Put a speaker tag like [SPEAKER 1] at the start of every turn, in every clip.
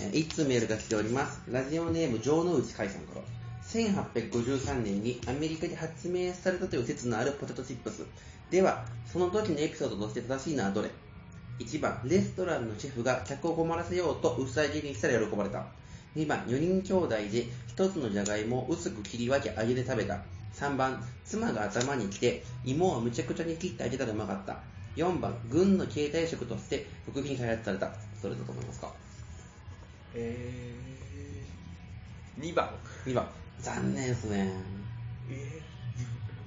[SPEAKER 1] えー一通メールが来ております。ラジオネーム、城之内海さんから。1853年にアメリカで発明されたという説のあるポテトチップス。では、その時のエピソードとして正しいのはどれ ?1 番、レストランのシェフが客を困らせようと薄揚げにしたら喜ばれた。2番、4人兄弟で1つのじゃがいもを薄く切り分け揚げで食べた。3番、妻が頭に来て芋をむちゃくちゃに切って揚げたらうまかった。4番、軍の携帯食として食品開発された。どれだと思いますか
[SPEAKER 2] えー、2番。
[SPEAKER 1] 2番残念ですね
[SPEAKER 2] え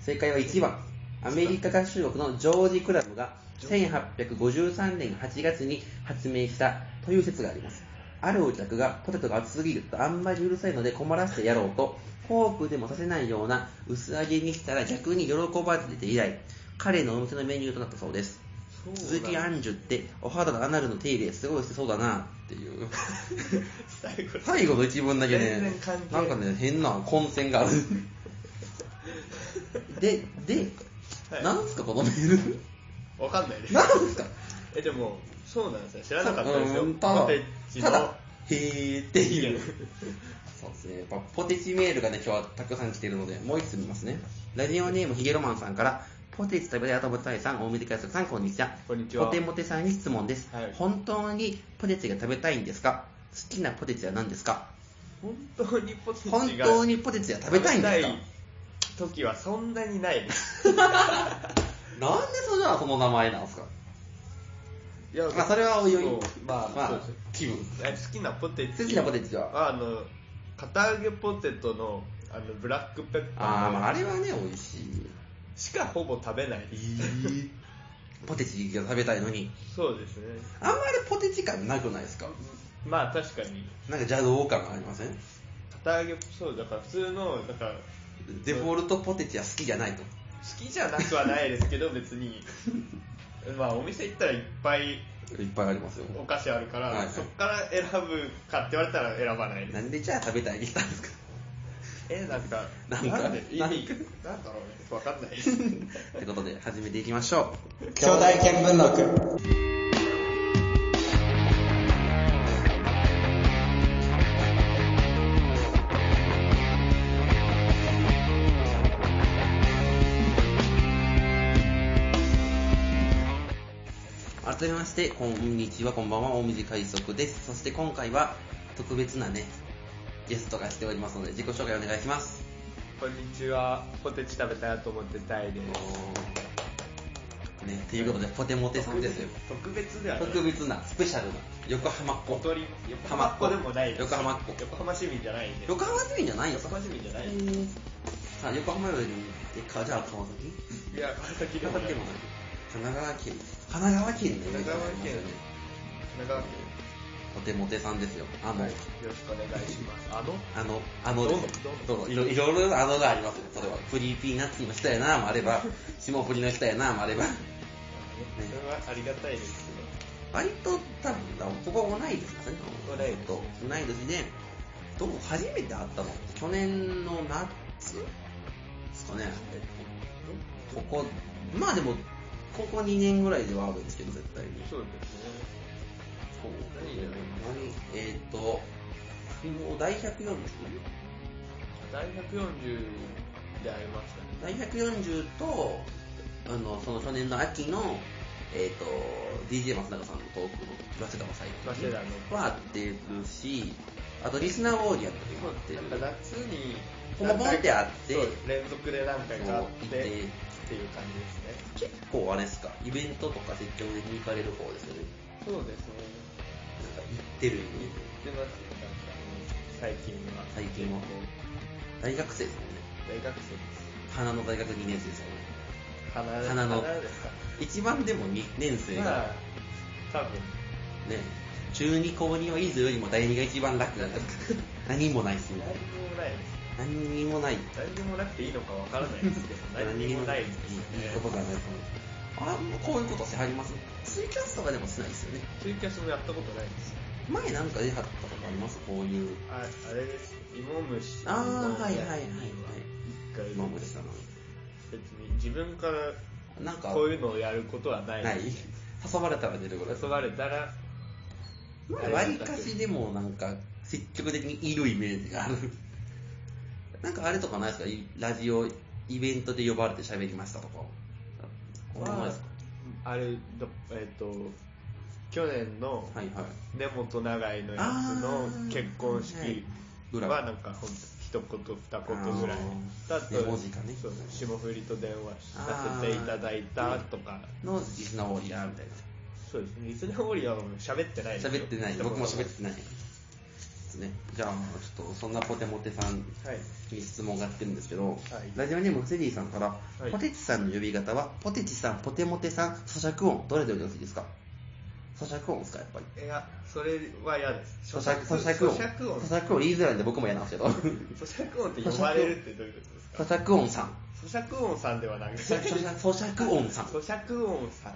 [SPEAKER 1] 正解は1番アメリカ合衆国のジョージ・クラムが1853年8月に発明したという説がありますあるお客がポテトが熱すぎるとあんまりうるさいので困らせてやろうとフォークでもさせないような薄揚げにしたら逆に喜ばれて以来彼のお店のメニューとなったそうです
[SPEAKER 2] そう
[SPEAKER 1] 鈴木 アンジュってお肌とアナルの手入れすごいしてそうだなっていう
[SPEAKER 2] 最後
[SPEAKER 1] 最後の一文だけね
[SPEAKER 2] 全然関、係
[SPEAKER 1] なんかね、変な混戦 がある。で、で、
[SPEAKER 2] はい
[SPEAKER 1] なんすかこのメール。
[SPEAKER 2] わかんないです。
[SPEAKER 1] なんすか
[SPEAKER 2] え、でも、そうなんですね。知らなかったですよ。
[SPEAKER 1] うんただ
[SPEAKER 2] ポテチ
[SPEAKER 1] た
[SPEAKER 2] の
[SPEAKER 1] だ。、へーっていう。そうですね。やっぱポテチメールがね、今日はたくさん来てるので、もう一つ見ますね。ラジオネームヒゲロマンさんから、ポテチ食べたい頭たいさん、大水海賊さん、こんにちは。
[SPEAKER 2] こんにちは
[SPEAKER 1] ポテモテさんに質問です。
[SPEAKER 2] はい
[SPEAKER 1] 本当にポテチが食べたいんですか好きなポテチは何ですか
[SPEAKER 2] 本当にポテ
[SPEAKER 1] 本
[SPEAKER 2] チが
[SPEAKER 1] 当にポテチが食べたいんですか
[SPEAKER 2] 時はそんなにないです。
[SPEAKER 1] なんでそれはその名前なんですか
[SPEAKER 2] いや
[SPEAKER 1] まあそれはおいおい
[SPEAKER 2] そうまあ、
[SPEAKER 1] ま
[SPEAKER 2] そう
[SPEAKER 1] あ
[SPEAKER 2] ですよ
[SPEAKER 1] 気分
[SPEAKER 2] 好きなポテチ
[SPEAKER 1] 好きなポテチは
[SPEAKER 2] あの片揚げポテトのあのブラックペッ
[SPEAKER 1] あ
[SPEAKER 2] パ
[SPEAKER 1] ー、
[SPEAKER 2] ー
[SPEAKER 1] まあ、あれはね美味しい、
[SPEAKER 2] しかほぼ食べないです、
[SPEAKER 1] ポテチが食べたいのに
[SPEAKER 2] そうですね
[SPEAKER 1] あんまりポテチ感なくないですか
[SPEAKER 2] まあ確かに
[SPEAKER 1] なんか邪道感ありません
[SPEAKER 2] 片揚げそうだから普通のだから好
[SPEAKER 1] デフォルトポテチは好きじゃないと
[SPEAKER 2] きじゃなくはないで すけど別にまあお店行ったらいっぱい
[SPEAKER 1] いっぱいありますよ
[SPEAKER 2] お菓子あるから、
[SPEAKER 1] はいはい
[SPEAKER 2] そっから選ぶかって言われたら選ばないです
[SPEAKER 1] なんでじゃあ食べたいに来たんですか
[SPEAKER 2] えなんか
[SPEAKER 1] なんか
[SPEAKER 2] で意味
[SPEAKER 1] な
[SPEAKER 2] なんん
[SPEAKER 1] か
[SPEAKER 2] だろうね分かんないです
[SPEAKER 1] ってことで始めていきましょう
[SPEAKER 2] 兄弟見聞録
[SPEAKER 1] 改めましてこんにちはこんばんは大水海賊ですそして今回は特別なねゲストが来ておりますので自己紹介お願いします
[SPEAKER 2] こんにちは。ポテチ食べたいと思ってたいで
[SPEAKER 1] ね、ということで、ポテモテ
[SPEAKER 2] す。
[SPEAKER 1] さんですよ。
[SPEAKER 2] 特別ではない。
[SPEAKER 1] 特別な、スペシャルな、横浜っ
[SPEAKER 2] お
[SPEAKER 1] 子。
[SPEAKER 2] とり、横浜っ子でもないです。
[SPEAKER 1] 横浜っ子
[SPEAKER 2] 横浜市民じゃないんで。
[SPEAKER 1] 横浜市民じゃないよ、
[SPEAKER 2] 横浜市民じゃない。
[SPEAKER 1] えーさあ、横浜よりか、じゃあ川崎
[SPEAKER 2] いや、川崎で
[SPEAKER 1] 川
[SPEAKER 2] も
[SPEAKER 1] 崎で
[SPEAKER 2] ない。神
[SPEAKER 1] もない。神奈川県。神奈川県
[SPEAKER 2] 神奈川県奈川県。
[SPEAKER 1] ポテモテさんですよ。あの、
[SPEAKER 2] はい。よろしくお願いします。あの
[SPEAKER 1] あの、あのですよ
[SPEAKER 2] ど
[SPEAKER 1] どうぞいろいろいろあのがありますよ。それは、フリーピーナッツの人やなもあれば、霜降りの人やなもあれば。
[SPEAKER 2] それはありがたいです
[SPEAKER 1] 割と多分だここ同い年ですね
[SPEAKER 2] 同い年
[SPEAKER 1] と同い年でどう初めて会ったのって去年の夏ですかねここまあでもここ2年ぐらいではあるんですけど絶対に
[SPEAKER 2] けど。そうですね。
[SPEAKER 1] そう
[SPEAKER 2] 何やる
[SPEAKER 1] 何えっ、ともう第140
[SPEAKER 2] 大学40で会いましたね。
[SPEAKER 1] 第140とあのその去年の秋のえっ、と DJ 松永さんのトークの早稲田も最後
[SPEAKER 2] 早稲田の。
[SPEAKER 1] は出るし、あとリスナーオーディアンとかもあってる。
[SPEAKER 2] なんか夏に、
[SPEAKER 1] ポンポンってあって
[SPEAKER 2] そう連続で何回かあ
[SPEAKER 1] そ
[SPEAKER 2] っ
[SPEAKER 1] うい
[SPEAKER 2] て、って
[SPEAKER 1] て
[SPEAKER 2] いう感じです
[SPEAKER 1] 結
[SPEAKER 2] ね。
[SPEAKER 1] 構あれですか、イベントとか積極的に行かれる方ですよね。
[SPEAKER 2] そうですね。
[SPEAKER 1] なんか行ってるイメ
[SPEAKER 2] 言
[SPEAKER 1] ージ
[SPEAKER 2] ってますね、なんか、最近は。
[SPEAKER 1] 最近は大学生ですもんね。
[SPEAKER 2] 大学生です。
[SPEAKER 1] 花の大学2年生ですもんね。
[SPEAKER 2] 花
[SPEAKER 1] 花の
[SPEAKER 2] ですか。
[SPEAKER 1] 一番でも2年生が、
[SPEAKER 2] まあ、多分、
[SPEAKER 1] ね、中2高2はいいぞよりも第2が一番楽なんです。何もないっすね。
[SPEAKER 2] 何にもないです。
[SPEAKER 1] 何にもない。
[SPEAKER 2] 何にもなくていいのかわからないですけど、 何にもないです
[SPEAKER 1] いい
[SPEAKER 2] よ
[SPEAKER 1] こと
[SPEAKER 2] ね。
[SPEAKER 1] がないと思う。あ、もうこういうことしてはりますツイキャスとかでもしないですよね。
[SPEAKER 2] ツイキャスもやったことないです。
[SPEAKER 1] 前なんか出はったことありますこういう。
[SPEAKER 2] ああれです。芋虫の
[SPEAKER 1] あーはいはいはいはい
[SPEAKER 2] 一回
[SPEAKER 1] 今までしたな。
[SPEAKER 2] 別に自分から
[SPEAKER 1] なんか、
[SPEAKER 2] こういうのをやることはない
[SPEAKER 1] ない誘われたら出るぐらい。
[SPEAKER 2] 誘われたら
[SPEAKER 1] まあ、わりかしでもなんか、積極的にいるイメージがある。 なんかあれとかないですかいラジオイベントで呼ばれて喋りましたとか。こんなもんですか
[SPEAKER 2] あれどえっ、と去年の
[SPEAKER 1] はいはい。
[SPEAKER 2] 根本永井のやつの結婚式
[SPEAKER 1] あーはい
[SPEAKER 2] はなんかほんと一言二言ぐらい
[SPEAKER 1] あ
[SPEAKER 2] あ
[SPEAKER 1] ー
[SPEAKER 2] と
[SPEAKER 1] メモ時間ね
[SPEAKER 2] そう霜降りと電話させていただいたとか
[SPEAKER 1] のリスナーオーリアみたいな。
[SPEAKER 2] そうですねリスナーオリアは喋ってないですよ
[SPEAKER 1] 喋ってない。
[SPEAKER 2] 一言
[SPEAKER 1] 僕も喋ってない。ですね。じゃあ、ちょっとそんなポテモテさん
[SPEAKER 2] はい
[SPEAKER 1] に質問が来てるんですけど、
[SPEAKER 2] い
[SPEAKER 1] ラジオネームセリーさんから、
[SPEAKER 2] い
[SPEAKER 1] ポテチさんの呼び方は、ポテチさん、ポテモテさん、咀嚼音、どれでおよろしいですか咀嚼音ですか、やっぱり。
[SPEAKER 2] いやそれは嫌です
[SPEAKER 1] 咀嚼咀嚼音。
[SPEAKER 2] 咀嚼音
[SPEAKER 1] 咀嚼音言いづらいんで僕も嫌なんですけど。咀
[SPEAKER 2] 咀嚼音って呼ばれるってどういうことですか
[SPEAKER 1] 嚼音さん。
[SPEAKER 2] 咀嚼音さんではなく
[SPEAKER 1] 咀
[SPEAKER 2] 咀
[SPEAKER 1] 嚼咀嚼音さん。
[SPEAKER 2] 嚼音さん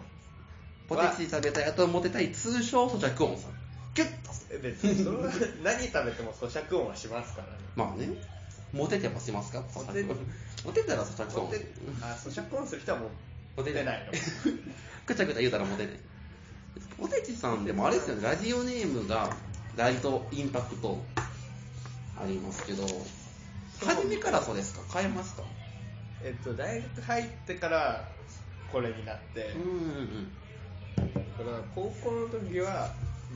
[SPEAKER 1] ポテチ食べたい、あとモテたい、通称咀嚼音さん。キュッと。
[SPEAKER 2] え別にそれは何食べても咀嚼音はしますからね
[SPEAKER 1] まあね。モテてもしますか
[SPEAKER 2] モテ
[SPEAKER 1] 咀嚼音モテたら咀嚼
[SPEAKER 2] モ
[SPEAKER 1] 音
[SPEAKER 2] テ。あ咀嚼音する人はもう
[SPEAKER 1] モテ
[SPEAKER 2] 出ないの
[SPEAKER 1] くちゃくちゃ言うたらモテない。ポテチさんでもあれですよね、ラジオネームが、ライトインパクトありますけど、初めからそうですか変えますか
[SPEAKER 2] えっと大学入ってからこれになって
[SPEAKER 1] うんうん
[SPEAKER 2] だから高校の時は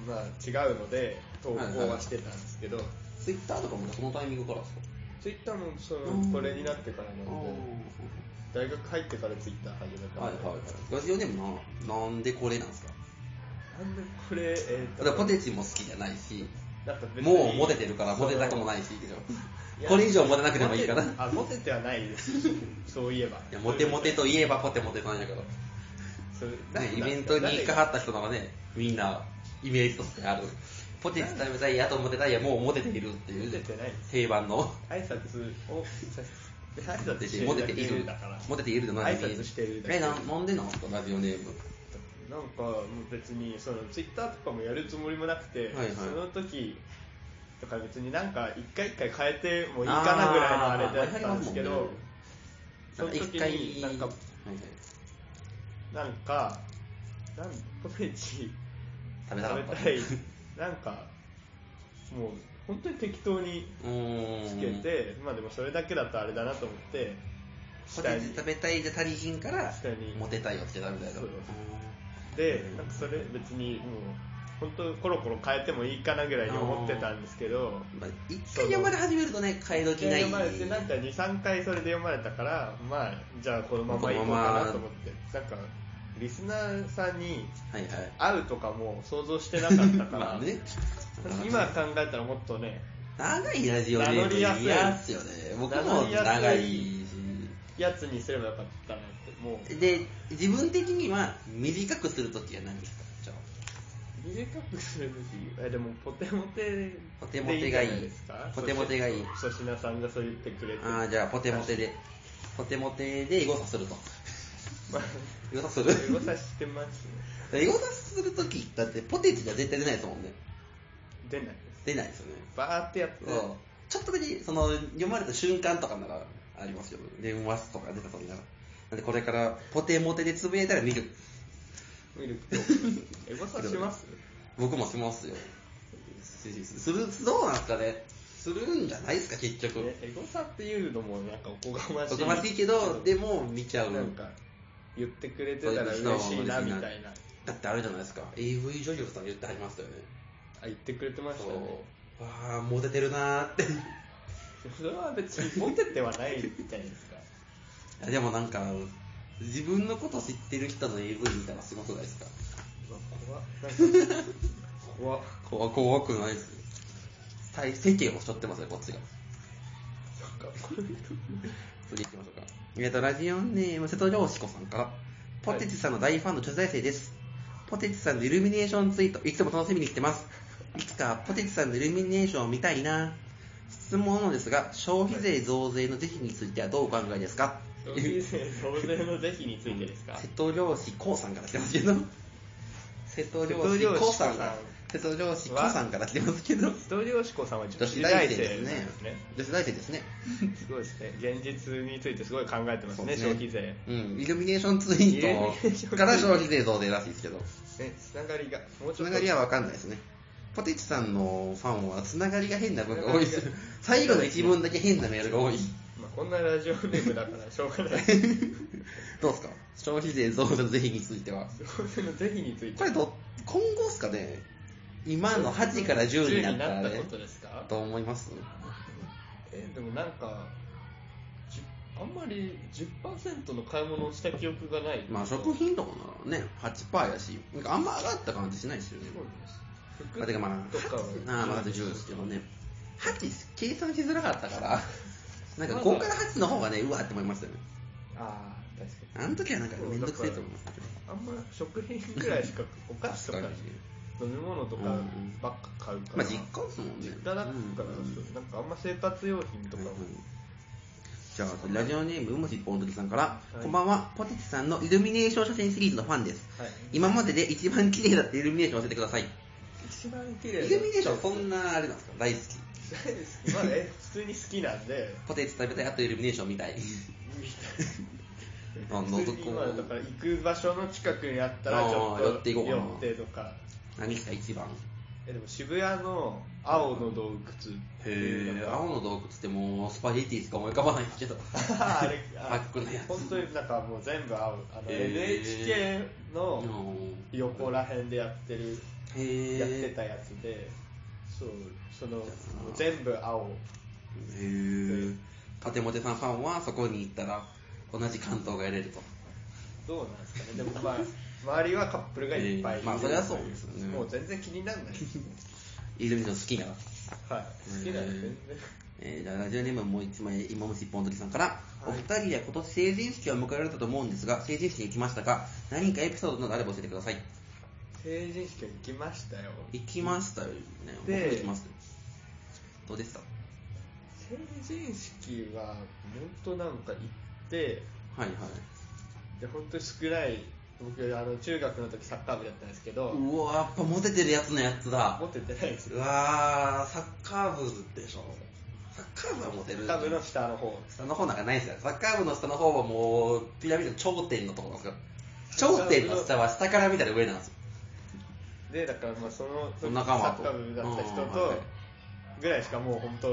[SPEAKER 2] まあ違うので投稿はしてたんですけど、
[SPEAKER 1] ツイッターとかもそのタイミングからですか
[SPEAKER 2] ツイッターもそ
[SPEAKER 1] うん
[SPEAKER 2] のこれになってからなので大学入ってからツイッター始めた
[SPEAKER 1] はい
[SPEAKER 2] の
[SPEAKER 1] はい
[SPEAKER 2] で、
[SPEAKER 1] はい。ラジオネームな、なんでこれなんですか
[SPEAKER 2] なんでこれえっ
[SPEAKER 1] だからポテチも好きじゃないし、
[SPEAKER 2] なんか別に
[SPEAKER 1] もうモテてるからモテたくもないし、
[SPEAKER 2] いや
[SPEAKER 1] これ以上モテなくてもいいかな。い
[SPEAKER 2] モテあモテてはない ですそういえば
[SPEAKER 1] や、モテモテといえばポテモテなんやけど。
[SPEAKER 2] それ
[SPEAKER 1] ね、イベントに引っかかった人ならね、みんなイメージとしてある。ポテチ食べたい、あとモテたい、もうモテているってい
[SPEAKER 2] モテ
[SPEAKER 1] う
[SPEAKER 2] てない
[SPEAKER 1] 定番の。
[SPEAKER 2] 挨拶をさ挨拶して
[SPEAKER 1] モ
[SPEAKER 2] る
[SPEAKER 1] テ
[SPEAKER 2] だ
[SPEAKER 1] て
[SPEAKER 2] け
[SPEAKER 1] いる
[SPEAKER 2] だから。
[SPEAKER 1] モテているじゃない
[SPEAKER 2] 挨拶してるだけ
[SPEAKER 1] え、ななんでなんですか、ラジオネーム。
[SPEAKER 2] なんかもう別にそのツイッターとかもやるつもりもなくて、
[SPEAKER 1] はいはい
[SPEAKER 2] その時とか別になんか一回一回変えてもいいかなぐらいのあれだったんですけ
[SPEAKER 1] あー
[SPEAKER 2] ど、
[SPEAKER 1] まあやりますもんねなんか一
[SPEAKER 2] その時
[SPEAKER 1] 回、
[SPEAKER 2] になんか
[SPEAKER 1] はいはい
[SPEAKER 2] なんか、なんポテチ
[SPEAKER 1] 食べたかった。
[SPEAKER 2] 食べたい、なんか、もう本当に適当に
[SPEAKER 1] うーん
[SPEAKER 2] つけて、まあでもそれだけだとあれだなと思って、
[SPEAKER 1] ポ
[SPEAKER 2] 下
[SPEAKER 1] テ
[SPEAKER 2] に
[SPEAKER 1] チ食べたいじゃ足りひんから
[SPEAKER 2] 下に、
[SPEAKER 1] モテたいをつけたみたいな。
[SPEAKER 2] そう
[SPEAKER 1] う
[SPEAKER 2] で、なんかそれ別にもう、本当コロコロ変えてもいいかなぐらいに思ってたんですけど、
[SPEAKER 1] ーんまあ一回読まれ始めるとね、買い時ない。
[SPEAKER 2] 読まれてなんか23回それで読まれたからまあじゃあこのままいこうかなと思ってなんかリスナーさんに
[SPEAKER 1] はいはい。
[SPEAKER 2] 会うとかも想像してなかった から、
[SPEAKER 1] まあね。
[SPEAKER 2] 今考えたらもっとね
[SPEAKER 1] 長いラジオネーム嫌っすよね。僕も
[SPEAKER 2] 名乗りやすい
[SPEAKER 1] 長いし。
[SPEAKER 2] やつにすればよかったなってもう
[SPEAKER 1] で、自分的には短くするときは何ですかじゃあ
[SPEAKER 2] 短くするべきえでもポテモテ
[SPEAKER 1] ポテモテがいい
[SPEAKER 2] でんじゃなですか
[SPEAKER 1] ポテモテがいい
[SPEAKER 2] 粗品さんがそう言ってくれて
[SPEAKER 1] あーじゃあ、ポテモテで。ポテモテでエゴサすると。
[SPEAKER 2] まあ
[SPEAKER 1] エゴサする
[SPEAKER 2] エゴサしてますね
[SPEAKER 1] エゴサするときだってポテチじゃ絶対出ないですもんね。
[SPEAKER 2] 出ないです
[SPEAKER 1] 出ないですよね。
[SPEAKER 2] バーってやって
[SPEAKER 1] そう。ちょっとだけ、その、読まれた瞬間とかならありますよ。電話とか出たときなら。なんでこれからポテモテでつぶやいたら見る。
[SPEAKER 2] ミルクとエゴサします
[SPEAKER 1] 僕もしますよ。しする、どうなんですかねするんじゃないですか、結局
[SPEAKER 2] ね。エゴサっていうのもなんかおこがましい
[SPEAKER 1] おこましいけど、でも見ちゃう。
[SPEAKER 2] なんか言ってくれてたら嬉しいなみたいな
[SPEAKER 1] だってあれじゃないですか。AV 女優さん言ってはりましたよね。
[SPEAKER 2] あ言ってくれてまし
[SPEAKER 1] そ
[SPEAKER 2] た
[SPEAKER 1] う
[SPEAKER 2] ね。
[SPEAKER 1] わあ、モテてるなーって。い
[SPEAKER 2] それは別にモテてはないみ たいですか
[SPEAKER 1] やでもなんか、自分のこと知ってる人の AV 見たらすごくないですか
[SPEAKER 2] うわ怖っなんか怖っ
[SPEAKER 1] 怖怖くないです。大世間を背負ってますよ、こっちが。
[SPEAKER 2] なんかこれ
[SPEAKER 1] 次行きましょうか。えっと、ラジオネーム、瀬戸良子さんから、ポテチさんの大ファンの女子大生です。ポテチさんのイルミネーションツイート、いつも楽しみに来てます。いつかポテチさんのイルミネーションを見たいな。質問なのですが、消費税増税の是非についてはどうお考えですか
[SPEAKER 2] 消費税増税の是非についてですか
[SPEAKER 1] 瀬戸良子こうさんから来てますけど。瀬戸良
[SPEAKER 2] 瀬戸
[SPEAKER 1] 子
[SPEAKER 2] 良
[SPEAKER 1] こう
[SPEAKER 2] 子
[SPEAKER 1] さ
[SPEAKER 2] さ
[SPEAKER 1] ん
[SPEAKER 2] ん
[SPEAKER 1] が、瀬戸良子こうさんから来てますけど。
[SPEAKER 2] 伊藤良子さんは
[SPEAKER 1] 女
[SPEAKER 2] 女
[SPEAKER 1] 子
[SPEAKER 2] 子
[SPEAKER 1] 大
[SPEAKER 2] 大
[SPEAKER 1] 生
[SPEAKER 2] 生
[SPEAKER 1] です
[SPEAKER 2] なん
[SPEAKER 1] ね
[SPEAKER 2] ですね。
[SPEAKER 1] 女子大生ですね。
[SPEAKER 2] すごいですね現実についてすごい考えてますね消費税
[SPEAKER 1] うん、イルミネーションツイ
[SPEAKER 2] イルミネーシ
[SPEAKER 1] ー
[SPEAKER 2] ョン
[SPEAKER 1] トから消費税増税らしいですけど、
[SPEAKER 2] ねつながりがもう
[SPEAKER 1] つ
[SPEAKER 2] ちょっ
[SPEAKER 1] な
[SPEAKER 2] と
[SPEAKER 1] がりはわかんないですね。ポテチさんのファンはつながりが変なことが多いです。最後の一文だけ変なメールが多い。
[SPEAKER 2] まあ、こんなラジオネームだからしょうが ない。
[SPEAKER 1] どうですか消費税増税の是非については。
[SPEAKER 2] そういうの是非について。
[SPEAKER 1] これど、今後ですかね今の8から10になったら
[SPEAKER 2] 10に
[SPEAKER 1] ね
[SPEAKER 2] なっ、ことですか
[SPEAKER 1] どう思います
[SPEAKER 2] えでもなんか、じゅあんまり10%の買い物をした記憶がない。
[SPEAKER 1] まあ食品とかならね、8%やし、なんかあんま上がった感じしないですよね。
[SPEAKER 2] そうです
[SPEAKER 1] まあ、てかまあ、
[SPEAKER 2] とかは
[SPEAKER 1] ああまあ、だって10ですけどね。8、計算しづらかったから、なんか5から8の方がね、うわーって思いましたよね。
[SPEAKER 2] ああ、確かに。
[SPEAKER 1] あの時はなんかめんどくせえと思いましたけど。
[SPEAKER 2] あんま食品ぐらいしか、お菓子と
[SPEAKER 1] 確
[SPEAKER 2] か
[SPEAKER 1] か
[SPEAKER 2] 飲み物とかばっか買うか
[SPEAKER 1] に。
[SPEAKER 2] ら。
[SPEAKER 1] まあ実家ですもんね。
[SPEAKER 2] 実家だから、
[SPEAKER 1] うん
[SPEAKER 2] なんかあんま生活用品とかも、
[SPEAKER 1] じゃあ、ラジオネーム、うもしっぽんときさんから、
[SPEAKER 2] い
[SPEAKER 1] こんばんは、ポテチさんのイルミネーション写真シリーズのファンです。
[SPEAKER 2] はい
[SPEAKER 1] 今までで一番綺麗だったイルミネーション教えてください。イ
[SPEAKER 2] 一番綺麗
[SPEAKER 1] ル
[SPEAKER 2] な
[SPEAKER 1] ミネーション、そんなあれなんですか大好き。
[SPEAKER 2] 大好きまあね、普通に好きなんで、
[SPEAKER 1] ポテチ食べたい、あとイルミネーションみ たい。あ
[SPEAKER 2] 普通
[SPEAKER 1] 覗
[SPEAKER 2] に
[SPEAKER 1] こ
[SPEAKER 2] 今だ
[SPEAKER 1] う
[SPEAKER 2] から。行く場所の近くにあったら、
[SPEAKER 1] あー
[SPEAKER 2] ちょっと
[SPEAKER 1] 寄っていこうかな
[SPEAKER 2] 寄ってとか、
[SPEAKER 1] 何ですか、一番。
[SPEAKER 2] えでも渋谷の青の洞窟っていう
[SPEAKER 1] へ
[SPEAKER 2] の
[SPEAKER 1] え、
[SPEAKER 2] が
[SPEAKER 1] 青の洞窟ってもうスパゲティしか思い浮かばないけど。
[SPEAKER 2] あれ
[SPEAKER 1] 真っ黒なやつ
[SPEAKER 2] 本当になんかもう全部青、あの
[SPEAKER 1] へー
[SPEAKER 2] NHK の
[SPEAKER 1] うん
[SPEAKER 2] 横ら辺でやってる、
[SPEAKER 1] へえ。
[SPEAKER 2] やってたやつで、そう、その、もう全部青。
[SPEAKER 1] へーパテモテさんファンはそこに行ったら同じ関東がやれると。
[SPEAKER 2] どうなんですかね、でも まあ、周りはカップルがいっぱいいる、
[SPEAKER 1] えーまあそれはそうですよね
[SPEAKER 2] もう全然気にならないですね。
[SPEAKER 1] イルミネーション好きな。
[SPEAKER 2] はい、好きなら全然。
[SPEAKER 1] えーじゃあラジオネームもう一枚、今もし一本時さんから、お二人は今年成人式を迎えられたと思うんですが、成人式に行きましたか何かエピソードなどあれば教えてください。
[SPEAKER 2] 成人式行きましたよ。
[SPEAKER 1] 行きましたよね。僕も
[SPEAKER 2] で
[SPEAKER 1] 行きましたよ。どうでした
[SPEAKER 2] 成人式は、本当なんか行って、
[SPEAKER 1] はいはい。
[SPEAKER 2] で本当に少ない、僕、あの中学の時サッカー部だったんですけど、
[SPEAKER 1] うわやっぱモテてるやつのやつだ。
[SPEAKER 2] 持っててないんです
[SPEAKER 1] う
[SPEAKER 2] よ。
[SPEAKER 1] わー、サッカー部でしょ。サッカー部はモテ
[SPEAKER 2] サ
[SPEAKER 1] る。
[SPEAKER 2] ッカー部の下の方。
[SPEAKER 1] 下の方なんかないですよ。サッカー部の下の方はもう、ピラミッドの頂点のところなんですよ。頂点の下は下から見たら上なんですよ。
[SPEAKER 2] で、だからまあその、
[SPEAKER 1] その仲間と
[SPEAKER 2] サッカー部だった人
[SPEAKER 1] うんはい
[SPEAKER 2] と、ぐらいしかもう本当、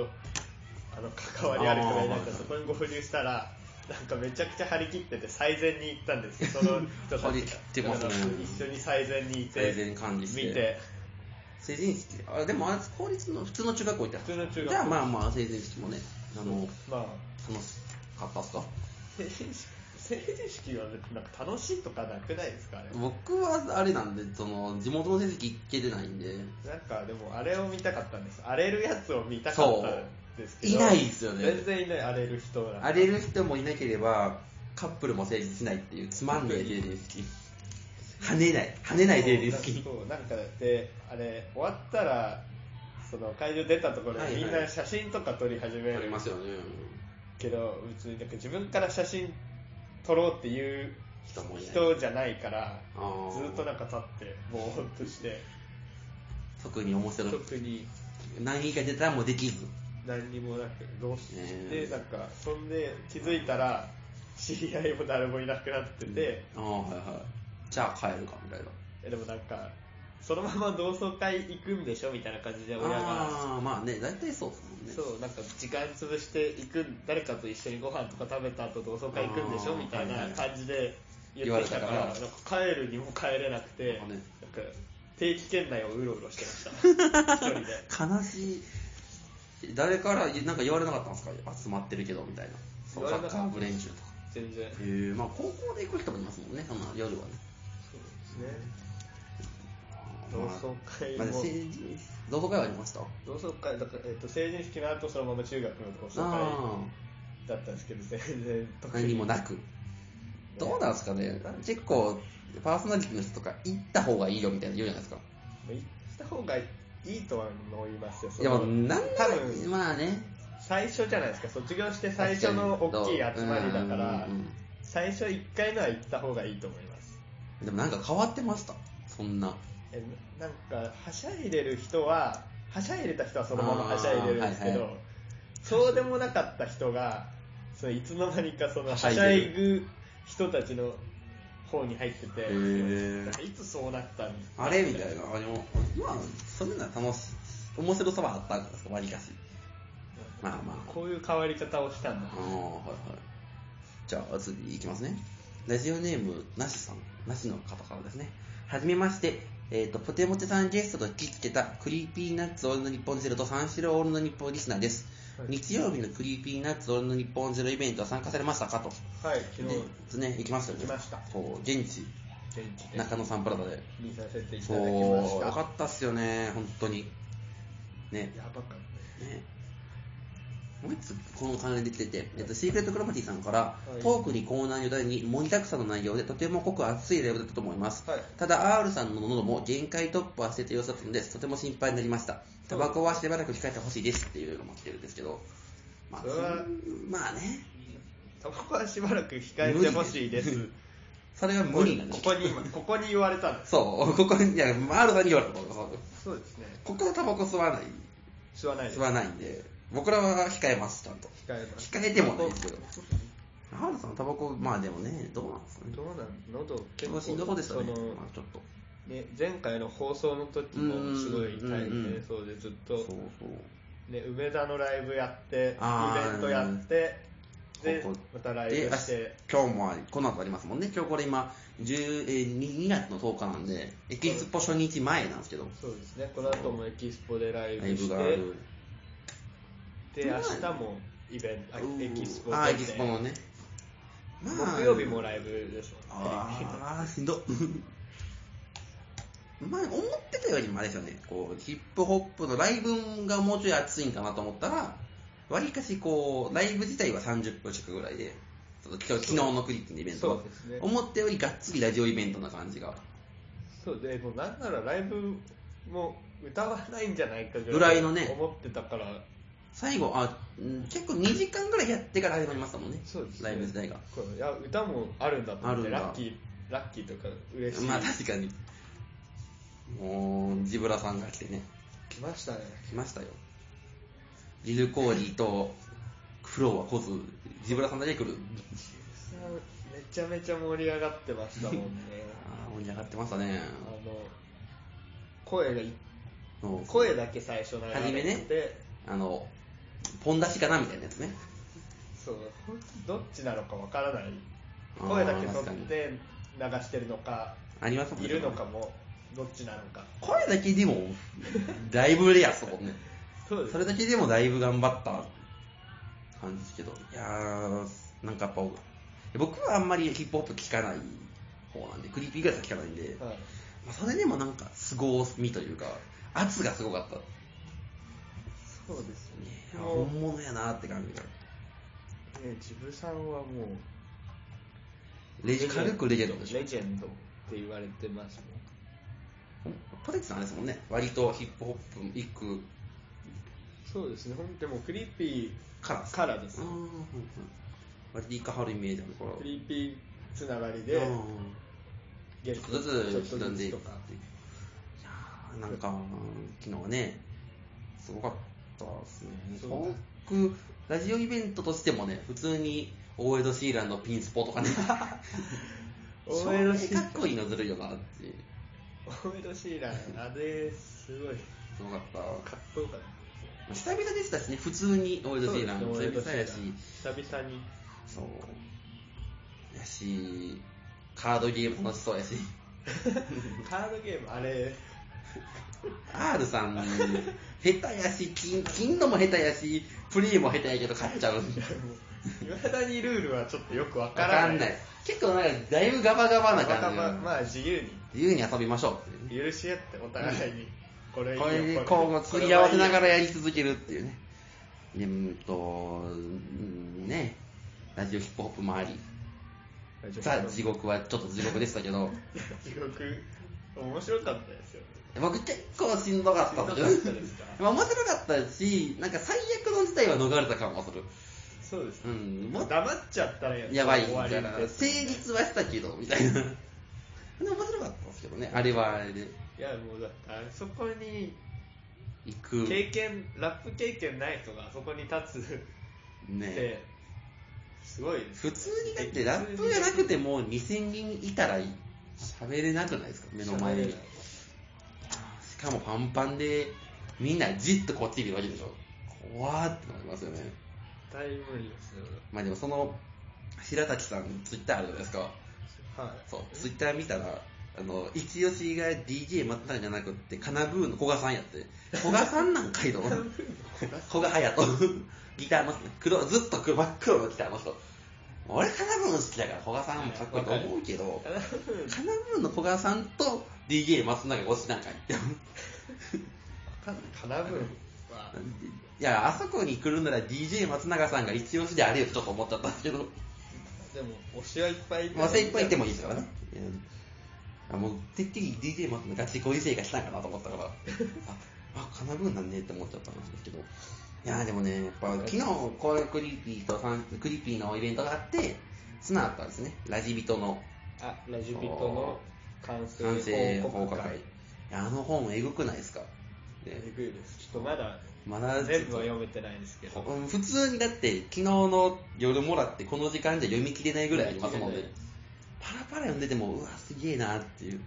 [SPEAKER 2] あの、関わりある人がいなく
[SPEAKER 1] う
[SPEAKER 2] て、
[SPEAKER 1] ん
[SPEAKER 2] そこに合流したら、なんかめちゃくちゃ張り切ってて最善に行ったんですよ、その人たちが。
[SPEAKER 1] 張り切ってますね
[SPEAKER 2] だから一緒に最善にいて、
[SPEAKER 1] 最善管理して
[SPEAKER 2] 見て、
[SPEAKER 1] 成人式。あ、でもあれ、公立の、普通の中学校行った
[SPEAKER 2] 普通の中学校
[SPEAKER 1] じゃあまあまあ、成人式もね、あの、
[SPEAKER 2] まあ、
[SPEAKER 1] 楽しかったっすか
[SPEAKER 2] 成人式、成人式はなんか楽しいとかなくないですかね。
[SPEAKER 1] 僕はあれなんで、その、地元の成績行けてないんで、
[SPEAKER 2] なんかでもあれを見たかったんです荒れるやつを見たかったんですけ
[SPEAKER 1] そ
[SPEAKER 2] ど
[SPEAKER 1] ういないですよね
[SPEAKER 2] 全然いない荒れる人なん
[SPEAKER 1] 荒れる人もいなければ、カップルも成立しないっていう、つまんねえ成人式。跳ねない、跳ねない成人式。
[SPEAKER 2] そうなんかであれ終わったらその会場出たところ
[SPEAKER 1] はいは
[SPEAKER 2] で
[SPEAKER 1] い
[SPEAKER 2] みんな写真とか撮り始め
[SPEAKER 1] あり
[SPEAKER 2] る
[SPEAKER 1] ますよね。
[SPEAKER 2] けど、別になんか自分から写真撮ろうっていう
[SPEAKER 1] 人もいない。
[SPEAKER 2] 人じゃないから
[SPEAKER 1] あー
[SPEAKER 2] ずっとなんか立ってぼーっとして
[SPEAKER 1] 特に面白い。
[SPEAKER 2] 特に
[SPEAKER 1] 何位か出たらもうできず。
[SPEAKER 2] 何にもなくどうし
[SPEAKER 1] え
[SPEAKER 2] て
[SPEAKER 1] ー
[SPEAKER 2] なんかそんで気づいたら知り合いも誰もいなくなってて、
[SPEAKER 1] ああ、はいはい。じゃあ帰るか、みたいな。
[SPEAKER 2] えでもなんかそのまま同窓会行くんでしょみたいな感じで親が
[SPEAKER 1] ああー、まあね、大体そうですもんね。
[SPEAKER 2] そうなんか時間潰して行く誰かと一緒にご飯とか食べた後同窓会行くんでしょ
[SPEAKER 1] あー
[SPEAKER 2] みたい
[SPEAKER 1] はい
[SPEAKER 2] な
[SPEAKER 1] はい
[SPEAKER 2] 感じで言ってきたから
[SPEAKER 1] 言わ
[SPEAKER 2] な
[SPEAKER 1] れ
[SPEAKER 2] ん
[SPEAKER 1] た
[SPEAKER 2] か帰るにも帰れなくて
[SPEAKER 1] な
[SPEAKER 2] なんん
[SPEAKER 1] か
[SPEAKER 2] か
[SPEAKER 1] ね
[SPEAKER 2] 定期圏内をうろうろして ました一人で
[SPEAKER 1] 悲しい。誰から、なんか言われなかったんですか集まってるけど、みたいな。そ
[SPEAKER 2] 言
[SPEAKER 1] の
[SPEAKER 2] わ
[SPEAKER 1] サ
[SPEAKER 2] れな
[SPEAKER 1] ッカー
[SPEAKER 2] かった
[SPEAKER 1] 部練習とか。
[SPEAKER 2] 全然
[SPEAKER 1] へえまあ高校で行く人もいますもんね、その夜はね。
[SPEAKER 2] そうですね同
[SPEAKER 1] まあ
[SPEAKER 2] 窓会
[SPEAKER 1] まあ、
[SPEAKER 2] も
[SPEAKER 1] 成人同窓会はありました
[SPEAKER 2] 同窓会だから、えっと成人式の後そのまま中学の同窓会
[SPEAKER 1] あ
[SPEAKER 2] だったんですけど全然
[SPEAKER 1] あ
[SPEAKER 2] 特
[SPEAKER 1] 何
[SPEAKER 2] に
[SPEAKER 1] もなく。どうなんですかね結構、パーソナリティの人とか行った方がいいよみたいな言うじゃないですか。
[SPEAKER 2] 行った方がいいとは思いますよ。そ
[SPEAKER 1] いや、
[SPEAKER 2] の
[SPEAKER 1] まあ、なんな
[SPEAKER 2] 多
[SPEAKER 1] ら
[SPEAKER 2] 分、
[SPEAKER 1] まあね。
[SPEAKER 2] 最初じゃないですか。卒業して最初の大きい集まりだか
[SPEAKER 1] うん
[SPEAKER 2] ら
[SPEAKER 1] うんう、ん
[SPEAKER 2] 最初1回目は行った方がいいと思います。
[SPEAKER 1] でもなんか変わってました。そんな。
[SPEAKER 2] えななんか、はしゃいでる人は、はしゃいでた人はそのままはしゃいでるんですけ
[SPEAKER 1] あー
[SPEAKER 2] ど、
[SPEAKER 1] はいは
[SPEAKER 2] そうでもなかった人が、そのいつの間にかその
[SPEAKER 1] は
[SPEAKER 2] は
[SPEAKER 1] しゃい
[SPEAKER 2] し
[SPEAKER 1] で
[SPEAKER 2] ゃ
[SPEAKER 1] る
[SPEAKER 2] いぐ人たちの方に入ってて、
[SPEAKER 1] ー
[SPEAKER 2] なんかいつそうなったん
[SPEAKER 1] あれみたいな。あでも、今、そんな楽し、面白さはあったんですか、わりかし。まあまあ。
[SPEAKER 2] こういう変わり方をしたんだ
[SPEAKER 1] あ。ーはいはい。じゃあ、次いきますね。ラジオネーム、なしさん、なしの方からですね。はじめまして、えっ、と、ポテモテさんゲストと聞きつけた、クリーピーナッツオールの日本ゼロと三四郎オールの日本リスナーです。
[SPEAKER 2] はい
[SPEAKER 1] 日曜日のクリーピーナッツオールの日本ゼロイベントは参加されましたかと。
[SPEAKER 2] はい、昨日、
[SPEAKER 1] でね、行きましたよね。
[SPEAKER 2] 行きました
[SPEAKER 1] そう、現地、
[SPEAKER 2] 現地で
[SPEAKER 1] 中野サンプラザで。
[SPEAKER 2] 見させていた
[SPEAKER 1] そう、
[SPEAKER 2] だきまし
[SPEAKER 1] よ
[SPEAKER 2] た。
[SPEAKER 1] かったっすよね、本当に。ね、
[SPEAKER 2] やばかった
[SPEAKER 1] ねもう一つこの関連できてて、えっと、シークレットクロマティさんから、
[SPEAKER 2] い
[SPEAKER 1] トークにコーナーに題に盛りだくさんの内容でとても濃く熱いレベルだったと思います、
[SPEAKER 2] はい
[SPEAKER 1] ただ R さんの喉も限界突破してた様子だったのでとても心配になりましたタバコはしばらく控えてほしいですっていうのも来てるんですけどまあ、
[SPEAKER 2] それは
[SPEAKER 1] まあね
[SPEAKER 2] タバコはしばらく控えてほしいです。
[SPEAKER 1] それは無理なんで
[SPEAKER 2] こ
[SPEAKER 1] す
[SPEAKER 2] こに今、ここに言われたんです。
[SPEAKER 1] そうここにいや R さんに言われたことそう
[SPEAKER 2] そうですね。
[SPEAKER 1] ここはタバコ吸わない
[SPEAKER 2] 吸わないです。
[SPEAKER 1] 吸わないんで僕らは控えますちゃんと
[SPEAKER 2] 控えます。
[SPEAKER 1] 控えてもないですけど R さんタバコまあでもねどうなんですかね
[SPEAKER 2] どうなん喉
[SPEAKER 1] 結構しんどそうでしたね、
[SPEAKER 2] その
[SPEAKER 1] まあ、ちょっと
[SPEAKER 2] ね、前回の放送の時もすごい大
[SPEAKER 1] うんうんうん
[SPEAKER 2] 変そうでずっと
[SPEAKER 1] そう、そう
[SPEAKER 2] ね、梅田のライブやってイベ
[SPEAKER 1] あー
[SPEAKER 2] ントやってで
[SPEAKER 1] ここ
[SPEAKER 2] またライブして
[SPEAKER 1] であ今日もありこの後ありますもんね今日これ今10えー 2, 2月の10日なんでエキスポ初日前なんですけど
[SPEAKER 2] そうですねこの後もエキスポでライ
[SPEAKER 1] ラ
[SPEAKER 2] ブ
[SPEAKER 1] イ
[SPEAKER 2] し
[SPEAKER 1] ブ
[SPEAKER 2] て
[SPEAKER 1] がある
[SPEAKER 2] で明日もイベン
[SPEAKER 1] うん
[SPEAKER 2] トあエキスポ
[SPEAKER 1] あーエ
[SPEAKER 2] で
[SPEAKER 1] キスポのね
[SPEAKER 2] 木曜日もライブです
[SPEAKER 1] ああしんど まあ思ってたよりもあれですよねこうヒップホップのライブがもうちょい熱いんかなと思ったらわりかしこうライブ自体は30分弱ぐらいでちょっと今日昨日のクリップのイベントは
[SPEAKER 2] そうですね
[SPEAKER 1] 思ったよりがっつりラジオイベントな感じが
[SPEAKER 2] そうでもうなんならライブも歌わないんじゃないか
[SPEAKER 1] ぐらいのね
[SPEAKER 2] 思ってたから
[SPEAKER 1] 最後あうん結構2時間ぐらいやってから始まりましたもんね
[SPEAKER 2] そうですね
[SPEAKER 1] ライブ自体が
[SPEAKER 2] これいや歌もあるんだと思っ
[SPEAKER 1] ある
[SPEAKER 2] て
[SPEAKER 1] んだ
[SPEAKER 2] ラッキーラッキーとか嬉しい、
[SPEAKER 1] まあ確かにもうジブラさんが来てね
[SPEAKER 2] 来ましたね
[SPEAKER 1] 来ましたよリル・コーリーとフローは来ずジブラさんだけ来る
[SPEAKER 2] めちゃめちゃ盛り上がってましたもんね
[SPEAKER 1] あー盛り上がってましたね
[SPEAKER 2] あの声がい
[SPEAKER 1] そう
[SPEAKER 2] 声だけ最初流れて
[SPEAKER 1] 初めねあのポン出しかなみたいなやつね
[SPEAKER 2] そうほんとどっちなのかわからない
[SPEAKER 1] あー
[SPEAKER 2] 声だけ取
[SPEAKER 1] 確
[SPEAKER 2] っ
[SPEAKER 1] かに
[SPEAKER 2] て流してるのか
[SPEAKER 1] ありますもん
[SPEAKER 2] いるのかもどっちなのか
[SPEAKER 1] 声だけでもだいぶレアっすもんね
[SPEAKER 2] そうです
[SPEAKER 1] それだけでもだいぶ頑張った感じですけど、いやー、なんかやっぱ、僕はあんまりヒップホップ聞かない方なんで、クリーピー以外は聞かないんで、
[SPEAKER 2] はい
[SPEAKER 1] まあそれでもなんか、凄みというか、圧がすごかった。い
[SPEAKER 2] そうですね
[SPEAKER 1] や
[SPEAKER 2] もう
[SPEAKER 1] 本物やなって感じが。
[SPEAKER 2] ねジブさんはもう
[SPEAKER 1] レジ軽くレジェンドでしょ
[SPEAKER 2] レ。ジェンドって言われてますも
[SPEAKER 1] ポテチさんあれですもんね、割とヒップホップ一句
[SPEAKER 2] んそうですねほんでもクリーピ
[SPEAKER 1] から
[SPEAKER 2] ーからです
[SPEAKER 1] うーん、うんうん割といかはるイメージあるから。
[SPEAKER 2] クリーピーつながりで
[SPEAKER 1] うん
[SPEAKER 2] ゲ
[SPEAKER 1] ち
[SPEAKER 2] ス
[SPEAKER 1] ょっ
[SPEAKER 2] ト
[SPEAKER 1] とず
[SPEAKER 2] ちょ
[SPEAKER 1] つ
[SPEAKER 2] っ
[SPEAKER 1] 刻
[SPEAKER 2] と
[SPEAKER 1] ん
[SPEAKER 2] ず
[SPEAKER 1] でいく
[SPEAKER 2] つと
[SPEAKER 1] って
[SPEAKER 2] か
[SPEAKER 1] いういやーなんか昨日はねすごかったですね
[SPEAKER 2] そう
[SPEAKER 1] 僕ラジオイベントとしてもね普通に大江戸シーランのピンスポとか ね
[SPEAKER 2] 大江戸シー
[SPEAKER 1] 照明
[SPEAKER 2] ラン
[SPEAKER 1] かっこいいのずるいよなっていう
[SPEAKER 2] オイドシーランあれすごい
[SPEAKER 1] すごかった
[SPEAKER 2] かっこよかっ
[SPEAKER 1] 久々でしたしね普通に大
[SPEAKER 2] た
[SPEAKER 1] 江戸シーラン
[SPEAKER 2] そう
[SPEAKER 1] 久
[SPEAKER 2] ですね
[SPEAKER 1] 々やし
[SPEAKER 2] 久 々に
[SPEAKER 1] そうやしカードゲーム楽しそうやし
[SPEAKER 2] カードゲームあれ
[SPEAKER 1] R さ ん、下手やし、金、金のも下手やし、プリーも下手やけど勝っちゃう。
[SPEAKER 2] いまだにルールはちょっとよくわ
[SPEAKER 1] わ
[SPEAKER 2] から
[SPEAKER 1] か
[SPEAKER 2] ない
[SPEAKER 1] んない。結構なんか、だいぶガバガバな
[SPEAKER 2] またま
[SPEAKER 1] 感
[SPEAKER 2] まあ自由に
[SPEAKER 1] じ。自由に遊びましょうっていう
[SPEAKER 2] 許し合ってお互いにこれ
[SPEAKER 1] ね。
[SPEAKER 2] いいよ
[SPEAKER 1] これで
[SPEAKER 2] これ
[SPEAKER 1] こう、すり合わせなが
[SPEAKER 2] これはいい
[SPEAKER 1] ら
[SPEAKER 2] よ
[SPEAKER 1] やり続けるっていうね。で、うんと、うんね、ラジオヒップホップもあり、ザ・地獄はちょっと地獄でしたけど、
[SPEAKER 2] 地獄面白かったですよ
[SPEAKER 1] 僕結構しんどかったん
[SPEAKER 2] しんどかったですか
[SPEAKER 1] まあ面白かったし、なんか最悪の事態は逃れた感はする。
[SPEAKER 2] そうです
[SPEAKER 1] う
[SPEAKER 2] ね、
[SPEAKER 1] ん、も
[SPEAKER 2] も
[SPEAKER 1] っ
[SPEAKER 2] う黙っちゃったら
[SPEAKER 1] やばいみ
[SPEAKER 2] 終わ
[SPEAKER 1] た
[SPEAKER 2] りで
[SPEAKER 1] いな。成立はしたけど、みたいな。でも面白かったですけどね、あれはあれで。
[SPEAKER 2] いやもうだってあそこに
[SPEAKER 1] 行く。
[SPEAKER 2] 経験ラップ経験ない人があそこに立つっ
[SPEAKER 1] ね
[SPEAKER 2] てすすごいです
[SPEAKER 1] 普通にだってラップじゃなくてもう2000人いたら喋れなくないですか目の前でしかもパンパンでみんなじっとこっち見るわけでしょ怖ーってなりますよね
[SPEAKER 2] 大無理ですよ
[SPEAKER 1] まあでもその白滝さんツイッターあるじゃないですか
[SPEAKER 2] はい
[SPEAKER 1] そうツイッター見たらあの一押しが DJ 松永じゃなくってカナブーの古賀さんやって古賀さんなんかい と古賀隼人ギターの黒ずっと黒真っ黒のギターの人俺カナブーの好きだから古賀さんもかっこいいと思うけど
[SPEAKER 2] カナブーン
[SPEAKER 1] カナブーの古賀さんと DJ 松永越しなんかいって
[SPEAKER 2] カナブーンはい
[SPEAKER 1] やあそこに来るなら DJ 松永さんが一押しであれよとちょっと思っちゃったんですけど
[SPEAKER 2] でも推しはいっぱいいて
[SPEAKER 1] まあ精一杯いってもいいですからね。うんあもう、てっきり DJ 松のガチ恋生活したんかなと思った から、あ、あ、かなぶんなんねって思っちゃったんですけど。いやーでもね、やっぱ昨日、こういうクリーピーとさん、クリーピーのイベントがあって、その後はですね、ラジビトの
[SPEAKER 2] あラジピットの完成
[SPEAKER 1] 完成
[SPEAKER 2] 報
[SPEAKER 1] 報
[SPEAKER 2] 告
[SPEAKER 1] 告
[SPEAKER 2] 会
[SPEAKER 1] 会。いや、あの本えぐくないですか
[SPEAKER 2] え
[SPEAKER 1] で
[SPEAKER 2] ぐいですちょっとまだ
[SPEAKER 1] まだ
[SPEAKER 2] 全部は読めてないんですけど
[SPEAKER 1] うん普通にだって昨日の夜もらってこの時間じゃ読み切れないぐらいありますもんねパラパラ読んでてもうわすげえなっていう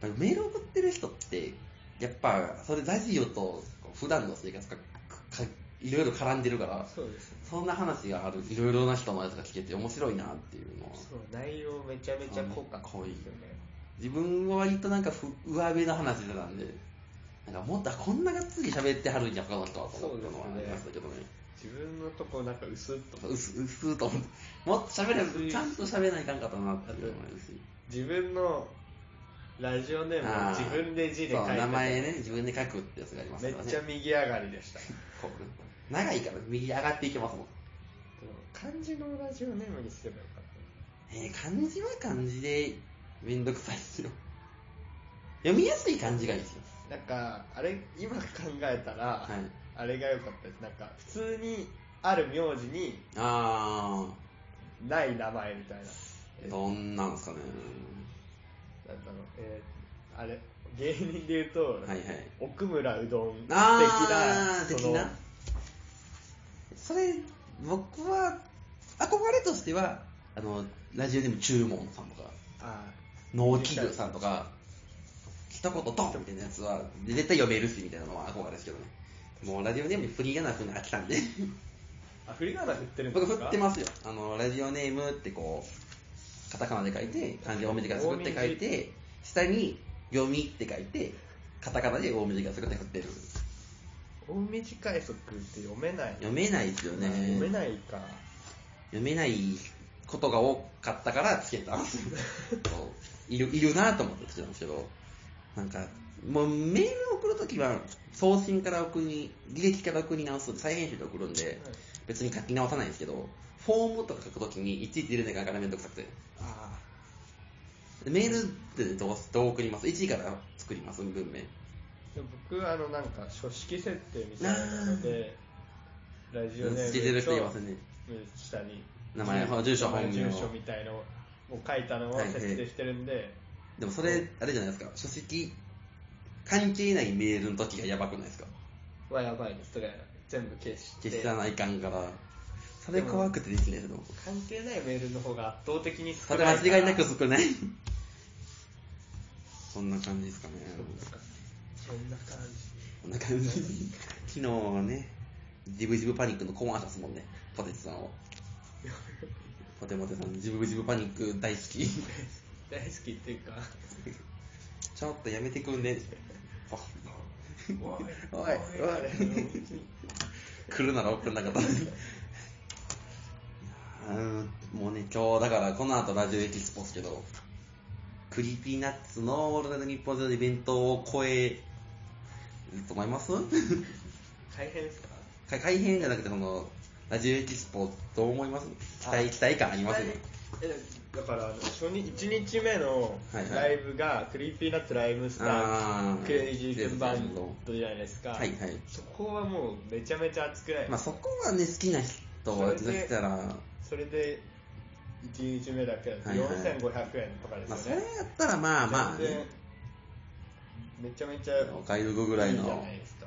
[SPEAKER 1] やっぱメール送ってる人ってやっぱそれラジオと普段の生活がかかいろいろ絡んでるから
[SPEAKER 2] そうですね
[SPEAKER 1] そんな話があるいろいろな人のやつが聞けて面白いなっていうのは
[SPEAKER 2] そう内容めちゃめちゃ濃かった
[SPEAKER 1] 濃い
[SPEAKER 2] ですよね
[SPEAKER 1] 自分は割となんかふ上辺の話してたんでなんかもっとこんながっつり喋ってはるんや他の人はと思ったのはありましたけどね
[SPEAKER 2] 自分のとこなんか薄っと
[SPEAKER 1] うすうすと思って、もっと喋れ、ちゃんと喋らないかんかったなっていう思いですし。
[SPEAKER 2] 自分のラジオネームを自分で字で書
[SPEAKER 1] そ
[SPEAKER 2] い
[SPEAKER 1] う
[SPEAKER 2] て
[SPEAKER 1] 名前ね、自分で書くってやつがあります
[SPEAKER 2] めっ
[SPEAKER 1] からね。
[SPEAKER 2] ちゃ右上がりでした
[SPEAKER 1] こう長いから右上がっていけますもん。
[SPEAKER 2] でも漢字のラジオネームにすればよかっ
[SPEAKER 1] えー漢字は漢字でめんどくさいですよ。読みやすい漢字がいいですよ。
[SPEAKER 2] たなんかあれ今考えたら、
[SPEAKER 1] はい。
[SPEAKER 2] あれが良かったですなんか普通にある名字に
[SPEAKER 1] あ
[SPEAKER 2] ない名前みたいなえ
[SPEAKER 1] ー、どんなんすかね。
[SPEAKER 2] なんだろうえーあれ芸人で言うと、
[SPEAKER 1] はいはい。
[SPEAKER 2] 奥村うどん的
[SPEAKER 1] あ
[SPEAKER 2] な
[SPEAKER 1] ー、的な。それ、僕は、憧れとしては、あの、ラジオネーム注文さんとか。
[SPEAKER 2] あ
[SPEAKER 1] 農機具さんとか、一言ドンみたいなやつは、絶対読めるしみたいなのは憧れですけどね。もうラジオネームに振りがなくなってきたんで、
[SPEAKER 2] ーあ振り仮名振ってるんで
[SPEAKER 1] 僕
[SPEAKER 2] すか
[SPEAKER 1] 振ってますよ。あの、ラジオネームってこう、カタカナで書いて、漢字大文字がすくって書いて、下に読みって書いて、カタカナで大文字がすくって振ってる。
[SPEAKER 2] 大短い速って読めない
[SPEAKER 1] 読めないですよね。
[SPEAKER 2] 読めないか
[SPEAKER 1] 読めないことが多かったからつけ たんですよそういるいるなと思ってつけたんですけどなんかもうメール送るときは送信から送り履歴から送り直す再編集で送るんで別に書き直さないんですけどフォームとか書くときにいちいち入れないからめんどくさくて
[SPEAKER 2] あ
[SPEAKER 1] でメールってどうどう送ります1から作ります文明
[SPEAKER 2] ーでも僕あのなんか書式設定みたいなのでラジオネ
[SPEAKER 1] つけてる人い
[SPEAKER 2] ーム
[SPEAKER 1] ます
[SPEAKER 2] と
[SPEAKER 1] ね
[SPEAKER 2] 下に
[SPEAKER 1] 名前住所
[SPEAKER 2] 名前
[SPEAKER 1] 本名
[SPEAKER 2] 住所みたいのを書いたのを設定してるんで、
[SPEAKER 1] でもそれあれじゃないですか書籍関係ないメールの時がやばくないですか
[SPEAKER 2] はやばいですそれ全部消して
[SPEAKER 1] 消さないかんから、それ怖くてできないの。
[SPEAKER 2] 関係ないメールの方が圧倒的に
[SPEAKER 1] そ
[SPEAKER 2] 少
[SPEAKER 1] れ
[SPEAKER 2] ない
[SPEAKER 1] 間違いなく
[SPEAKER 2] そ
[SPEAKER 1] 少ない。そんな感じですかね。
[SPEAKER 2] うかそんな感じ
[SPEAKER 1] こんな感じ。昨日はね、ジブジブパニックのコマーシャスもね、ポテチさんを。ポテモテさん、ジブジブパニック大好き。
[SPEAKER 2] 大好きっていうか
[SPEAKER 1] ちょっとやめてくんね。あ
[SPEAKER 2] おい
[SPEAKER 1] おいおい来るなら送んなかった。うんもうね、今日だからこの後ラジオエキスポっすけど、クリーピーナッツのオールナイトニッポンゼロのイベントを超えると思います
[SPEAKER 2] 大変ですか
[SPEAKER 1] か改編じゃなくて、その、ラジオエキスポどう思います期待、期待感ありますよね。
[SPEAKER 2] えだからあの初日1日目の
[SPEAKER 1] はいはい
[SPEAKER 2] ライブがクリーピーナッツライムスタ
[SPEAKER 1] あ
[SPEAKER 2] ー
[SPEAKER 1] ー
[SPEAKER 2] クレイジーケンバンドじゃないですか、
[SPEAKER 1] はいはい。
[SPEAKER 2] そこはもうめちゃめちゃ熱くない
[SPEAKER 1] まあそこはね、好きな人が出てきたら、
[SPEAKER 2] それで1日目だけだと
[SPEAKER 1] はいはい
[SPEAKER 2] 4500円とかです
[SPEAKER 1] ま
[SPEAKER 2] よ
[SPEAKER 1] あそ
[SPEAKER 2] ね、
[SPEAKER 1] れやったらまあまあ、
[SPEAKER 2] 全然
[SPEAKER 1] ね、
[SPEAKER 2] めちゃめちゃいい
[SPEAKER 1] お買い得ぐらい
[SPEAKER 2] じゃ
[SPEAKER 1] の
[SPEAKER 2] ないですか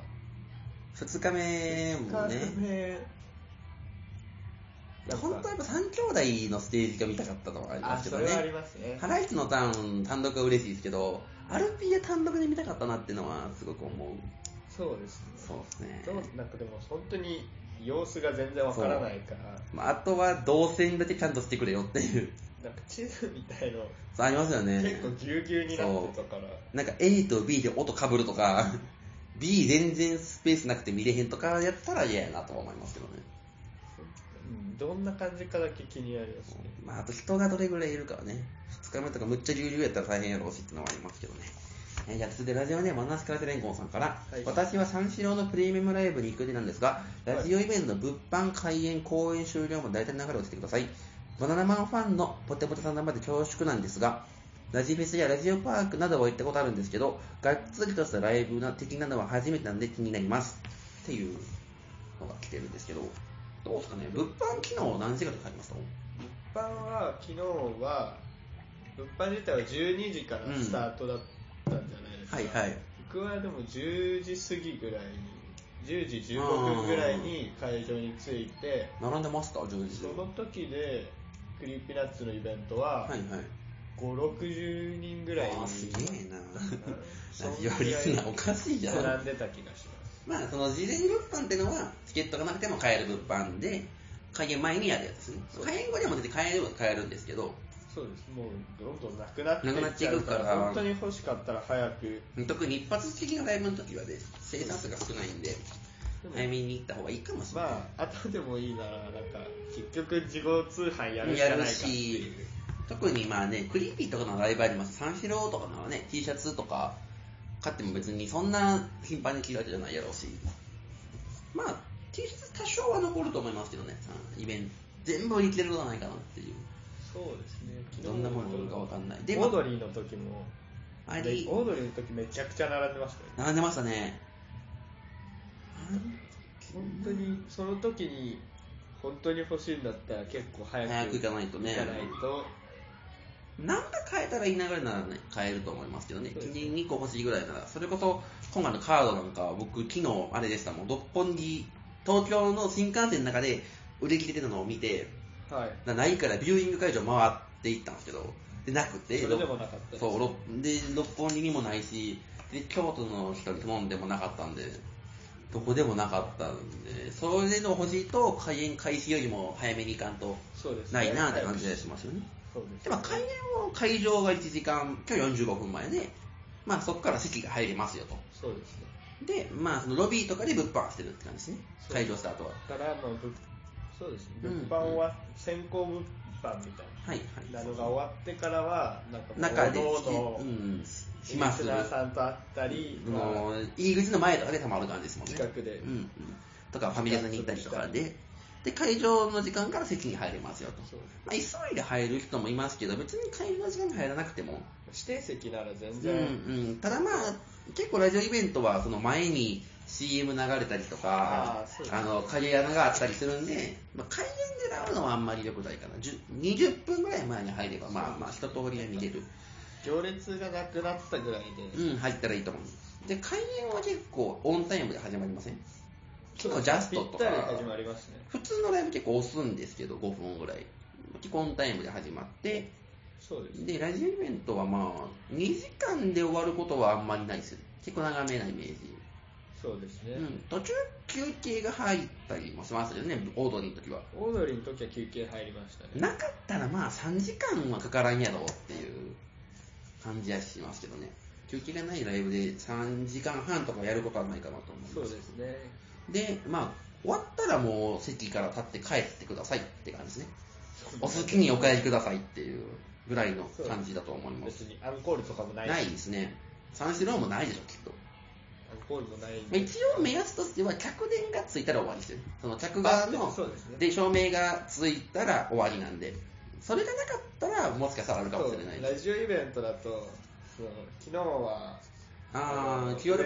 [SPEAKER 1] 2日目もね、
[SPEAKER 2] ねなんか
[SPEAKER 1] 本当はやっぱ3兄弟のステージが見たかったのはありま
[SPEAKER 2] あ、
[SPEAKER 1] すけ
[SPEAKER 2] そ
[SPEAKER 1] ど
[SPEAKER 2] れはあ
[SPEAKER 1] ね
[SPEAKER 2] りますね。
[SPEAKER 1] ハライチのターン単独は嬉しいですけど RPA 単独で見たかったなっていうのはすごく思う
[SPEAKER 2] そうですね。
[SPEAKER 1] そうですね
[SPEAKER 2] どうなんかでも本当に様子が全然わからないから、
[SPEAKER 1] まあ、あとは動線だけちゃんとしてくれよって いう
[SPEAKER 2] なんか地図みたいの
[SPEAKER 1] そうありますよね
[SPEAKER 2] 結構ぎゅうぎゅうになってたから、
[SPEAKER 1] なんか A と B で音かぶるとか B 全然スペースなくて見れへんとかやったら嫌やなとは思いますけどね
[SPEAKER 2] うんどんな感じかだけ気になりますね。
[SPEAKER 1] まあ、あと人がどれぐらいいるかはね、2日目とかむっちゃ重々やったら大変やろうしってのはありますけどね。えーじゃあ続いてラジオネーム、ナスカラテレンコンさんから、
[SPEAKER 2] はい
[SPEAKER 1] 私は三四郎のプレミアムライブに行く予定なんですが、ラジオイベントの物販開演、公演終了まで大体流れをつけてください。バナナマンファンのポテポテさんのまで恐縮なんですが、ラジフェスやラジオパークなどは行ったことあるんですけど、がっつりとしたライブな的なのは初めてなんで気になります。っていうのが来てるんですけど、どうですかね、物販機能何時間で書きますと
[SPEAKER 2] 一般は、昨日は、物販自体は12時からスタートだったんじゃないですか。
[SPEAKER 1] はいはい。
[SPEAKER 2] 僕はでも10時過ぎぐらいに、10時15分ぐらいに会場に着いて、
[SPEAKER 1] 並んでますか10時
[SPEAKER 2] その時で、クリーピーナッツのイベントは
[SPEAKER 1] は、いはい
[SPEAKER 2] 5、60人ぐらい。
[SPEAKER 1] あーすげえな
[SPEAKER 2] そ
[SPEAKER 1] ラ
[SPEAKER 2] んぐ
[SPEAKER 1] ジオリスナーおかしいじゃん
[SPEAKER 2] らい並んでた気がします。
[SPEAKER 1] まあその事前物販ってのはチケットがなくても買える物販で開演前にやるやつですね
[SPEAKER 2] そう
[SPEAKER 1] 開演後でも出て買えるは買えるんですけど
[SPEAKER 2] そうです。もう、どんどんなくなってい
[SPEAKER 1] なくなっていくから
[SPEAKER 2] 本当に欲しかったら早く。
[SPEAKER 1] 特に一発的なライブの時はね生産数が少ないんで
[SPEAKER 2] でも
[SPEAKER 1] 早めに行った方がいいかもしれない、
[SPEAKER 2] まあ、後でもいいなら、なんか、結局、自業通販やるしか
[SPEAKER 1] や
[SPEAKER 2] ない
[SPEAKER 1] る
[SPEAKER 2] かってい
[SPEAKER 1] し
[SPEAKER 2] う。、
[SPEAKER 1] 特にまあね、クリーピーとかのライブあります。三四郎とかのね、T シャツとか買っても別にそんな頻繁に着るわけじゃないやろうし。まあ、T シャツ多少は残ると思いますけどね、さイベント。全部売り切れることはないかなっていう。
[SPEAKER 2] そうですね。
[SPEAKER 1] どんなものが売るかわかんない。
[SPEAKER 2] で
[SPEAKER 1] で、
[SPEAKER 2] オ
[SPEAKER 1] ま
[SPEAKER 2] ードリーの時も、
[SPEAKER 1] あ、あ
[SPEAKER 2] で
[SPEAKER 1] り、
[SPEAKER 2] オードリーの時めちゃくちゃ並んでましたよ。
[SPEAKER 1] 並んでましたね。
[SPEAKER 2] 本当に、その時に、本当に欲しいんだったら結構早く
[SPEAKER 1] 早く行かないとね
[SPEAKER 2] 行かないと
[SPEAKER 1] なんか変えたらいい流れならね、変えると思いますけどね、
[SPEAKER 2] そうですね
[SPEAKER 1] 2個欲しいぐらいなら、それこそ今回のカードなんかは僕、昨日あれでしたもん、六本木、東京の新幹線の中で売り切れてたのを見て、
[SPEAKER 2] はい。
[SPEAKER 1] なないからビューイング会場回っていったんですけど、でなくて、
[SPEAKER 2] それでもなかったです
[SPEAKER 1] そうろで六本木にもないしで、京都の人に頼んでもなかったんで、どこでもなかったんで、それの欲しいと開演開始よりも早めに行かんと
[SPEAKER 2] そうです
[SPEAKER 1] ないなって感じがしますよね。
[SPEAKER 2] そうです、
[SPEAKER 1] でまあ、開演も会場が1時間、今日45分前で、まあ、そこから席が入れますよと。
[SPEAKER 2] そうですね。
[SPEAKER 1] で、まあ、そのロビーとかで物販してるって感じですね。
[SPEAKER 2] そう
[SPEAKER 1] 会場した後は。
[SPEAKER 2] だから、まあ、ぶそうですね。
[SPEAKER 1] うん
[SPEAKER 2] 物販は、先行物販みたい
[SPEAKER 1] はい、
[SPEAKER 2] な
[SPEAKER 1] はい。
[SPEAKER 2] のが終わってからは、なんか、
[SPEAKER 1] 中で、
[SPEAKER 2] 堂々
[SPEAKER 1] う、ん、
[SPEAKER 2] リス
[SPEAKER 1] 暇
[SPEAKER 2] ナ
[SPEAKER 1] する。
[SPEAKER 2] ーさんと会ったり、まあ
[SPEAKER 1] もう、入り口の前とかでたまる感じですもんね。
[SPEAKER 2] 近くで
[SPEAKER 1] うん、うん。とか、ファミレスに行ったりとかで。で、会場の時間から席に入れますよと。
[SPEAKER 2] そう
[SPEAKER 1] まあ、急いで入る人もいますけど、別に会場の時間に入らなくても、
[SPEAKER 2] 指定席なら全
[SPEAKER 1] うん
[SPEAKER 2] 然、
[SPEAKER 1] うん、ただまあ、結構ラジオイベントはその前に CM 流れたりとか
[SPEAKER 2] あ、ーそうです
[SPEAKER 1] あの影穴があったりするんで、まあ、開演で狙うのはあんまり良くないかな、10 20分ぐらい前に入れば、まあまあ、一通りは見れる、
[SPEAKER 2] 行列がなくなったぐらいで、
[SPEAKER 1] うん、入ったらいいと思う。で、開演は結構オンタイムで始まりません結構ジャストと
[SPEAKER 2] ぴったり
[SPEAKER 1] か、
[SPEAKER 2] 始まりますね。
[SPEAKER 1] 普通のライブ結構押すんですけど、5分ぐらい。結構オンタイムで始まって、
[SPEAKER 2] そうです。
[SPEAKER 1] で、ラジオイベントはまあ、2時間で終わることはあんまりないですよね。結構長めなイメージ。
[SPEAKER 2] そうですね。
[SPEAKER 1] うん、途中休憩が入ったりもしますよね、オードリーの時は。
[SPEAKER 2] オードリーの時は休憩入りましたね。
[SPEAKER 1] なかったらまあ3時間はかからんやろっていう感じはしますけどね。休憩がないライブで3時間半とかやることはないかなと思います。
[SPEAKER 2] そうですね。
[SPEAKER 1] で、まあ、終わったらもう席から立って帰ってくださいって感じですね。お好き
[SPEAKER 2] に
[SPEAKER 1] にお帰りくださいっていうぐらいの感じだと思いま
[SPEAKER 2] 別
[SPEAKER 1] す。
[SPEAKER 2] にアンコールとかもないし
[SPEAKER 1] ないですね。三四郎もないでしょ、きっと。
[SPEAKER 2] アンコールもないんで。
[SPEAKER 1] 一応目安としては客電がついたら終わりですよね。その客側の
[SPEAKER 2] あそうですね
[SPEAKER 1] で照明がついたら終わりなんでそれがなかったらもしかしたらあるかもしれない
[SPEAKER 2] そうラジオイベントだと、その昨日は、
[SPEAKER 1] あ
[SPEAKER 2] の
[SPEAKER 1] あ QR コー
[SPEAKER 2] 上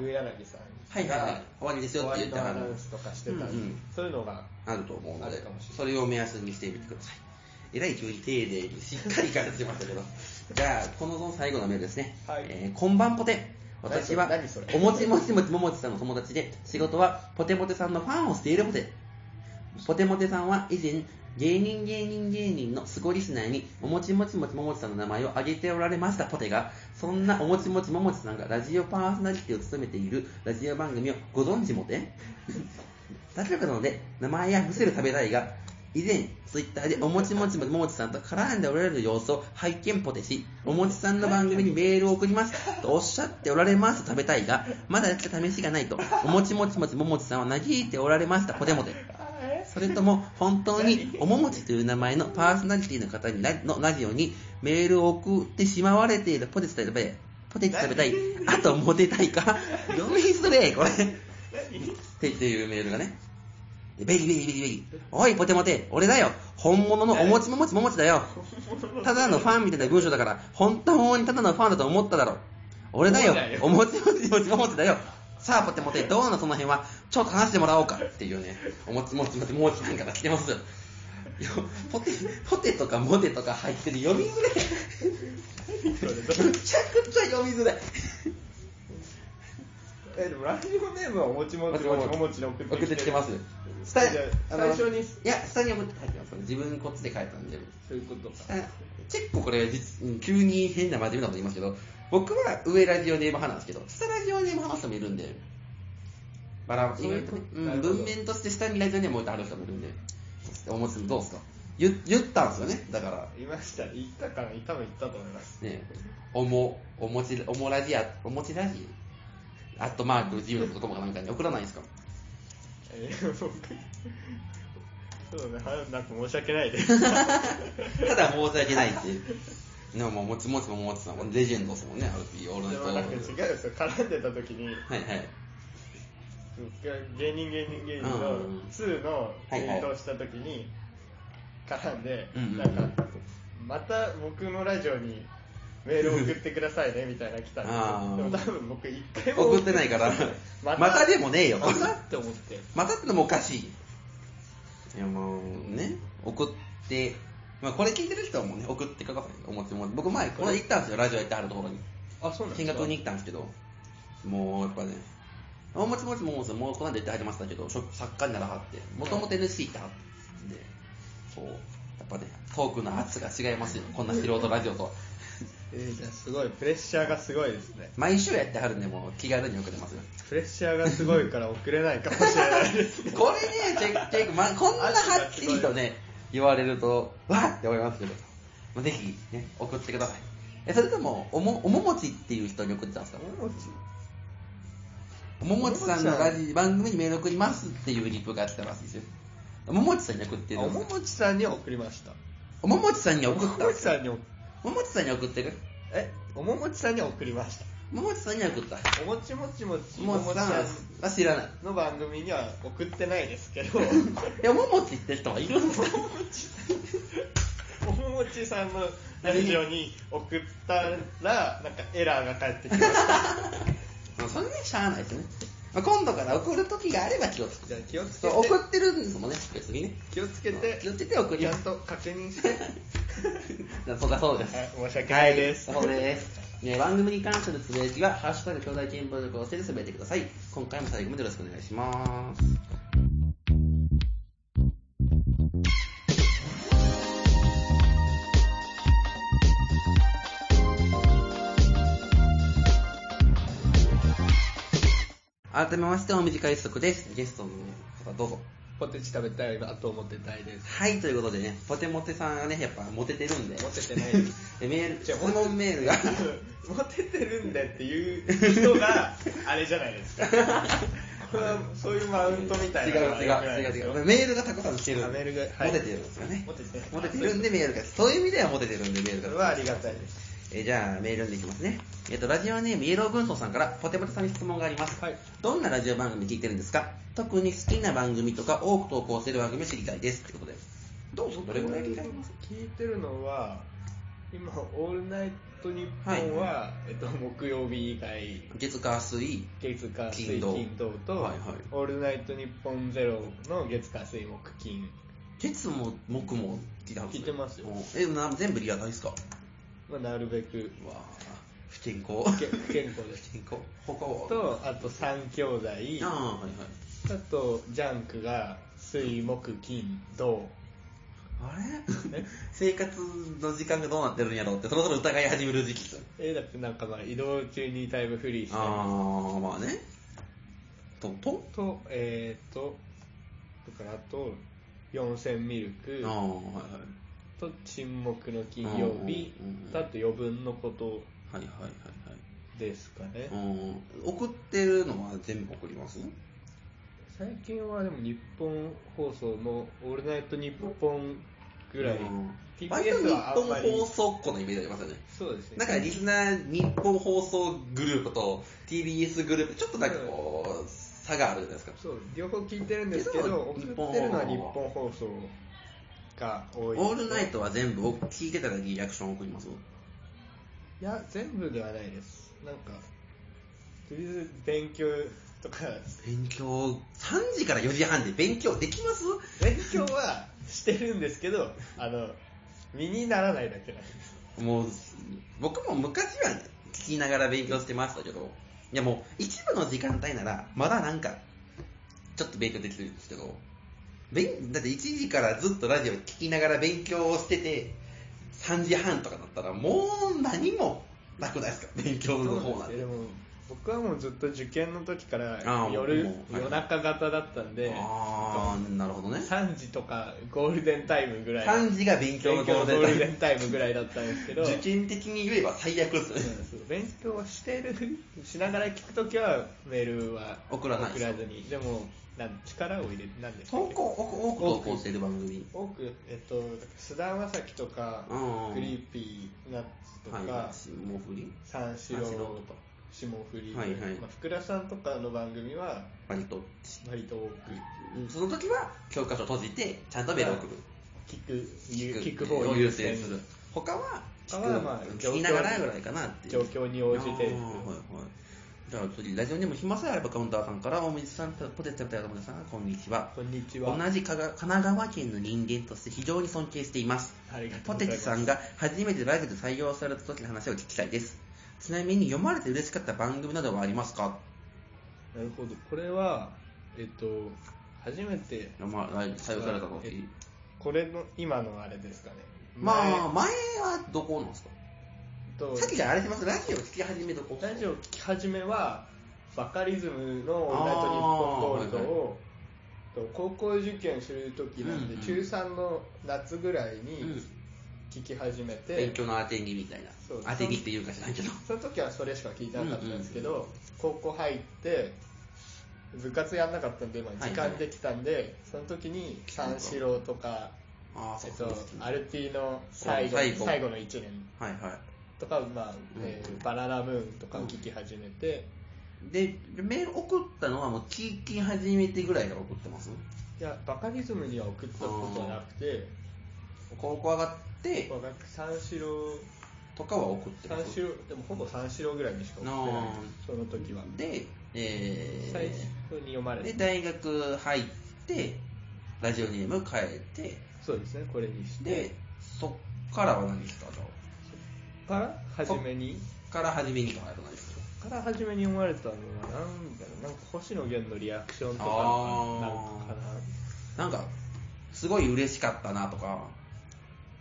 [SPEAKER 1] ド
[SPEAKER 2] 上柳さん
[SPEAKER 1] はいはいはい終わりですよって言っ
[SPEAKER 2] 終
[SPEAKER 1] た
[SPEAKER 2] わ
[SPEAKER 1] ら
[SPEAKER 2] りのアナウンスとかしてた
[SPEAKER 1] うんうん
[SPEAKER 2] んで、そういうのが、
[SPEAKER 1] あると思うの
[SPEAKER 2] あ
[SPEAKER 1] で
[SPEAKER 2] るかもしれない
[SPEAKER 1] それを目安にしてみてくださいえらい急に丁寧にしっかり解説しました けどじゃあこの最後のメールですね、
[SPEAKER 2] はい
[SPEAKER 1] えーこんばんぽて私は
[SPEAKER 2] 何それ何
[SPEAKER 1] お
[SPEAKER 2] それ
[SPEAKER 1] もちもちもちももちさんの友達で仕事はポテポテさんのファンをしているポテポテモテさんは以前、芸人芸人芸人のスゴリスナーに、おもちもちもちももちさんの名前を挙げておられましたポテが、そんなおもちもちももちさんがラジオパーソナリティを務めているラジオ番組をご存知もて確かなので、名前やむせる食べたいが、以前、ツイッターでおもちもちもちもちさんと絡んでおられる様子を拝見ポテし、おもちさんの番組にメールを送りますとおっしゃっておられますと食べたいが、まだやった試しがないと、おもちもちもちももちさんは嘆いておられましたポテモテ。
[SPEAKER 2] あえ
[SPEAKER 1] それとも本当におももちという名前のパーソナリティの方にラのラジオにメールを送ってしまわれているポテチ食べたい、ポテチ食べたい、あとモテたいか、読みそれ、これ。
[SPEAKER 2] 何
[SPEAKER 1] っていうメールがね。ベリベリベリベリ。おい、ポテモテ、俺だよ。本物のおもちももちももちだよ。ただのファンみたいな文章だから、本当にただのファンだと思っただろ。俺だよ
[SPEAKER 2] そうだよ。
[SPEAKER 1] おもちもちもちももちだよ。さあ、ポテモテ、どうなのその辺は。ちょっと話してもらおうか。っていうね。おもちもちもちももちなんから来てますよ。いやポテ、ポテとかモテとか入ってる読みづらい。
[SPEAKER 2] それど
[SPEAKER 1] むちゃ
[SPEAKER 2] う
[SPEAKER 1] くちゃ読みづらい。
[SPEAKER 2] えでもラジオネームはおもちもちもちももちで送って
[SPEAKER 1] 送ってきてます。ス
[SPEAKER 2] じゃ
[SPEAKER 1] タ
[SPEAKER 2] あ
[SPEAKER 1] あの
[SPEAKER 2] 最初に
[SPEAKER 1] いや、下に送って書いてます。自分こっちで書いたんで。
[SPEAKER 2] そういうことか
[SPEAKER 1] あ結構これ実うん急に変な真面目なこと言いますけど僕は上ラジオネーム派なんですけど下ラジオネーム派の人もいるんでバラ
[SPEAKER 2] そういうこと
[SPEAKER 1] 意外と
[SPEAKER 2] なる
[SPEAKER 1] ね
[SPEAKER 2] ほど
[SPEAKER 1] うん、文面として下にラジオネーム置いてある人もいるんでおもちどうですか言言ったんですよねだから
[SPEAKER 2] いました言ったかな多分言ったと思います
[SPEAKER 1] ねおもおもちおもラジアおもちラジアットマーク Gmail.com かなんかに送らないんですか
[SPEAKER 2] え ー僕そうねはなんか申し訳 ないです
[SPEAKER 1] ただ申し訳ないっていうでももうもちもちももちさんもレジェンドですもんね RP オールナイ
[SPEAKER 2] で
[SPEAKER 1] ト
[SPEAKER 2] もなんか違うんですよ絡んでた時に
[SPEAKER 1] はいはい
[SPEAKER 2] 芸人芸人芸人
[SPEAKER 1] う
[SPEAKER 2] の
[SPEAKER 1] んうんうん
[SPEAKER 2] 2のツイートをした時に絡んでな
[SPEAKER 1] う
[SPEAKER 2] ん
[SPEAKER 1] んうん
[SPEAKER 2] かまた僕のラジオにメールを送ってくださいねみたいなの来たん
[SPEAKER 1] あー
[SPEAKER 2] ですよでも多分僕一回も
[SPEAKER 1] 送ってないから
[SPEAKER 2] また
[SPEAKER 1] またでもねえよ
[SPEAKER 2] またって思って
[SPEAKER 1] またってのもおかしいいやもうね送って、まあ、これ聞いてる人はもうね送ってくださいおもちもち僕前これ行ったんですよラジオ行ってあるところに
[SPEAKER 2] あそうなんで
[SPEAKER 1] 見
[SPEAKER 2] すか
[SPEAKER 1] 学に行ったんですけどもうやっぱねおもちもちももちもうこの間言ってはりましたけどしょ作家にならはってもともと NC 行ってはってでそうやっぱねトークの圧が違いますよこんな素人ラジオとは
[SPEAKER 2] えーじゃあすごいプレッシャーがすごいですね
[SPEAKER 1] 毎週やってはるんでもう気軽に送れますよ
[SPEAKER 2] プレッシャーがすごいから送れないかもしれない ですね
[SPEAKER 1] これね、チェック、チェック、まあ、こんなはっきりとね、言われると、わーって思いますけど、まあ、ぜひ、ね、送ってください。え、それとも、おも、おももちっていう人に送ってたんですか
[SPEAKER 2] おもち
[SPEAKER 1] おももちさんのラジ番組にメール送りますっていうリプが来たらしいですよ。おももちさんに送ってる
[SPEAKER 2] あおももちさんには送りました
[SPEAKER 1] おももちさんに
[SPEAKER 2] お
[SPEAKER 1] 送
[SPEAKER 2] も
[SPEAKER 1] った
[SPEAKER 2] もちさんにお
[SPEAKER 1] おももちさんに送ってる
[SPEAKER 2] えおももちさんには送りました
[SPEAKER 1] おももちさんには送った。
[SPEAKER 2] おもちもちもち
[SPEAKER 1] お
[SPEAKER 2] も
[SPEAKER 1] も
[SPEAKER 2] も
[SPEAKER 1] も
[SPEAKER 2] ち
[SPEAKER 1] ち
[SPEAKER 2] さ
[SPEAKER 1] さん
[SPEAKER 2] ん
[SPEAKER 1] は知らない。
[SPEAKER 2] の番組には送ってないですけど お
[SPEAKER 1] え、おももちって人はいるんですか
[SPEAKER 2] ももちおももちさんのラジオに送ったらなんかエラーが返ってきました
[SPEAKER 1] まあそれね、しゃあないですね。まあ、今度から送る時があれば気をつけ
[SPEAKER 2] じゃあ気をつけ
[SPEAKER 1] そう
[SPEAKER 2] て
[SPEAKER 1] 送ってるんですもんね、別にね。
[SPEAKER 2] 気をつけて
[SPEAKER 1] 気をつけて送り
[SPEAKER 2] ち
[SPEAKER 1] ま
[SPEAKER 2] ゃ
[SPEAKER 1] す
[SPEAKER 2] んと確認して
[SPEAKER 1] そうだそうです。
[SPEAKER 2] はい申し訳ないです
[SPEAKER 1] はいそうです。ね、番組に関するつぶやきは、ハッシュタグ兄弟見聞録をつけてつぶやいてください。今回も最後までよろしくお願いします。改めまして、お短い速です。ゲストの方、どうぞ。
[SPEAKER 2] ポテチ食べたいなと思ってたいです
[SPEAKER 1] はい、ということでね、ポテモテさんがね、やっぱモテてるんで。。
[SPEAKER 2] モテてないです
[SPEAKER 1] で、メール、
[SPEAKER 2] じゃあ
[SPEAKER 1] 質問メールが。
[SPEAKER 2] モテてるんでっていう人があれじゃないです かこれはそういうマウントみたい
[SPEAKER 1] 違う
[SPEAKER 2] なのは
[SPEAKER 1] 違
[SPEAKER 2] 良くないう
[SPEAKER 1] 違う
[SPEAKER 2] ですよ
[SPEAKER 1] 違う。メールがたくさん来てる
[SPEAKER 2] あ
[SPEAKER 1] ん
[SPEAKER 2] メ
[SPEAKER 1] で
[SPEAKER 2] ールがはい
[SPEAKER 1] モテてるんですよね。
[SPEAKER 2] モテてる
[SPEAKER 1] モテてるんでメールが。そういう意味ではモテてるんでメー
[SPEAKER 2] そ
[SPEAKER 1] ル
[SPEAKER 2] れ
[SPEAKER 1] が。
[SPEAKER 2] はありがたいです
[SPEAKER 1] えーじゃあ、メール読んでいきますね。えっ、と、ラジオネームイエロー軍曹さんから、ポテポテさんに質問があります。
[SPEAKER 2] はい
[SPEAKER 1] どんなラジオ番組聞いてるんですか特に好きな番組とか多く投稿してる番組を知りたいです。ってことで。どうぞ、どれぐらい聞いてあります
[SPEAKER 2] 聞いてるのは今「オールナイトニッポンは」えっと、木曜日以外
[SPEAKER 1] 月火水。
[SPEAKER 2] 月火
[SPEAKER 1] 金
[SPEAKER 2] 水金
[SPEAKER 1] 土
[SPEAKER 2] 土と、
[SPEAKER 1] はいはい
[SPEAKER 2] オールナイトニッポンゼロ」の月火水木金
[SPEAKER 1] 月も木も聞いてはるんです
[SPEAKER 2] 聞いてますよ
[SPEAKER 1] おえ、な全部リアないですかわ
[SPEAKER 2] まあなるべく
[SPEAKER 1] あ不健康。
[SPEAKER 2] け不健康 で
[SPEAKER 1] 不
[SPEAKER 2] す
[SPEAKER 1] 健康。他は
[SPEAKER 2] とあと三兄弟
[SPEAKER 1] ああ、はいはい。
[SPEAKER 2] あとジャンクが水、木、金、土。
[SPEAKER 1] あれ生活の時間がどうなってるんやろうって、そろそろ疑い始める時期さ。
[SPEAKER 2] え、だってなんかまあ移動中にタイムフリーして。
[SPEAKER 1] あー、まあね。と、と
[SPEAKER 2] と、えーと、だからあと、四千ミル
[SPEAKER 1] あ
[SPEAKER 2] ク
[SPEAKER 1] ー、はいはい。
[SPEAKER 2] と沈黙の金曜日
[SPEAKER 1] うんうんうん、
[SPEAKER 2] だと余分のこと
[SPEAKER 1] はいはい
[SPEAKER 2] ですかね
[SPEAKER 1] はい。はい。うん送ってるのは全部送ります
[SPEAKER 2] 最近はでも日本放送の「オールナイトニッポン」ぐらい
[SPEAKER 1] うん割と
[SPEAKER 2] TBS
[SPEAKER 1] 日
[SPEAKER 2] はあんまり
[SPEAKER 1] 本放送っ子のイメージありますよね。
[SPEAKER 2] そうですね
[SPEAKER 1] なんかリスナー、日本放送グループと TBS グループ、ちょっとなんかこう、差があるじゃないですか。
[SPEAKER 2] そう両方聞いてるんですけど送っ
[SPEAKER 1] け
[SPEAKER 2] て
[SPEAKER 1] ど
[SPEAKER 2] るのは日本放送が多い
[SPEAKER 1] オールナイトは全部僕聞いてたらリアクション送ります
[SPEAKER 2] いや全部ではないですなんかとりあえず勉強とか
[SPEAKER 1] 勉強、3時から4時半で勉強できます
[SPEAKER 2] 勉強はしてるんですけどあの身にならないだけなんです
[SPEAKER 1] もう、僕も昔は聞きながら勉強してましたけど、いやもう、一部の時間帯なら、まだなんか、ちょっと勉強できるんですけど、勉だって1時からずっとラジオ聞きながら勉強をしてて、3時半とかだったら、もう何もなくないですか勉強の方なん
[SPEAKER 2] で
[SPEAKER 1] て。
[SPEAKER 2] も僕はもうずっと受験の時から
[SPEAKER 1] あー
[SPEAKER 2] 夜
[SPEAKER 1] もうはい
[SPEAKER 2] 夜中型だったんで
[SPEAKER 1] あー、なるほどね。
[SPEAKER 2] 3時とかゴールデンタイムぐらい
[SPEAKER 1] 3時が勉強の
[SPEAKER 2] 勉
[SPEAKER 1] ゴ
[SPEAKER 2] 強の
[SPEAKER 1] ー
[SPEAKER 2] ゴ
[SPEAKER 1] ル
[SPEAKER 2] ール
[SPEAKER 1] デ
[SPEAKER 2] デ
[SPEAKER 1] ン
[SPEAKER 2] ンタイムぐらいだったんですけど
[SPEAKER 1] 受験的に言えば最悪です
[SPEAKER 2] そうな
[SPEAKER 1] ね。
[SPEAKER 2] んですよ勉強をしてるしながら聞くときはメールは
[SPEAKER 1] 送らない
[SPEAKER 2] 送らずにでもなん力を入れてなんです
[SPEAKER 1] 投稿、多く投稿してる番組。
[SPEAKER 2] 多くえっと菅田将暉とか
[SPEAKER 1] うん
[SPEAKER 2] クリーピーナッツとか、
[SPEAKER 1] はい、霜降り
[SPEAKER 2] 三四郎
[SPEAKER 1] 三四郎とか
[SPEAKER 2] 霜降り、
[SPEAKER 1] はいはい
[SPEAKER 2] まあ、福田さんとかの番組は
[SPEAKER 1] 割と
[SPEAKER 2] 割と多く
[SPEAKER 1] うんその時は教科書閉じてちゃんとメールを送る
[SPEAKER 2] 聞く聞く方
[SPEAKER 1] を
[SPEAKER 2] を
[SPEAKER 1] 優
[SPEAKER 2] 優
[SPEAKER 1] 先
[SPEAKER 2] 先
[SPEAKER 1] する他は聞
[SPEAKER 2] 他はまあ
[SPEAKER 1] く
[SPEAKER 2] 状況
[SPEAKER 1] 聞きながらぐらいかなっていう
[SPEAKER 2] 状況に応じて
[SPEAKER 1] あーはいはいじゃあ次ラジオネーム暇さえあればカウンターさんから大水さんポテトタイムさんこんにちは
[SPEAKER 2] こんにちは
[SPEAKER 1] 同じかが神奈川県の人間として非常に尊敬しています
[SPEAKER 2] ありがと
[SPEAKER 1] ポ
[SPEAKER 2] うご
[SPEAKER 1] テ
[SPEAKER 2] ざい
[SPEAKER 1] チ
[SPEAKER 2] ます
[SPEAKER 1] さんが初めてラジオで採用された時の話を聞きたいですちなみに読まれて嬉しかった番組などはありますか
[SPEAKER 2] なるほどこれはえっと初めて
[SPEAKER 1] 読ま採用された時
[SPEAKER 2] これの今のあれですかね
[SPEAKER 1] まあ
[SPEAKER 2] 前
[SPEAKER 1] 前はどこなんですか
[SPEAKER 2] と
[SPEAKER 1] さっきじゃあれてますラジオ聞き始めとこ
[SPEAKER 2] ラジオ聞き始めはバカリズムの「オールナイトニッポンゴールド
[SPEAKER 1] あーはい
[SPEAKER 2] を」と高校受験する時なんで、
[SPEAKER 1] うんうん
[SPEAKER 2] 中3の夏ぐらい
[SPEAKER 1] うん
[SPEAKER 2] に聞き始めて、
[SPEAKER 1] 勉強の当てにみたいな
[SPEAKER 2] そう
[SPEAKER 1] 当てにっていうかじゃないけど
[SPEAKER 2] その時はそれしか聞いてなかったんですけど、高校入って部活やんなかったんで、まあ、
[SPEAKER 1] は
[SPEAKER 2] 時
[SPEAKER 1] い
[SPEAKER 2] 間
[SPEAKER 1] はい
[SPEAKER 2] できたんで、その時に三四郎とか、
[SPEAKER 1] ああそう
[SPEAKER 2] えっ
[SPEAKER 1] そう
[SPEAKER 2] と
[SPEAKER 1] です、ね
[SPEAKER 2] アルティの最後
[SPEAKER 1] 最後
[SPEAKER 2] 最後の1年
[SPEAKER 1] はいは
[SPEAKER 2] とか、まあえー
[SPEAKER 1] うん
[SPEAKER 2] バナナムーンとかを聞き始めて、
[SPEAKER 1] いでメール送ったのはもう聞き始めてぐらいから送ってます
[SPEAKER 2] いやバカリズムには送ったことはなくて
[SPEAKER 1] 高校上がって
[SPEAKER 2] 僕は三四郎
[SPEAKER 1] とかは送ってま
[SPEAKER 2] 三
[SPEAKER 1] す
[SPEAKER 2] 四郎でもほぼ三四郎ぐらいにしか送ってない
[SPEAKER 1] あ
[SPEAKER 2] その時は
[SPEAKER 1] でえ
[SPEAKER 2] 最初に読ま
[SPEAKER 1] ー、
[SPEAKER 2] れ
[SPEAKER 1] で
[SPEAKER 2] て
[SPEAKER 1] 大学入ってラジオネーム変えて
[SPEAKER 2] そうですねこれにして
[SPEAKER 1] でそっからは何ですかじゃあ
[SPEAKER 2] から初めに
[SPEAKER 1] そっから始めに変えるないですか
[SPEAKER 2] そっから初めに読まれたのはなんだろうなんか星野源のリアクションとか
[SPEAKER 1] あー
[SPEAKER 2] なんかかな
[SPEAKER 1] なんか、すごい嬉しかったなとか、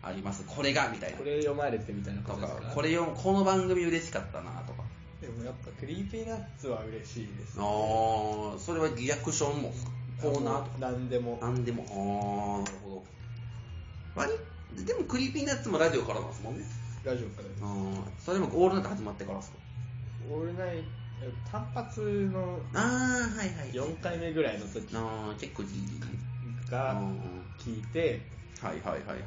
[SPEAKER 1] あります。これが、みたいな。
[SPEAKER 2] これ読まれてみたいな
[SPEAKER 1] と
[SPEAKER 2] ことですか
[SPEAKER 1] か、これよ、この番組嬉しかったなとか。
[SPEAKER 2] でもやっぱクリーピーナッツは嬉しいです
[SPEAKER 1] あー、それはリアクションも、コーナーと
[SPEAKER 2] なんでも
[SPEAKER 1] か、なんでも、あー、なるほど。割りでも、クリーピーナッツもラジオからなんですもんね。
[SPEAKER 2] ラジオからです
[SPEAKER 1] あー、それもオールナイト始まってからですか。
[SPEAKER 2] オールナイト単発の
[SPEAKER 1] あー、はいはい。
[SPEAKER 2] 4回目ぐらいの時
[SPEAKER 1] あー、結構いい。
[SPEAKER 2] が
[SPEAKER 1] うん
[SPEAKER 2] 聞いて、
[SPEAKER 1] はいはいはいはい。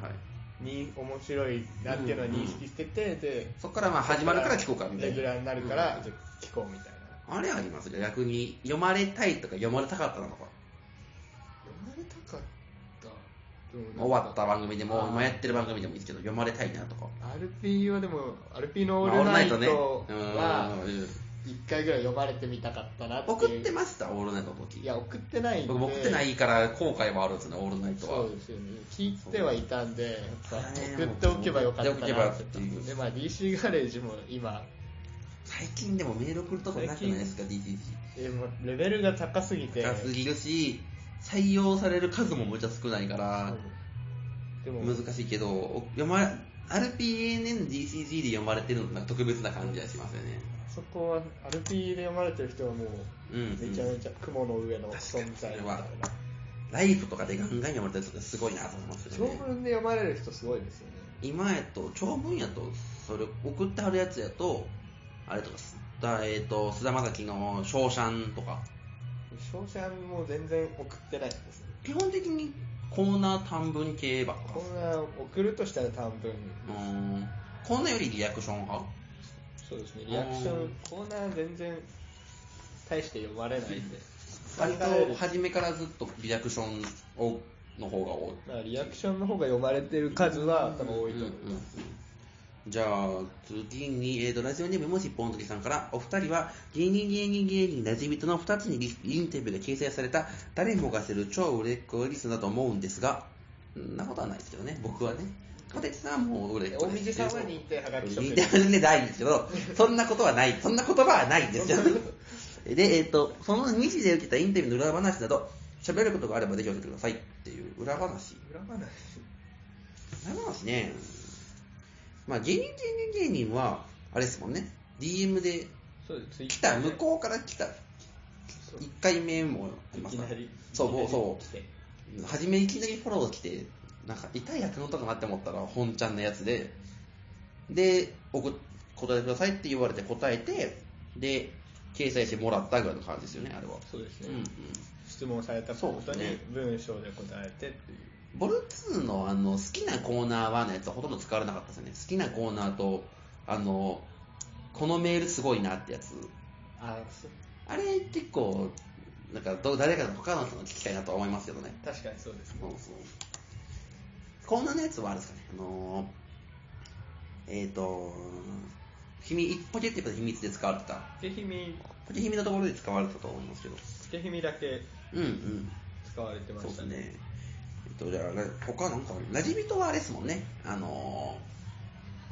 [SPEAKER 2] に面白いなっていうのを認識してて、で
[SPEAKER 1] そっからまあ始まるから聞こうかみたいな。
[SPEAKER 2] レギュラーになるか
[SPEAKER 1] う
[SPEAKER 2] ら
[SPEAKER 1] ん
[SPEAKER 2] じゃあ聞こうみたいな
[SPEAKER 1] あれありますね。逆に、読まれたいとか読まれたかったなとか。
[SPEAKER 2] 読まれたかったでもなんか
[SPEAKER 1] 終わった番組で
[SPEAKER 2] あ
[SPEAKER 1] も、
[SPEAKER 2] ー
[SPEAKER 1] 今やってる番組でもいいですけど、読まれたいなとか。
[SPEAKER 2] RP はでも RP
[SPEAKER 1] ま
[SPEAKER 2] のオ
[SPEAKER 1] あ
[SPEAKER 2] ールナイ
[SPEAKER 1] ね。
[SPEAKER 2] トは
[SPEAKER 1] うん
[SPEAKER 2] 1回ぐらい読まれてみたかったなっていう
[SPEAKER 1] 送ってました、オールナイトの時。
[SPEAKER 2] いや送ってないんで
[SPEAKER 1] 僕、送ってないから後悔もあるんですね、オールナイト
[SPEAKER 2] そ
[SPEAKER 1] は
[SPEAKER 2] う。ですよね聞いてはいたんでやっぱ
[SPEAKER 1] そう
[SPEAKER 2] 送っておけばよかった
[SPEAKER 1] 送っておけば
[SPEAKER 2] な
[SPEAKER 1] よか
[SPEAKER 2] っ
[SPEAKER 1] ったって
[SPEAKER 2] て
[SPEAKER 1] いう
[SPEAKER 2] でまあ DC ガレージも今
[SPEAKER 1] 最近でもメール送るとこなくないですか、DTG。
[SPEAKER 2] えーもうレベルが高すぎて
[SPEAKER 1] 高すぎるし、採用される数もむちゃ少ないから、
[SPEAKER 2] でも、
[SPEAKER 1] 難しいけど、読ま、RPNNDCG で読まれてるのってなんか特別な感じがしますよね。
[SPEAKER 2] そこは RP で読まれてる人はもう、
[SPEAKER 1] うんうん
[SPEAKER 2] めちゃめちゃ雲の上の存在みたいな
[SPEAKER 1] 確かにライフとかでガンガン読まれてる人ってすごいなと思います
[SPEAKER 2] 長
[SPEAKER 1] よね。
[SPEAKER 2] 文で読まれる人すごいですよね
[SPEAKER 1] 今やと、長文やと、それ送ってはるやつやと、あれとかす、だえっ、と、菅田将暉のショーシャンとか、
[SPEAKER 2] 商社も全然送ってないんですよ
[SPEAKER 1] 基本的にコーナー短文系ばっか
[SPEAKER 2] こ。んな送るとしたら短文
[SPEAKER 1] うーん。コーナーよりリアクション派
[SPEAKER 2] そうですねリアクショ
[SPEAKER 1] うん
[SPEAKER 2] ンコーナー全然大して読まれないんで
[SPEAKER 1] 割
[SPEAKER 2] 考える
[SPEAKER 1] と初めからずっとリアクションをの方が多い。
[SPEAKER 2] まあリアクションの方が読まれてる数は多分多いと思い
[SPEAKER 1] うんうんう
[SPEAKER 2] ま
[SPEAKER 1] ん
[SPEAKER 2] す
[SPEAKER 1] じゃあ、次に、えーと、ラジオネームもしぽんときさんから、お二人は、芸人芸人芸人ラジビットの二つにリインタビューが掲載された、誰もが知る超売れっ子リスナーだと思うんですが、そんなことはないですけどね、僕はね。小手さんはもう売れっ子
[SPEAKER 2] 大水さんは認定はがき職
[SPEAKER 1] 認
[SPEAKER 2] 人
[SPEAKER 1] 定はね、ないんですけど、そんなことはない、そんな言葉はないんです よ。で、えっ、と、その2時で受けたインタビューの裏話など、喋ることがあればぜひ教えてくださいっていう裏話。
[SPEAKER 2] 裏話
[SPEAKER 1] なんかですね、まあ芸人芸人芸人は、あれですもんね、DM で
[SPEAKER 2] そうです
[SPEAKER 1] 来た、向こうから来た、
[SPEAKER 2] そう
[SPEAKER 1] 1回目もあり
[SPEAKER 2] い
[SPEAKER 1] ます
[SPEAKER 2] き
[SPEAKER 1] か
[SPEAKER 2] な
[SPEAKER 1] ら
[SPEAKER 2] り
[SPEAKER 1] そう
[SPEAKER 2] いきなり
[SPEAKER 1] そう
[SPEAKER 2] 来て
[SPEAKER 1] 初めいきなりフォロー来て、なんか痛いやつのとかなって思ったら、本ちゃんのやつで、で、送っ答えてくださいって言われて答えて、で、掲載してもらったぐらいの感じですよね、あれは。
[SPEAKER 2] そうです
[SPEAKER 1] う
[SPEAKER 2] ね、
[SPEAKER 1] んうん。
[SPEAKER 2] 質問されたこと
[SPEAKER 1] そうで
[SPEAKER 2] に
[SPEAKER 1] すね
[SPEAKER 2] 文章で答えてっていう
[SPEAKER 1] ボルツーのあの好きなコーナーはのやつはほとんど使われなかったですよね。好きなコーナーと、あの、このメールすごいなってやつ。
[SPEAKER 2] あそう
[SPEAKER 1] あれ結構、なんかど誰かの他の人の聞きたいなとは思いますけどね。
[SPEAKER 2] 確かにそうですね
[SPEAKER 1] そうそう。コーナーのやつはあれですかね、あのー、えっ、ー、と、秘密、ポケットで秘密で使われてた。
[SPEAKER 2] つけひみ
[SPEAKER 1] ポケ秘密のところで使われてたと思いますけど。
[SPEAKER 2] つけひみだけ
[SPEAKER 1] うんうん。
[SPEAKER 2] 使われてま
[SPEAKER 1] そう
[SPEAKER 2] し
[SPEAKER 1] で
[SPEAKER 2] た
[SPEAKER 1] す
[SPEAKER 2] ね
[SPEAKER 1] ね。えっと、じゃあ、ラ他なんか、ラジビトはあれですもんね。あのー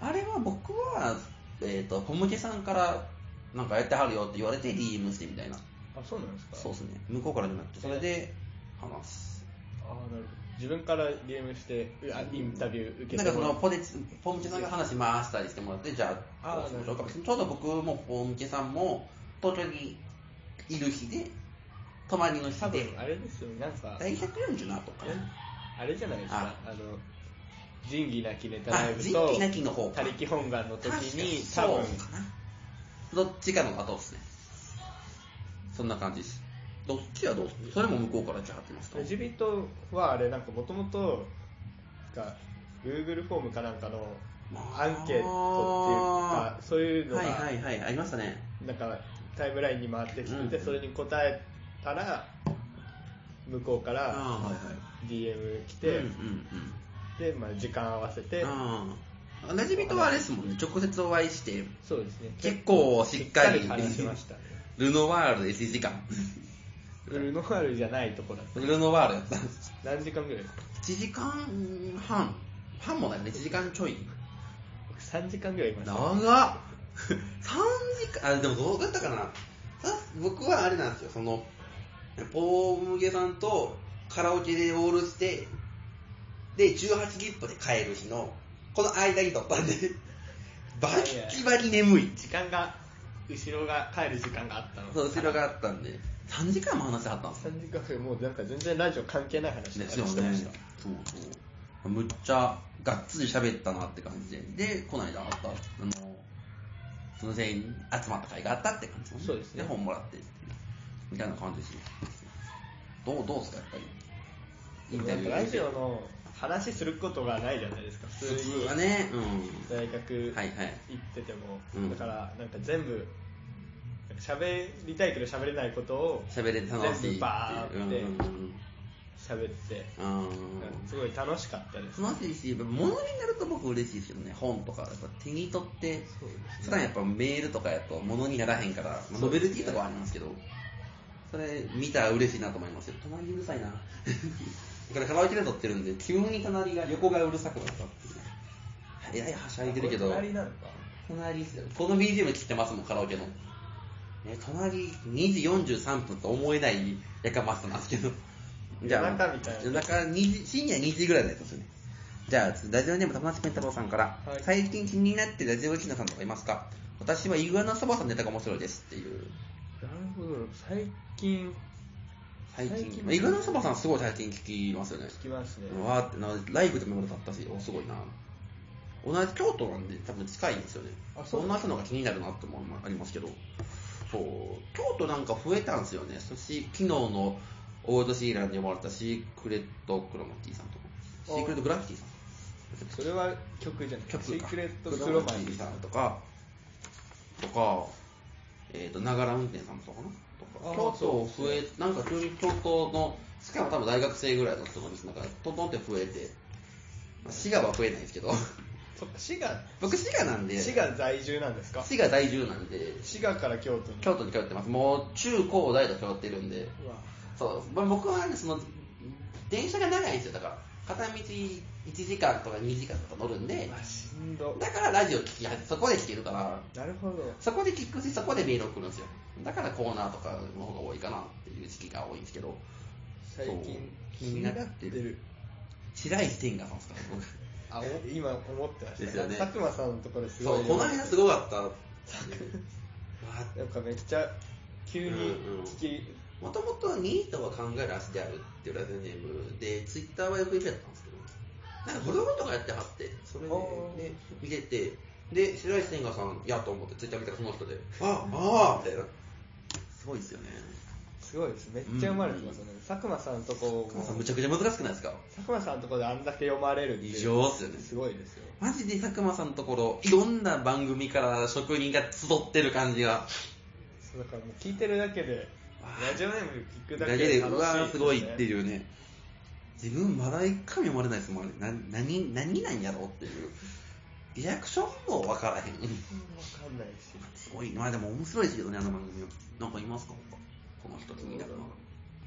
[SPEAKER 1] あれは僕は、えっ、と、小向けさんから、なんかやってはるよって言われて DM してみたいな。
[SPEAKER 2] あそうなんですか
[SPEAKER 1] そうですね。向こうからじゃなくて、それで話す。
[SPEAKER 2] ああなるほど自分からゲームしてうわインタビュー受け
[SPEAKER 1] なん
[SPEAKER 2] て
[SPEAKER 1] か
[SPEAKER 2] も
[SPEAKER 1] そ
[SPEAKER 2] ら
[SPEAKER 1] の
[SPEAKER 2] う
[SPEAKER 1] ポテチポンチさんが話回したりしてもらって、じゃあ、
[SPEAKER 2] あ
[SPEAKER 1] どうしましょうか
[SPEAKER 2] なるほ
[SPEAKER 1] ちょうど僕もポンチさんも東京にいる日で、泊まりの日
[SPEAKER 2] 多
[SPEAKER 1] で
[SPEAKER 2] 分、あれですよねなんか
[SPEAKER 1] 第140なとかな。
[SPEAKER 2] あれじゃないですかあの仁義なきネタ
[SPEAKER 1] あ
[SPEAKER 2] ライ、ブ
[SPEAKER 1] 人
[SPEAKER 2] と
[SPEAKER 1] 気なきの方か
[SPEAKER 2] 他。力本願の時に
[SPEAKER 1] 確かそ
[SPEAKER 2] 多
[SPEAKER 1] うか
[SPEAKER 2] 分
[SPEAKER 1] な。どっちかの後ですね。そんな感じです。どっちはどうするそれも向こうからじゃあってますか
[SPEAKER 2] エジビットはあれなんかもともと Google フォームかなんかのアンケートっていう
[SPEAKER 1] あ
[SPEAKER 2] か
[SPEAKER 1] ー
[SPEAKER 2] そういうのが、
[SPEAKER 1] はいはいはい、ありましたね。
[SPEAKER 2] なんかタイムラインに回ってきてて、
[SPEAKER 1] うん
[SPEAKER 2] それに答えたら向こうか
[SPEAKER 1] あ
[SPEAKER 2] ら
[SPEAKER 1] はいはい。
[SPEAKER 2] DM 来て、
[SPEAKER 1] うんうんうん。
[SPEAKER 2] で、まあ、時間合わせて、
[SPEAKER 1] うん。なじみとはあれですもんね、直接お会いして、
[SPEAKER 2] そうですね
[SPEAKER 1] 結構しっかり
[SPEAKER 2] しっかり話しましたね
[SPEAKER 1] ルノワールで1時間。
[SPEAKER 2] ウルノワールじゃないとこだった
[SPEAKER 1] ルノワールやったんです。
[SPEAKER 2] 何時間ぐらいですか
[SPEAKER 1] 1時間半。半もないね、1時間ちょい。
[SPEAKER 2] 僕3時間ぐらいいました
[SPEAKER 1] 長っ !3 時間、あ、でもどうだったかなさ僕はあれなんですよ、その、ポームゲさんとカラオケでオールして、で、18ギップで帰る日の、この間に撮ったんで、バッキバキ眠い。
[SPEAKER 2] 時間が後ろが帰る時間があったの
[SPEAKER 1] そう、後ろがあったんで、3時間も話しはったんですよ。
[SPEAKER 2] 3時間ぐらいもうなんか全然ラジオ関係ない話
[SPEAKER 1] で
[SPEAKER 2] とか
[SPEAKER 1] す
[SPEAKER 2] して
[SPEAKER 1] よ
[SPEAKER 2] ました、
[SPEAKER 1] ね。そうそう。むっちゃ、がっつり喋ったなって感じで、で、この間あった、あの、その全員集まった会があったって感じ、
[SPEAKER 2] そうですね
[SPEAKER 1] で、本もらって、みたいな感じですね。どう、どうですか、やっぱり。インタビュー
[SPEAKER 2] ラジオの話することがないじゃないですか普通
[SPEAKER 1] 普
[SPEAKER 2] に
[SPEAKER 1] 通はね、う
[SPEAKER 2] 大学
[SPEAKER 1] ん。はいはい。
[SPEAKER 2] 行ってても、
[SPEAKER 1] うん
[SPEAKER 2] だからなんか全部なんか喋りたいけど喋れないことを
[SPEAKER 1] 喋れて楽しいってい
[SPEAKER 2] 全
[SPEAKER 1] う。
[SPEAKER 2] 部バーって
[SPEAKER 1] うんうん
[SPEAKER 2] 喋って、
[SPEAKER 1] うん。
[SPEAKER 2] なん
[SPEAKER 1] うん
[SPEAKER 2] かすごい楽しかったです、
[SPEAKER 1] 楽しいし、やっぱ物になると僕嬉しいですけどね、本とか、やっぱ手に取って、
[SPEAKER 2] そうです
[SPEAKER 1] 普段やっぱメールとかやと物にならへんから、まあノベルティとかはありますけど、それ見たら嬉しいなと思いますけど、隣うる さいな。これカラオケで撮ってるんで、急に隣が、横がうるさくなったっていう。えらいはしゃいでるけど、
[SPEAKER 2] 隣なのか
[SPEAKER 1] 隣、この BGM 切ってますもん、カラオケの。え、隣2時43分と思えないやかましさなんですけど、じゃあ、
[SPEAKER 2] 夜中みたいな
[SPEAKER 1] 夜中2時、深夜2時ぐらいのやつですね。じゃあ、ラジオネーム玉橋ペンタボーさんから、
[SPEAKER 2] はい
[SPEAKER 1] 最近気になってるラジオリスナーさんとかいますか私はイグアナそばさんのネタが面白いですっていう。
[SPEAKER 2] なるほど、最近、
[SPEAKER 1] 最近。
[SPEAKER 2] 最近
[SPEAKER 1] まあイグアナそばさんすごい最近聞きますよね。
[SPEAKER 2] 聞きますね。
[SPEAKER 1] わーってな、ライブでもだったし、おすごいな。同じ京都なんで多分近いんですよね。
[SPEAKER 2] あそう
[SPEAKER 1] そんな人の方が気になるなってもありますけど。そう。京都なんか増えたんですよね。そして昨日のオールドシーランに呼ばれたシークレットクロマティさんとか、シ
[SPEAKER 2] あ
[SPEAKER 1] ークレットグラフィティさん。
[SPEAKER 2] それは曲じゃない。
[SPEAKER 1] 曲
[SPEAKER 2] シークレット
[SPEAKER 1] ク
[SPEAKER 2] ク
[SPEAKER 1] ロ
[SPEAKER 2] ロ
[SPEAKER 1] マ
[SPEAKER 2] マ
[SPEAKER 1] テ
[SPEAKER 2] ニ
[SPEAKER 1] ィ
[SPEAKER 2] ー
[SPEAKER 1] さ
[SPEAKER 2] さ
[SPEAKER 1] ん
[SPEAKER 2] ん。
[SPEAKER 1] とか、とか、えっ、と、ながら運転さんとかな。とか
[SPEAKER 2] あー
[SPEAKER 1] 京都
[SPEAKER 2] そう
[SPEAKER 1] 増え、なんか急に京都の、しかも多分大学生ぐらいの人のなんか、トントンって増えて、まあ、滋賀は増えないですけど、
[SPEAKER 2] そっか、滋賀、
[SPEAKER 1] 僕滋賀なんで、
[SPEAKER 2] 滋賀在住なんですか
[SPEAKER 1] 滋賀在住なんで、
[SPEAKER 2] 滋賀から京都に。
[SPEAKER 1] 京都に通ってます。もう中高大と通ってるんで、
[SPEAKER 2] うわ
[SPEAKER 1] そう、まあ、僕はねその、電車が長いんですよ。だから、片道1時間とか2時間とか乗るんで
[SPEAKER 2] う、わしんど。
[SPEAKER 1] だからラジオ聞き始め、そこで聞けるから、
[SPEAKER 2] なるほど。
[SPEAKER 1] そこで聞くし、そこでメール送るんですよ。だからコーナーとかの方が多いかなっていう時期が多いんですけど、
[SPEAKER 2] 最
[SPEAKER 1] そう
[SPEAKER 2] 近
[SPEAKER 1] 気になってる
[SPEAKER 2] 気になる
[SPEAKER 1] 白石天賀さんですから、僕。
[SPEAKER 2] あお今思ってました
[SPEAKER 1] ですよね
[SPEAKER 2] 佐久間さんのところすごい
[SPEAKER 1] そう、この間すごか った。わ
[SPEAKER 2] なんかめっちゃ急に聞き、
[SPEAKER 1] もともとニートは考える足であるっていうラジオネームで、ツイッターは MVP だったんですけど、なんかブログとかやってはって、それ
[SPEAKER 2] おー
[SPEAKER 1] で、で見てて、で、白石千賀さんやと思ってツイッター見たらその人で、あ、あーみたいな。すごいですよね。
[SPEAKER 2] すごいですめっちゃ読まれてますよね、佐久間さんのとこも
[SPEAKER 1] 母さんむちゃくちゃ難しくないですか
[SPEAKER 2] 佐久間さんのとこであんだけ読まれるって
[SPEAKER 1] 異
[SPEAKER 2] いう
[SPEAKER 1] 常っすよね。
[SPEAKER 2] すごいですよ
[SPEAKER 1] マジで佐久間さんのところ、いろんな番組から職人が集ってる感じが、
[SPEAKER 2] そうだからもう聞いてるだけでラジオネーム聞くだ
[SPEAKER 1] だけ
[SPEAKER 2] け
[SPEAKER 1] で、
[SPEAKER 2] で
[SPEAKER 1] う
[SPEAKER 2] 楽しい
[SPEAKER 1] わーすごいって
[SPEAKER 2] う
[SPEAKER 1] いうね。自分まだ一回も読まれないですもんね。な、何、何なんやろうっていう。リアクションもわからへん。
[SPEAKER 2] 分かんないし
[SPEAKER 1] すごい。まあでも面白いですけどね、あの番組は。なんかいますか他この人気になるな。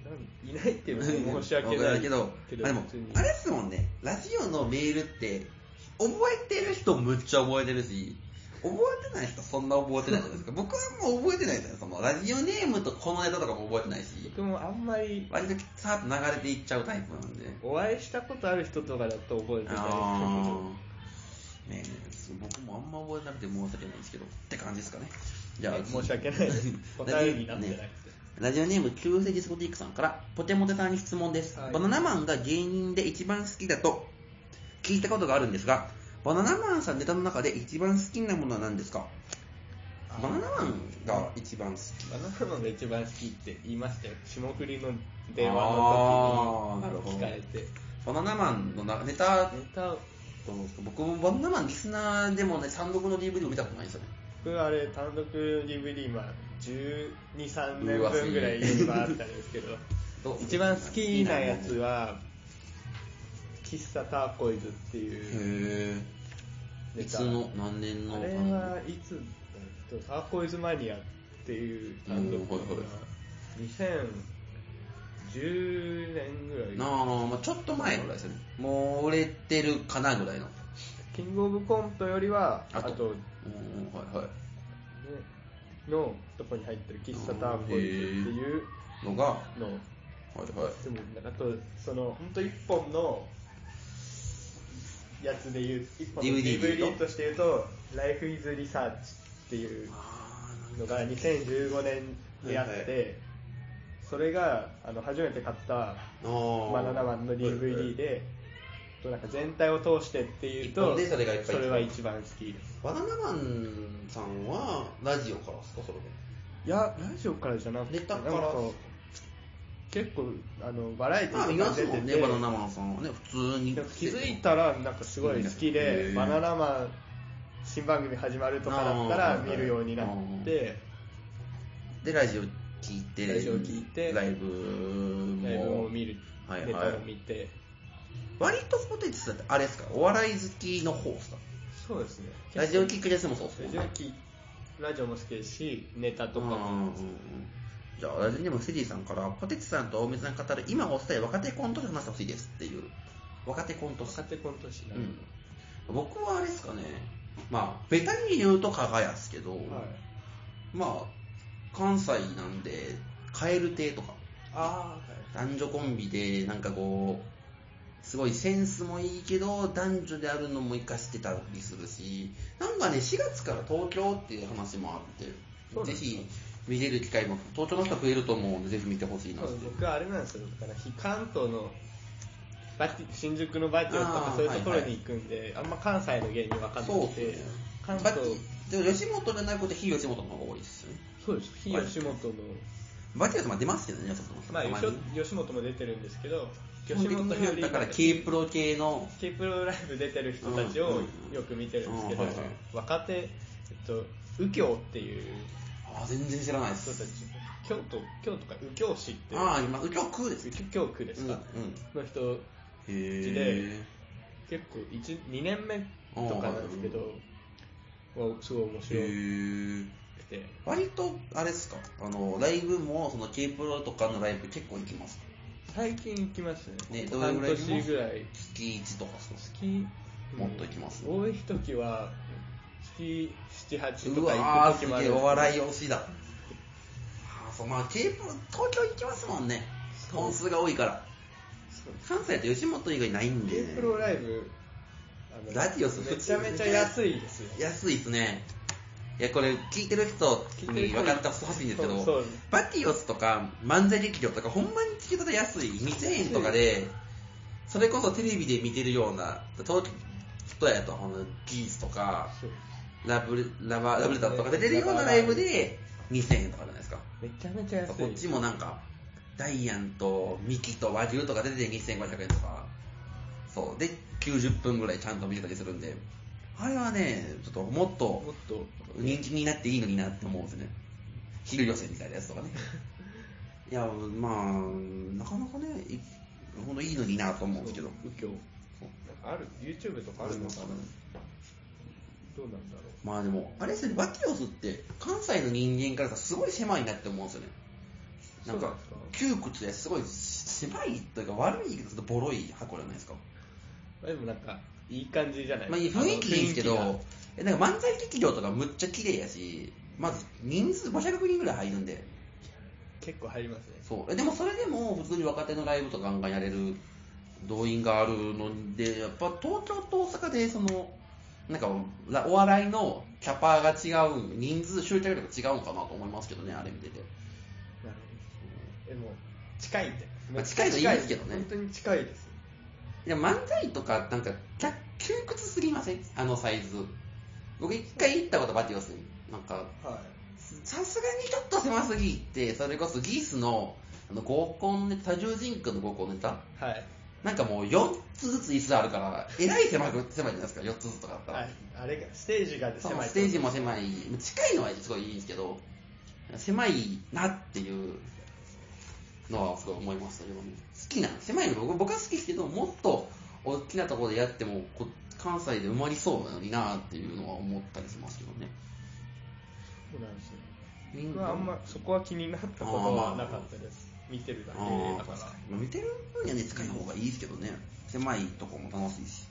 [SPEAKER 2] なんいないっていうのも申し訳ない
[SPEAKER 1] けど、まあでも
[SPEAKER 2] 普通に、
[SPEAKER 1] あれっすもんね、ラジオのメールって、覚えてる人むっちゃ覚えてるし、覚えてない人そんな覚えてないじゃな いですか。僕はもう覚えてないですよ。そのラジオネームとこのネタとかも覚えてないし、
[SPEAKER 2] 僕もあんまり
[SPEAKER 1] 割とさーっと流れていっちゃうタイプなんで。
[SPEAKER 2] お会いしたことある人とかだと覚えてたりするけど
[SPEAKER 1] あーねえそう僕もあんま覚えてなくて申し訳ないんですけど、って感じですかね。じゃあ、
[SPEAKER 2] 申し訳ない です答えになってないです、
[SPEAKER 1] ラジオネーム、旧世紀スコティックさんから、ポテモテさんに質問です。
[SPEAKER 2] はい
[SPEAKER 1] バナナマンが芸人で一番好きだと聞いたことがあるんですが、バナナマンさんネタの中で一番好きなものは何ですか
[SPEAKER 2] あ
[SPEAKER 1] バナナマンが一番好き。
[SPEAKER 2] バナナマンが一番好きって言いましたよ霜降りの電話の
[SPEAKER 1] あーなる
[SPEAKER 2] 時
[SPEAKER 1] ほど
[SPEAKER 2] に聞かれて
[SPEAKER 1] バナナマンのなネタ、
[SPEAKER 2] ネタ
[SPEAKER 1] どうですか僕もバナナマンリスナーでもね、単独の DVD を見たことないんですよね。
[SPEAKER 2] 僕あれ単独 DVD 今123年
[SPEAKER 1] うわすげえ
[SPEAKER 2] 分ぐらい今あったんですけど
[SPEAKER 1] どう
[SPEAKER 2] 一番好きなやつ。は喫茶ターコイズって
[SPEAKER 1] へ
[SPEAKER 2] い
[SPEAKER 1] ぇ
[SPEAKER 2] う
[SPEAKER 1] ー。
[SPEAKER 2] ネ
[SPEAKER 1] いつ
[SPEAKER 2] タ
[SPEAKER 1] の、何年の
[SPEAKER 2] あれはいつだっけターコイズマニアっていう単独が
[SPEAKER 1] うんはいはい
[SPEAKER 2] 2010年ぐらい
[SPEAKER 1] なあ、まあ、ちょっと前ぐらいですよね。もう売れてるかなぐらいの。
[SPEAKER 2] キングオブコントよりは
[SPEAKER 1] あ
[SPEAKER 2] あ
[SPEAKER 1] と
[SPEAKER 2] と、ね、
[SPEAKER 1] うん、はいはい。
[SPEAKER 2] のとこに入ってる喫茶ターコイズっていう
[SPEAKER 1] のが、は
[SPEAKER 2] の
[SPEAKER 1] いはい。
[SPEAKER 2] でもなんかあとその本当一本のやつで言う一本の
[SPEAKER 1] DVD と
[SPEAKER 2] DVD として言うと「Life is Research」っていう
[SPEAKER 1] あー
[SPEAKER 2] のが2015年であって、
[SPEAKER 1] はいは
[SPEAKER 2] それがあの初めて買った
[SPEAKER 1] あー
[SPEAKER 2] バナナマンの DVD で、となんか全体を通してっていう
[SPEAKER 1] 一
[SPEAKER 2] と
[SPEAKER 1] 本でそれがいっぱい
[SPEAKER 2] それは一番好きです
[SPEAKER 1] バナナマンさんはラジオからですかそれで
[SPEAKER 2] いや、ラジオからじゃなくて、
[SPEAKER 1] ネタから
[SPEAKER 2] なん結構、あの、バラエティ
[SPEAKER 1] まあ
[SPEAKER 2] ー
[SPEAKER 1] 見
[SPEAKER 2] と
[SPEAKER 1] ま
[SPEAKER 2] か
[SPEAKER 1] す
[SPEAKER 2] 出
[SPEAKER 1] も
[SPEAKER 2] て
[SPEAKER 1] んね
[SPEAKER 2] て、
[SPEAKER 1] バナナマンさんはね普通に
[SPEAKER 2] なんか気づいたら、なんかすごい好き
[SPEAKER 1] へ
[SPEAKER 2] で
[SPEAKER 1] ー、
[SPEAKER 2] バナナマン、新番組始まるとかだった
[SPEAKER 1] あ
[SPEAKER 2] ら
[SPEAKER 1] ー
[SPEAKER 2] 見るようになっ
[SPEAKER 1] は
[SPEAKER 2] て、
[SPEAKER 1] でラジオ聞いて
[SPEAKER 2] ラジオ聞いて
[SPEAKER 1] ライブも
[SPEAKER 2] ライブも見る、
[SPEAKER 1] はい
[SPEAKER 2] ネ
[SPEAKER 1] はい
[SPEAKER 2] タも見て、
[SPEAKER 1] 割とポテチさんってあれですかお笑い好きの方ですか
[SPEAKER 2] そうですね。
[SPEAKER 1] ラジオ聞くやつもそうです
[SPEAKER 2] ラ
[SPEAKER 1] もん
[SPEAKER 2] ジ
[SPEAKER 1] ね
[SPEAKER 2] オ聞ラジオも好きですし、ネタとか
[SPEAKER 1] うんうんう
[SPEAKER 2] も
[SPEAKER 1] ん。じゃあラジオネームセリーさんからポテチさんと大水さんが語る今お伝え若手コント師の話してほしいですっていう若手コント師
[SPEAKER 2] 若手コント師な
[SPEAKER 1] うん
[SPEAKER 2] で
[SPEAKER 1] ん、僕はあれですかね、まあ、ベタに言うと加賀屋ですけど、
[SPEAKER 2] はい
[SPEAKER 1] まあ、関西なんで、蛙亭とか、
[SPEAKER 2] ああ、はい
[SPEAKER 1] 男女コンビで、なんかこう、すごいセンスもいいけど、男女であるのも活かしてたりするし、なんかね、4月から東京っていう話もあ
[SPEAKER 2] そ
[SPEAKER 1] っ
[SPEAKER 2] うなん
[SPEAKER 1] て、ぜ
[SPEAKER 2] ですか
[SPEAKER 1] ひ見れる機会も、東京の人は増えると思うので、ぜひ見てほしいなっ
[SPEAKER 2] そ
[SPEAKER 1] て
[SPEAKER 2] う。僕はあれなんですよ、だから非関東のバティ新宿のバティオと
[SPEAKER 1] あ
[SPEAKER 2] か
[SPEAKER 1] ー
[SPEAKER 2] そういうところ
[SPEAKER 1] はいはい
[SPEAKER 2] に行くんで、あんま関西の芸人分かんな
[SPEAKER 1] そう
[SPEAKER 2] く
[SPEAKER 1] です
[SPEAKER 2] て
[SPEAKER 1] ね、
[SPEAKER 2] 関
[SPEAKER 1] バ
[SPEAKER 2] 東
[SPEAKER 1] ッ、ティでも吉本じゃないこと非吉本の方が多いですよね。
[SPEAKER 2] そうです、非吉本の、
[SPEAKER 1] バティオとまあ出ますけどね、吉本の人
[SPEAKER 2] まあ、
[SPEAKER 1] たま
[SPEAKER 2] 吉
[SPEAKER 1] に
[SPEAKER 2] 吉本も出てるんですけど、
[SPEAKER 1] 基本
[SPEAKER 2] 吉
[SPEAKER 1] 的
[SPEAKER 2] 本
[SPEAKER 1] に
[SPEAKER 2] よ
[SPEAKER 1] は
[SPEAKER 2] り
[SPEAKER 1] だから、K プロ系の、
[SPEAKER 2] K プロライブ出てる人たち
[SPEAKER 1] うん
[SPEAKER 2] を
[SPEAKER 1] うん
[SPEAKER 2] よく見てるんですけど、
[SPEAKER 1] うんはいはい
[SPEAKER 2] 若手、えっと、右京っていう
[SPEAKER 1] ああ、全然知らないで
[SPEAKER 2] 人たち
[SPEAKER 1] す。、
[SPEAKER 2] 京都、京都か右京市っていう、
[SPEAKER 1] ああ、今、右京区です。
[SPEAKER 2] 右京区ですか、
[SPEAKER 1] うんうん
[SPEAKER 2] の人、
[SPEAKER 1] へえ。
[SPEAKER 2] 結構1、2年目とかなんですけど、わすごい面白く
[SPEAKER 1] へえ。
[SPEAKER 2] て、
[SPEAKER 1] 割と、あれですか、あの、ライブも、その K プロとかのライブ結構行きますか
[SPEAKER 2] 最近行きますね、
[SPEAKER 1] ねどれ
[SPEAKER 2] 半
[SPEAKER 1] ぐらい行きます
[SPEAKER 2] 年ぐらい。
[SPEAKER 1] 月1とかそうです。
[SPEAKER 2] 月うん
[SPEAKER 1] もっと行きます
[SPEAKER 2] 多い時は月78と
[SPEAKER 1] う
[SPEAKER 2] か
[SPEAKER 1] わー、
[SPEAKER 2] 行く
[SPEAKER 1] す
[SPEAKER 2] 時もあ
[SPEAKER 1] げ
[SPEAKER 2] る
[SPEAKER 1] え、お
[SPEAKER 2] い
[SPEAKER 1] 笑い推しだ。あーそう、まあ K プロ、東京行きますもんね。本数が多いから。関西と吉本以外ないんで、ね
[SPEAKER 2] プ。ロライブあの
[SPEAKER 1] ラジオす
[SPEAKER 2] めちゃめちゃ安いですよ
[SPEAKER 1] 安いですね。いや、これ、聞いてる人に分かってほしいんですけ
[SPEAKER 2] そうそう
[SPEAKER 1] ど、バティオスとか漫才劇場とか、ほんまにチケットで安い、2000円とかで、それこそテレビで見てるような、東京やと、ほんのギースとか、
[SPEAKER 2] そう
[SPEAKER 1] ラブレラバーラブレターとかで出てるようなライブで、2000円とかじゃないですか。
[SPEAKER 2] めちゃめちゃ安い
[SPEAKER 1] こっちもなんか、ダイアンとミキと和牛とか出てて2500円とか、そう。で、90分ぐらいちゃんと見てたりするんで、あれはね、ちょっともっと
[SPEAKER 2] もっと
[SPEAKER 1] 人気になっていいのになって思うんですね。昼寄せみたいなやつとかね。いや、まあ、なかなかね、いほんといいのになと思うんですけど。
[SPEAKER 2] 右京なんかある YouTube とかあるのかなどうなんだろう
[SPEAKER 1] まあでも、あれですよね、バティオスって関西の人間からさ、すごい狭いなって思うんですよね。なん
[SPEAKER 2] そう
[SPEAKER 1] か
[SPEAKER 2] なんですか、
[SPEAKER 1] 窮屈ですごい狭いというか悪いけど、ちょっとボロい箱じゃないですか。
[SPEAKER 2] まあでもなんかいい感じじゃない
[SPEAKER 1] まあ雰囲気いいんですけ
[SPEAKER 2] あの雰囲
[SPEAKER 1] ど、えなんか漫才劇場とかむっちゃ綺麗やし、まず人数500人ぐらい入るんで、
[SPEAKER 2] 気が結構入りますね
[SPEAKER 1] そう。えでもそれでも普通に若手のライブとか案外やれる動員があるので、やっぱ東京と大阪でその、なんかおお笑いのキャパが違う、人数集客力が違うんかなと思いますけどね、あれ見てて。
[SPEAKER 2] なるほどでも近いんで
[SPEAKER 1] まあ近いのいいですけどね
[SPEAKER 2] 本当に近いです
[SPEAKER 1] いや漫才とか、なんか、きゃ窮屈すぎませんあのサイズ。僕一回行ったことバティオスに。なんか、
[SPEAKER 2] はい
[SPEAKER 1] さすがにちょっと狭すぎて、それこそギースの、あの、合コンネタ、多重人格の合コンネタ
[SPEAKER 2] はい。
[SPEAKER 1] なんかもう4つずつ椅子あるから、えらい狭く、狭いじゃないですか、4つずつとかあったら。
[SPEAKER 2] はい。あれが、ステージが
[SPEAKER 1] そ
[SPEAKER 2] 狭
[SPEAKER 1] う
[SPEAKER 2] い。
[SPEAKER 1] ステージも狭い、近いのはすごいいいんですけど、狭いなっていうのはすごい思いましたけどね。好きな、狭いの僕僕は好きですけど、もっと大きなところでやっても、こ関西で埋まりそうなのになっていうのは思ったりしますけどね。
[SPEAKER 2] そうなんですよ。僕はあんま、そこは気になったことはなかったです。見てるだけ
[SPEAKER 1] あー
[SPEAKER 2] だか
[SPEAKER 1] 確
[SPEAKER 2] ら
[SPEAKER 1] か。にまあ見てる分にはね、近い方がいいですけどね。狭いとこも楽しいし。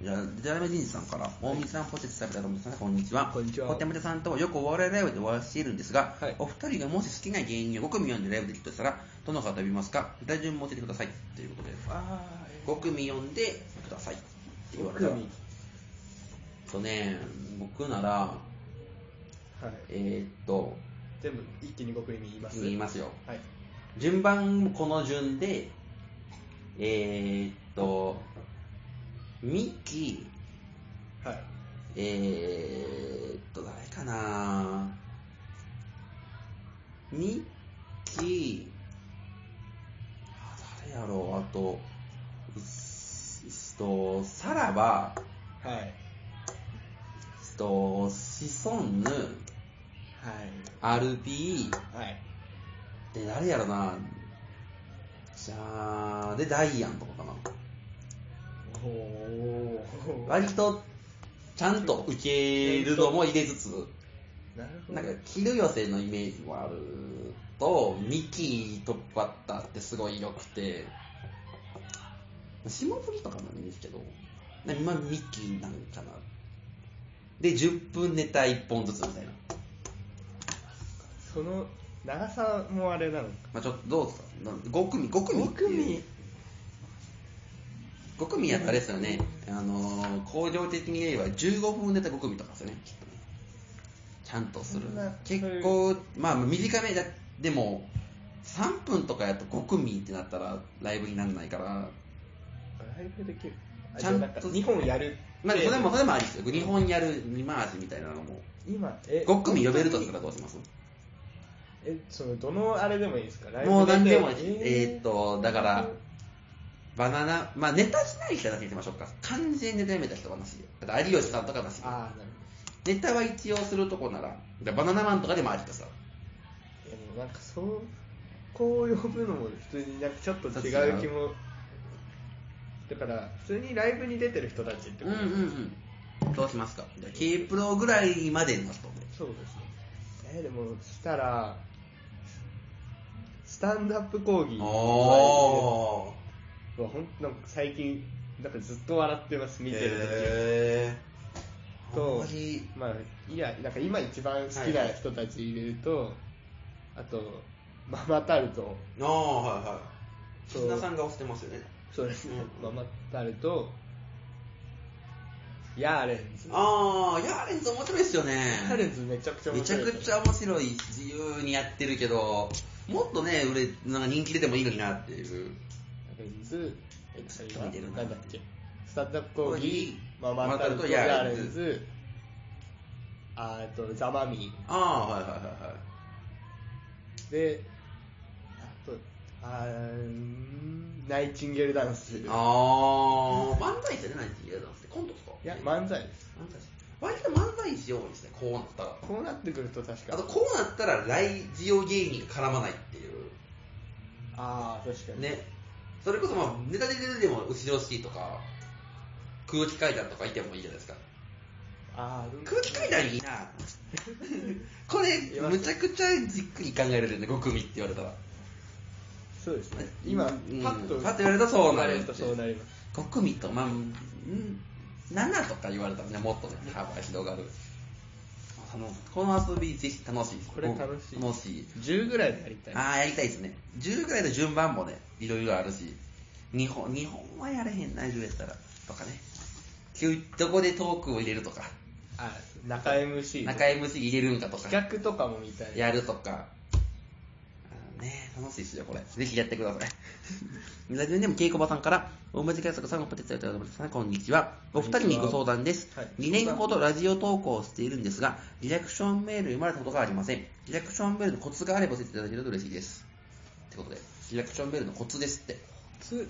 [SPEAKER 1] じゃあ、デラメジンさんから、大水さん、ポテチ食べたと思ってさん、こんにちは。
[SPEAKER 2] こんにちは
[SPEAKER 1] ポテムテさんとはよくお笑いライブでお会いしているんですが、
[SPEAKER 2] はい
[SPEAKER 1] お二人がもし好きな芸人を5組読んでライブできるとしたら、どの方を呼びますか歌順も教えてください。ということで、
[SPEAKER 2] あ
[SPEAKER 1] 5組読んでください。って言われた
[SPEAKER 2] 組。
[SPEAKER 1] ら。
[SPEAKER 2] はい
[SPEAKER 1] え。っとね、僕なら、えーっと、
[SPEAKER 2] 全部、一気に5組言います。
[SPEAKER 1] 言いますよ。
[SPEAKER 2] はい。
[SPEAKER 1] 順番もこの順で、えー、っと、ミキ、
[SPEAKER 2] はい。
[SPEAKER 1] えー、っと、誰かなミキ、あ誰やろう、あと、うっすうっすと、さらば、
[SPEAKER 2] はい。は
[SPEAKER 1] う
[SPEAKER 2] い。
[SPEAKER 1] っすと、シソンヌ、RP、
[SPEAKER 2] はい。
[SPEAKER 1] で、誰やろなじゃあ、で、ダイアンとかかな。
[SPEAKER 2] おー。
[SPEAKER 1] 割とちゃんと受けるのも入れつつ、
[SPEAKER 2] なるほ
[SPEAKER 1] な
[SPEAKER 2] ど
[SPEAKER 1] んか。昼寄せのイメージもあると、ミキトップバッターってすごい良くて、霜降りとかなんですけど、なまあミキなんかな。で、10分ネタ1本ずつみたいな。
[SPEAKER 2] その、長さもあれなのか。
[SPEAKER 1] まあちょっとどうですか5組5組
[SPEAKER 2] 5組
[SPEAKER 1] 5組やったらあれですよね、あのー、工場的に言えば15分ネタ5組とかですよねきっとねちゃんとする
[SPEAKER 2] そんな
[SPEAKER 1] 結構まあ短めだでも3分とかやと5組ってなったらライブにならないから
[SPEAKER 2] ライブできるあ
[SPEAKER 1] ちゃんと
[SPEAKER 2] じゃあなんか日本やる
[SPEAKER 1] まあそれもそれもありですよ日本やる2回しみたいなのも
[SPEAKER 2] 今え
[SPEAKER 1] 5組呼べるとしたらどうします
[SPEAKER 2] えそのどのあれでもいいですかライブ
[SPEAKER 1] もう何でもいい
[SPEAKER 2] え
[SPEAKER 1] しえー
[SPEAKER 2] え
[SPEAKER 1] っとだからバナナまあネタしない人だけにしましょうか完全にネタやめた人はなしよだって有吉さんとかなしよ
[SPEAKER 2] ああなる
[SPEAKER 1] ネタは一応するとこならだからバナナマンとかでもありとさ
[SPEAKER 2] ほどでもなんかそうこう呼ぶのも普通になんかちょっと違う気もだから普通にライブに出てる人たちって
[SPEAKER 1] うんう
[SPEAKER 2] こと、
[SPEAKER 1] んうんどうしますかじゃあ K プロぐらいまでの人で
[SPEAKER 2] そうですねえでもしたらスタンダップ講義
[SPEAKER 1] おー
[SPEAKER 2] うわほんなんか最近なんかずっと笑ってます見てる時、
[SPEAKER 1] へー
[SPEAKER 2] と
[SPEAKER 1] あんまり
[SPEAKER 2] まあ、いやなんか今一番好きな人たち入れると、あとママタルト
[SPEAKER 1] ああはいは
[SPEAKER 2] そう
[SPEAKER 1] 絆さんが押してますよね
[SPEAKER 2] そうですね、
[SPEAKER 1] う
[SPEAKER 2] ママタルトヤーレンズ
[SPEAKER 1] ああヤーレンズ面白いですよね
[SPEAKER 2] ヤーレンズめちゃくちゃ
[SPEAKER 1] め
[SPEAKER 2] 面
[SPEAKER 1] ちゃ
[SPEAKER 2] 白い
[SPEAKER 1] くちゃ面白い自由にやってるけどもっとね俺なんか人気出てもいいのになっていう
[SPEAKER 2] ヤーレンズえっと
[SPEAKER 1] 見てるな
[SPEAKER 2] なんだっけスタンダップ講
[SPEAKER 1] 講
[SPEAKER 2] 義
[SPEAKER 1] 義
[SPEAKER 2] ママタル
[SPEAKER 1] ママタル
[SPEAKER 2] ト
[SPEAKER 1] ト
[SPEAKER 2] ヤ
[SPEAKER 1] ヤー
[SPEAKER 2] ーレ
[SPEAKER 1] レ
[SPEAKER 2] ン
[SPEAKER 1] ン
[SPEAKER 2] ズああとザマミ
[SPEAKER 1] ああはいはいはいはい
[SPEAKER 2] ーであとあーんナイチンゲールダンスい
[SPEAKER 1] あー、漫才師じゃないって言えたんですね。コントですか
[SPEAKER 2] や
[SPEAKER 1] 漫
[SPEAKER 2] 漫才です
[SPEAKER 1] 才師。割と漫才師用ですね、こうなったら。
[SPEAKER 2] こうなってくると確か
[SPEAKER 1] あと、こうなったら、来ジオ芸人が絡まないっていう。
[SPEAKER 2] ああ確かに
[SPEAKER 1] ね。それこそ、まあ、ネタで出るでも、後ろシーとか、空気階段とかいてもいいじゃないですか。
[SPEAKER 2] ああ
[SPEAKER 1] 空気階段いいなこれ、むちゃくちゃじっくり考えられるね、5組って言われたら。
[SPEAKER 2] そうですね今パ
[SPEAKER 1] うん
[SPEAKER 2] ッと
[SPEAKER 1] パッと言われたらそうなる
[SPEAKER 2] 言われたらそうなります
[SPEAKER 1] 5組と、まあ、うん、7とか言われたらね、もっとね、幅が広がる。あのこの遊び、ぜひ楽しいです。
[SPEAKER 2] これ楽しい
[SPEAKER 1] うん楽しい。
[SPEAKER 2] 10ぐらいでやりたい
[SPEAKER 1] ああ、やりたいですね。10ぐらいの順番もね、いろいろあるし、日本、日本はやれへんな、10やったら。とかね。急どこでトークを入れるとか、
[SPEAKER 2] あ中 MC
[SPEAKER 1] 中 MC 入れるんかとか、
[SPEAKER 2] 企画とかもみたいな
[SPEAKER 1] やるとか。あのね、楽しいですよ、これ。ぜひやってくだ さい。ラジオネーム、稽古場さんから、大文字解作さんお手伝いいただきました。こんにちは。お二人にご相談です。
[SPEAKER 2] はい
[SPEAKER 1] 2年ほどラジオ投稿をしているんですが、リアクションメール読まれたことがありません。リアクションメールのコツがあれば教えていただけると嬉しいです。ってことで、リアクションメールのコツですって。
[SPEAKER 2] つ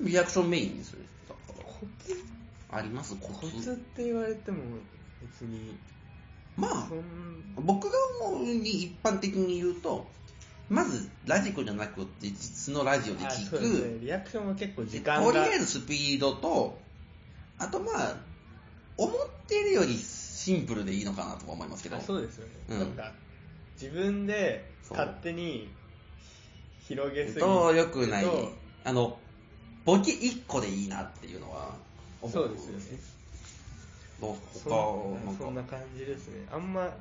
[SPEAKER 1] リアクションメインですよね。
[SPEAKER 2] コツ
[SPEAKER 1] ありますコ
[SPEAKER 2] コ
[SPEAKER 1] ツ
[SPEAKER 2] ツって言われても別に
[SPEAKER 1] まあ
[SPEAKER 2] そ、ん
[SPEAKER 1] 僕が思うに一般的に言うと、まずラジコじゃなくて実のラジオで
[SPEAKER 2] あ
[SPEAKER 1] 聞
[SPEAKER 2] そう
[SPEAKER 1] く、
[SPEAKER 2] ですねリアクションも結構時間
[SPEAKER 1] と
[SPEAKER 2] が
[SPEAKER 1] りあえずスピードと、あとまあ、思ってるよりシンプルでいいのかなとは思いますけど。
[SPEAKER 2] あそうですよね、
[SPEAKER 1] うん
[SPEAKER 2] なんか自分で
[SPEAKER 1] そう
[SPEAKER 2] 勝手に広げすぎ
[SPEAKER 1] と、よくない
[SPEAKER 2] と。
[SPEAKER 1] あの、ボケ1個でいいなっていうのは思
[SPEAKER 2] そうですよね
[SPEAKER 1] どう
[SPEAKER 2] そ
[SPEAKER 1] 他を
[SPEAKER 2] ん
[SPEAKER 1] な
[SPEAKER 2] なんそんな
[SPEAKER 1] か。
[SPEAKER 2] 感じですねあんま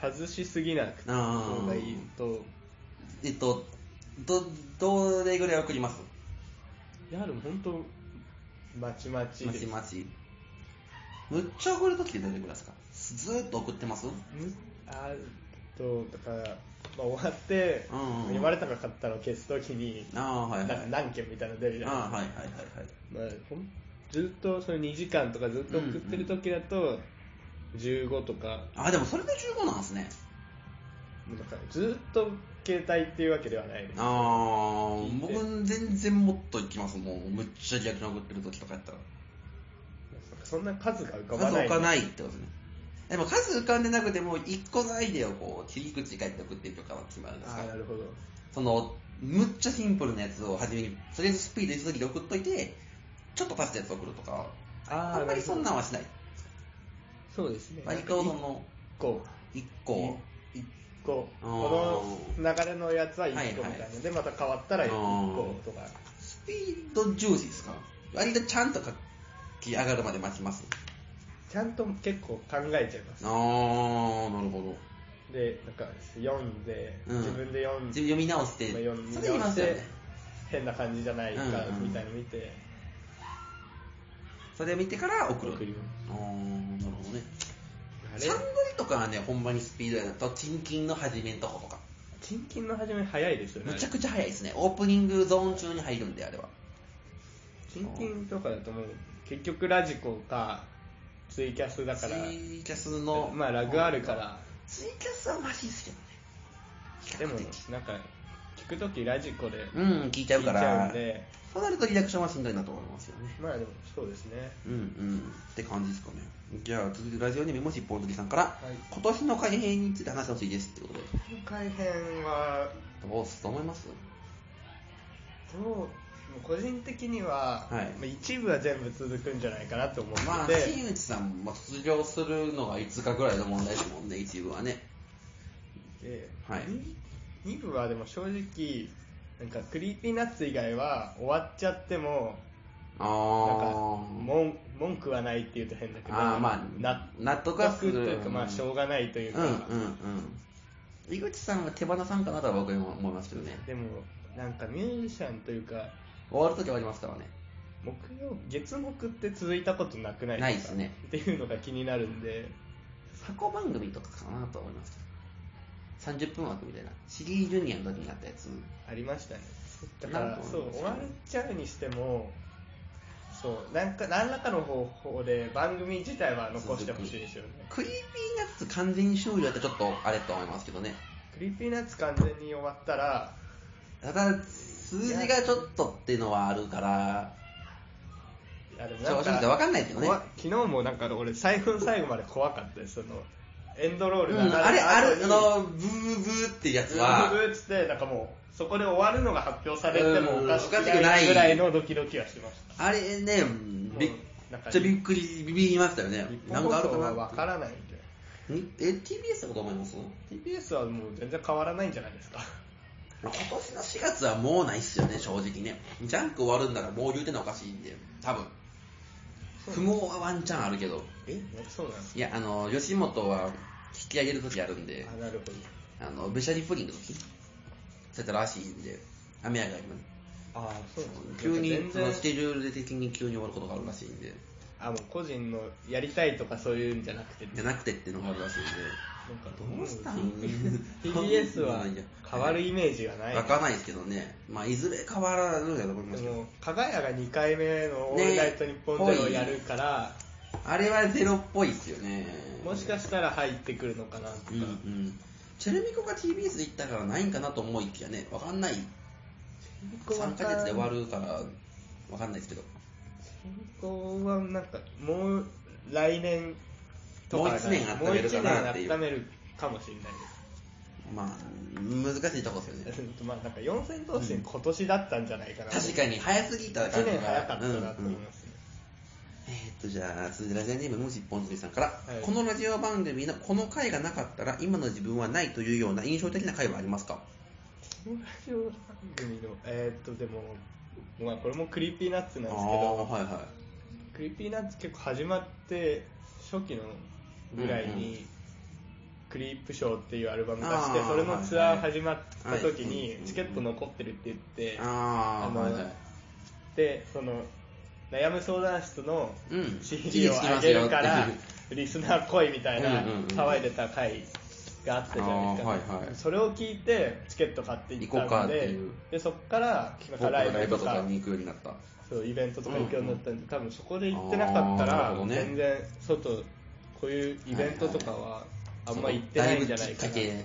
[SPEAKER 2] 外しすぎなくて
[SPEAKER 1] あー
[SPEAKER 2] 方がいいと
[SPEAKER 1] えっと、ど、どれぐらい送ります
[SPEAKER 2] いやでも本当まちまち
[SPEAKER 1] ま
[SPEAKER 2] で
[SPEAKER 1] ち
[SPEAKER 2] す
[SPEAKER 1] まち。むっちゃ送るときってどれぐらいですかずーっと送ってます
[SPEAKER 2] むあーっとだから、まあ、終わって、
[SPEAKER 1] うんうんうん
[SPEAKER 2] 読まれたかったのを消すときに
[SPEAKER 1] ああ、はい
[SPEAKER 2] なん
[SPEAKER 1] は
[SPEAKER 2] か
[SPEAKER 1] い。
[SPEAKER 2] 何件みたいなの出るじゃない
[SPEAKER 1] ああ、はいはいはいはい。
[SPEAKER 2] まあ、ほんずっとその2時間とかずっと送ってる時だと、15とか
[SPEAKER 1] あ、でもそれで15なんですね。
[SPEAKER 2] もうだからずっと携帯っていうわけではないです
[SPEAKER 1] あ
[SPEAKER 2] 聞い
[SPEAKER 1] ー、
[SPEAKER 2] て
[SPEAKER 1] 僕全然もっといきます。もう、むっちゃリアクション送ってる時とかやったら。
[SPEAKER 2] そんな数が浮かば
[SPEAKER 1] 数
[SPEAKER 2] ない
[SPEAKER 1] 浮かないってことですね。でも数浮かんでなくても、一個のアイデアをこう、切り口変えて送っていくかは決まるんです
[SPEAKER 2] あ
[SPEAKER 1] か
[SPEAKER 2] あなるほど
[SPEAKER 1] その、むっちゃシンプルなやつを初めに、とりあえずスピード急ぎで送っといて、ちょっと足したやつ送るとか、
[SPEAKER 2] あ
[SPEAKER 1] あんまりそんなん
[SPEAKER 2] は
[SPEAKER 1] はしない。
[SPEAKER 2] そうですね
[SPEAKER 1] 割とその、
[SPEAKER 2] 1個
[SPEAKER 1] 一個、
[SPEAKER 2] 1個
[SPEAKER 1] あー
[SPEAKER 2] この流れのやつは1個みたいな、
[SPEAKER 1] はいはい
[SPEAKER 2] でまた変わったら1個とか
[SPEAKER 1] スピード重視ですか割とちゃんと書き上がるまで待ちます。
[SPEAKER 2] ちゃんと結構考えちゃいます
[SPEAKER 1] あー、なるほど。
[SPEAKER 2] でなんか読んで、
[SPEAKER 1] うん
[SPEAKER 2] 自分で読ん
[SPEAKER 1] 自
[SPEAKER 2] で、
[SPEAKER 1] 分読み直して、
[SPEAKER 2] まあ読み
[SPEAKER 1] それ言いま
[SPEAKER 2] 直し
[SPEAKER 1] したよ
[SPEAKER 2] て
[SPEAKER 1] ね。
[SPEAKER 2] 変な感じじゃないか
[SPEAKER 1] うんうん
[SPEAKER 2] みたいに見て、
[SPEAKER 1] それ見てから送る。
[SPEAKER 2] 送る
[SPEAKER 1] あーなるほどね。
[SPEAKER 2] あれ
[SPEAKER 1] シャングリとかはね、ほんまにスピードやなと、チンキンの始めんとことか。
[SPEAKER 2] チンキンの始め早いですよね
[SPEAKER 1] むちゃくちゃ早いですね。オープニングゾーン中に入るんで、あれは。
[SPEAKER 2] チンキンとかだともう結局ラジコかツイキャスだから
[SPEAKER 1] ツイキャスの、
[SPEAKER 2] まあラグあるから
[SPEAKER 1] ツイキャスはマシですけどね。
[SPEAKER 2] で
[SPEAKER 1] 比
[SPEAKER 2] も
[SPEAKER 1] 較的
[SPEAKER 2] なんか聞くときラジコで
[SPEAKER 1] うん、聞いちゃうか
[SPEAKER 2] 聞いちゃう
[SPEAKER 1] ら
[SPEAKER 2] ん。で
[SPEAKER 1] そうなるとリアクションはしんどいなと思いますよね。
[SPEAKER 2] まあでもそうですね
[SPEAKER 1] うんうん。って感じですかね。じゃあ、続いてラジオネームもしポーズリさんから、
[SPEAKER 2] い
[SPEAKER 1] 今年の改編について話してほしいですってことで。
[SPEAKER 2] 今回編は
[SPEAKER 1] どうすと思います
[SPEAKER 2] どうもう個人的には、
[SPEAKER 1] はい
[SPEAKER 2] まあ一部は全部続くんじゃないかなと思ってて、
[SPEAKER 1] まあ、新内さんも卒業するのがいつかぐらいの問題ですもんね、一部はね。
[SPEAKER 2] で
[SPEAKER 1] はい
[SPEAKER 2] に二部はでも正直なんかクリーピーナッツ以外は終わっちゃっても
[SPEAKER 1] あ
[SPEAKER 2] なんか
[SPEAKER 1] ー。
[SPEAKER 2] 文文句はないっていうと変だけど
[SPEAKER 1] あーまあ
[SPEAKER 2] 納
[SPEAKER 1] 納得はする
[SPEAKER 2] 納というか、まあ、しょうがないとい
[SPEAKER 1] う
[SPEAKER 2] う
[SPEAKER 1] ん
[SPEAKER 2] か、
[SPEAKER 1] うんうん。井口さんは手放さんかなとは僕は思いますけどね。
[SPEAKER 2] でもなんかミュージシャンというか
[SPEAKER 1] 終わるときは終わりますからね。
[SPEAKER 2] 木曜月木って続いたことなくない
[SPEAKER 1] ない
[SPEAKER 2] で
[SPEAKER 1] ですす
[SPEAKER 2] か
[SPEAKER 1] ね
[SPEAKER 2] っていうのが気になるんで
[SPEAKER 1] 箱番組とかかなとは思いますけど。30分枠みたいな。シリージュニアの時にあったやつ。
[SPEAKER 2] ありましたねだから
[SPEAKER 1] なんか
[SPEAKER 2] そう終わっちゃうにしてもそうなんか何らかの方法で番組自体は残してほしいですよね
[SPEAKER 1] クリーピーナッツ完全に終了だったらちょっとあれと思いますけどね。
[SPEAKER 2] クリーピーナッツ完全に終わったら
[SPEAKER 1] ただ、数字がちょっとっていうのはあるから、
[SPEAKER 2] いやでも
[SPEAKER 1] ちょ
[SPEAKER 2] なん
[SPEAKER 1] 正直わ
[SPEAKER 2] か
[SPEAKER 1] かんないけどね。
[SPEAKER 2] 怖昨日もなんか俺最後の最後まで怖かったですそのエンドロール
[SPEAKER 1] う
[SPEAKER 2] 流
[SPEAKER 1] ん、あれ、ある、あ
[SPEAKER 2] の後
[SPEAKER 1] の、
[SPEAKER 2] に
[SPEAKER 1] ブーブーってやつは
[SPEAKER 2] ブ、ーブーっつってなんかもうそこで終わるのが発表されてもおかしくないぐらいのドキドキはしてました
[SPEAKER 1] あれね、びっ
[SPEAKER 2] なんか
[SPEAKER 1] ちょびっくり、ビビりましたよね。なんかあるかな
[SPEAKER 2] 分からないんで
[SPEAKER 1] んえ、TBS だと思います
[SPEAKER 2] TBS はもう全然変わらないんじゃないですか
[SPEAKER 1] まあ今年の4月はもうないっすよね、正直ね。ジャンク終わるんだからもう言うてんのおかしいんで、多分。不毛はワンチャンあるけど。
[SPEAKER 2] えそうなんですか
[SPEAKER 1] いや、あの、吉本は引き上げるときあるんで、
[SPEAKER 2] あなるほど
[SPEAKER 1] あの、ベシャリプリンのとき、そうやったらしいんで、雨上がりまで。
[SPEAKER 2] ああそう
[SPEAKER 1] 急に、
[SPEAKER 2] 全
[SPEAKER 1] そ
[SPEAKER 2] 然
[SPEAKER 1] のスケジュールで的に急に終わることがあるらしいんで、
[SPEAKER 2] あもう個人のやりたいとかそういうんじゃなくて
[SPEAKER 1] じゃなくてっていうのがあるらしいんで。
[SPEAKER 2] なんか
[SPEAKER 1] どうしたん
[SPEAKER 2] TBS は変わるイメージがない
[SPEAKER 1] わかんないですけどね、まあ、いずれ変わらるんやと思います
[SPEAKER 2] で
[SPEAKER 1] けど、
[SPEAKER 2] も加賀谷が2回目の「オールナイトニッポンゼロ」をやるから、
[SPEAKER 1] あれはゼロっぽいっすよね。
[SPEAKER 2] もしかしたら入ってくるのかなとか、
[SPEAKER 1] うんうん。チェルミコが TBS 行ったからないんかなと思いきやね、わかんない。3ヶ月で終わるから、わかんないですけど。
[SPEAKER 2] 人口はなんかもう来年とか
[SPEAKER 1] もう一年
[SPEAKER 2] が
[SPEAKER 1] 温めるかなっていう
[SPEAKER 2] もう一年温めるかもしれないです
[SPEAKER 1] まあ、難しいとこですよね。
[SPEAKER 2] まあなんか四千頭身今年だったんじゃないかな、
[SPEAKER 1] 確かに早すぎた
[SPEAKER 2] 1
[SPEAKER 1] 感じが。
[SPEAKER 2] 年早かったなと
[SPEAKER 1] うんう
[SPEAKER 2] 思い
[SPEAKER 1] ん
[SPEAKER 2] ます、ね
[SPEAKER 1] えーっと、じゃあ、続いてラジオネーム、もしぽんずりさんから、
[SPEAKER 2] い
[SPEAKER 1] このラジオ番組のこの回がなかったら、今の自分はないというような印象的な回はありますか
[SPEAKER 2] このラジオ番組のえーっとでもまあこれもクリーピーナッツなん
[SPEAKER 1] あ
[SPEAKER 2] で
[SPEAKER 1] あ
[SPEAKER 2] すけど
[SPEAKER 1] ー、はいはい。
[SPEAKER 2] クリーピーナッツ結構始まって初期のぐらいに、
[SPEAKER 1] うんう
[SPEAKER 2] クリープショーっていうアルバム出して
[SPEAKER 1] あー
[SPEAKER 2] それのツアー始まった時
[SPEAKER 1] はい
[SPEAKER 2] に
[SPEAKER 1] はい
[SPEAKER 2] チケット残ってるって言って、
[SPEAKER 1] あ
[SPEAKER 2] あ
[SPEAKER 1] あ、
[SPEAKER 2] の
[SPEAKER 1] はいはい。
[SPEAKER 2] でその悩む相談室の
[SPEAKER 1] うん。
[SPEAKER 2] CD をあげるか
[SPEAKER 1] いい
[SPEAKER 2] ら
[SPEAKER 1] です
[SPEAKER 2] リスナー来いみたいな
[SPEAKER 1] うんうんうん
[SPEAKER 2] 騒いでた回があったじゃないですか、
[SPEAKER 1] あーはいはい
[SPEAKER 2] それを聞いてチケット買って
[SPEAKER 1] 行
[SPEAKER 2] 行っ
[SPEAKER 1] こう
[SPEAKER 2] た
[SPEAKER 1] か
[SPEAKER 2] ん
[SPEAKER 1] って
[SPEAKER 2] で
[SPEAKER 1] いう
[SPEAKER 2] でそこから
[SPEAKER 1] 聞きますよラ
[SPEAKER 2] ライ
[SPEAKER 1] イ
[SPEAKER 2] ブ
[SPEAKER 1] ブ
[SPEAKER 2] と
[SPEAKER 1] とか
[SPEAKER 2] か
[SPEAKER 1] に行くようになった。
[SPEAKER 2] そうイベントとか行くようになったんで、多分そこで行ってなかった
[SPEAKER 1] あーなる
[SPEAKER 2] ら
[SPEAKER 1] ほどね
[SPEAKER 2] 全然外こういうイベントとかはあんま行ってないんじゃない
[SPEAKER 1] だぶきっか
[SPEAKER 2] かな
[SPEAKER 1] け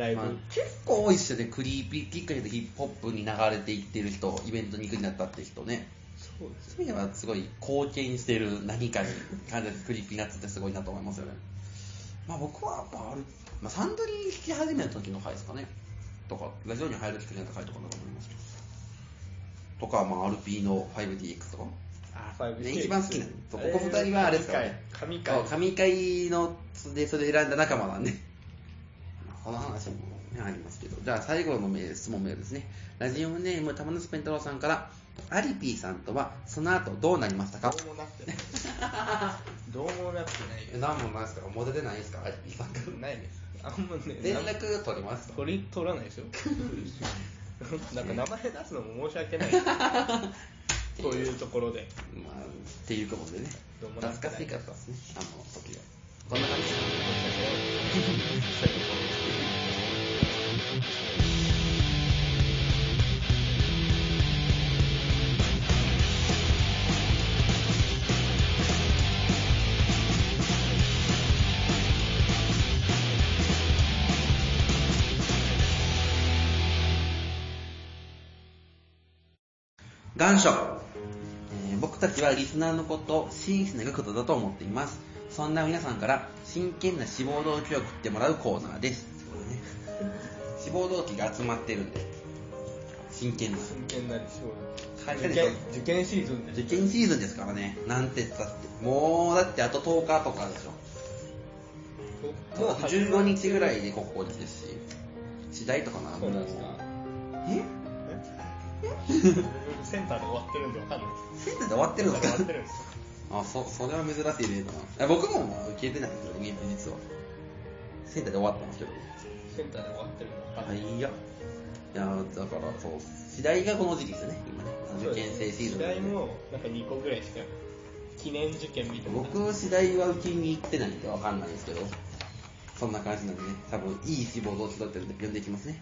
[SPEAKER 2] ライブ、
[SPEAKER 1] まあ結構多いっすよね、クリーピーきっかけでヒップホップに流れていってる人、イベントに行くようになったって人ね。
[SPEAKER 2] そうで
[SPEAKER 1] そ
[SPEAKER 2] す
[SPEAKER 1] ういう意味ではすごい貢献してる何かに感じてクリーピーナッツってすごいなと思いますよね。まあ僕はやっぱある、まあ、サンドリー弾き始めた時の回ですかね。とか、ラジオに入るきっかけになった回とかだと思いますけど。とか、まあ RP の 5DX とか。
[SPEAKER 2] あー5
[SPEAKER 1] ね一番好きなのそうここ二人はあれですからね
[SPEAKER 2] 神回
[SPEAKER 1] そう神会のでそれ選んだ仲間なんで この話もありますけどじゃあ最後のメール質問メールですねラジオネーム玉のスペントローさんからアリピーさんとはその後どうなりましたか
[SPEAKER 2] どうもなっ てないどうもなってない
[SPEAKER 1] 何もないですからモテてないですからアリピーさんか
[SPEAKER 2] ないです。あんまね
[SPEAKER 1] 連
[SPEAKER 2] な
[SPEAKER 1] 絡が取りますと
[SPEAKER 2] 取り取らな いですよなんか名前出すのも申 し訳ないこういうところで
[SPEAKER 1] まあ、っていうことでね
[SPEAKER 2] どうもな
[SPEAKER 1] 懐
[SPEAKER 2] んか
[SPEAKER 1] か
[SPEAKER 2] ない
[SPEAKER 1] しかったですねあの時はこんな感じです願書、えー僕たちはリスナーのことを真摯なことだと思っていますそんな皆さんから真剣な志望動機を送ってもらうコーナーですこれね 志望動機が集まってるんで真剣です
[SPEAKER 2] 真剣なりそう
[SPEAKER 1] はい
[SPEAKER 2] 受験受験シーズンで
[SPEAKER 1] 受験シーズンですからねなんて言ったってもうだってあと10日とかでしょもう15日ぐらいで国公立ですし次第とかな
[SPEAKER 2] そうなんですか
[SPEAKER 1] え
[SPEAKER 2] センターで終わってるんでわかんないです
[SPEAKER 1] センターで終わってる
[SPEAKER 2] セ
[SPEAKER 1] ん
[SPEAKER 2] ンタ
[SPEAKER 1] で
[SPEAKER 2] ーで終わ
[SPEAKER 1] す
[SPEAKER 2] って
[SPEAKER 1] か
[SPEAKER 2] るんです
[SPEAKER 1] あそそれは珍しい例だなあ僕ももう受けてないんですよね実はセンターで終わったんですけど
[SPEAKER 2] センターで終わってるんでわかん
[SPEAKER 1] は
[SPEAKER 2] ない
[SPEAKER 1] いやいやだからそう次第がこの時期ですよね今ねあの受験生シーズンなん
[SPEAKER 2] 時
[SPEAKER 1] で
[SPEAKER 2] 代もなんか2個ぐらいしか記念受験みたいな
[SPEAKER 1] 僕次第は受けに行ってないんでわかんないですけどそんな感じなんでね多分いい志望動機だってるんで呼んでいきますね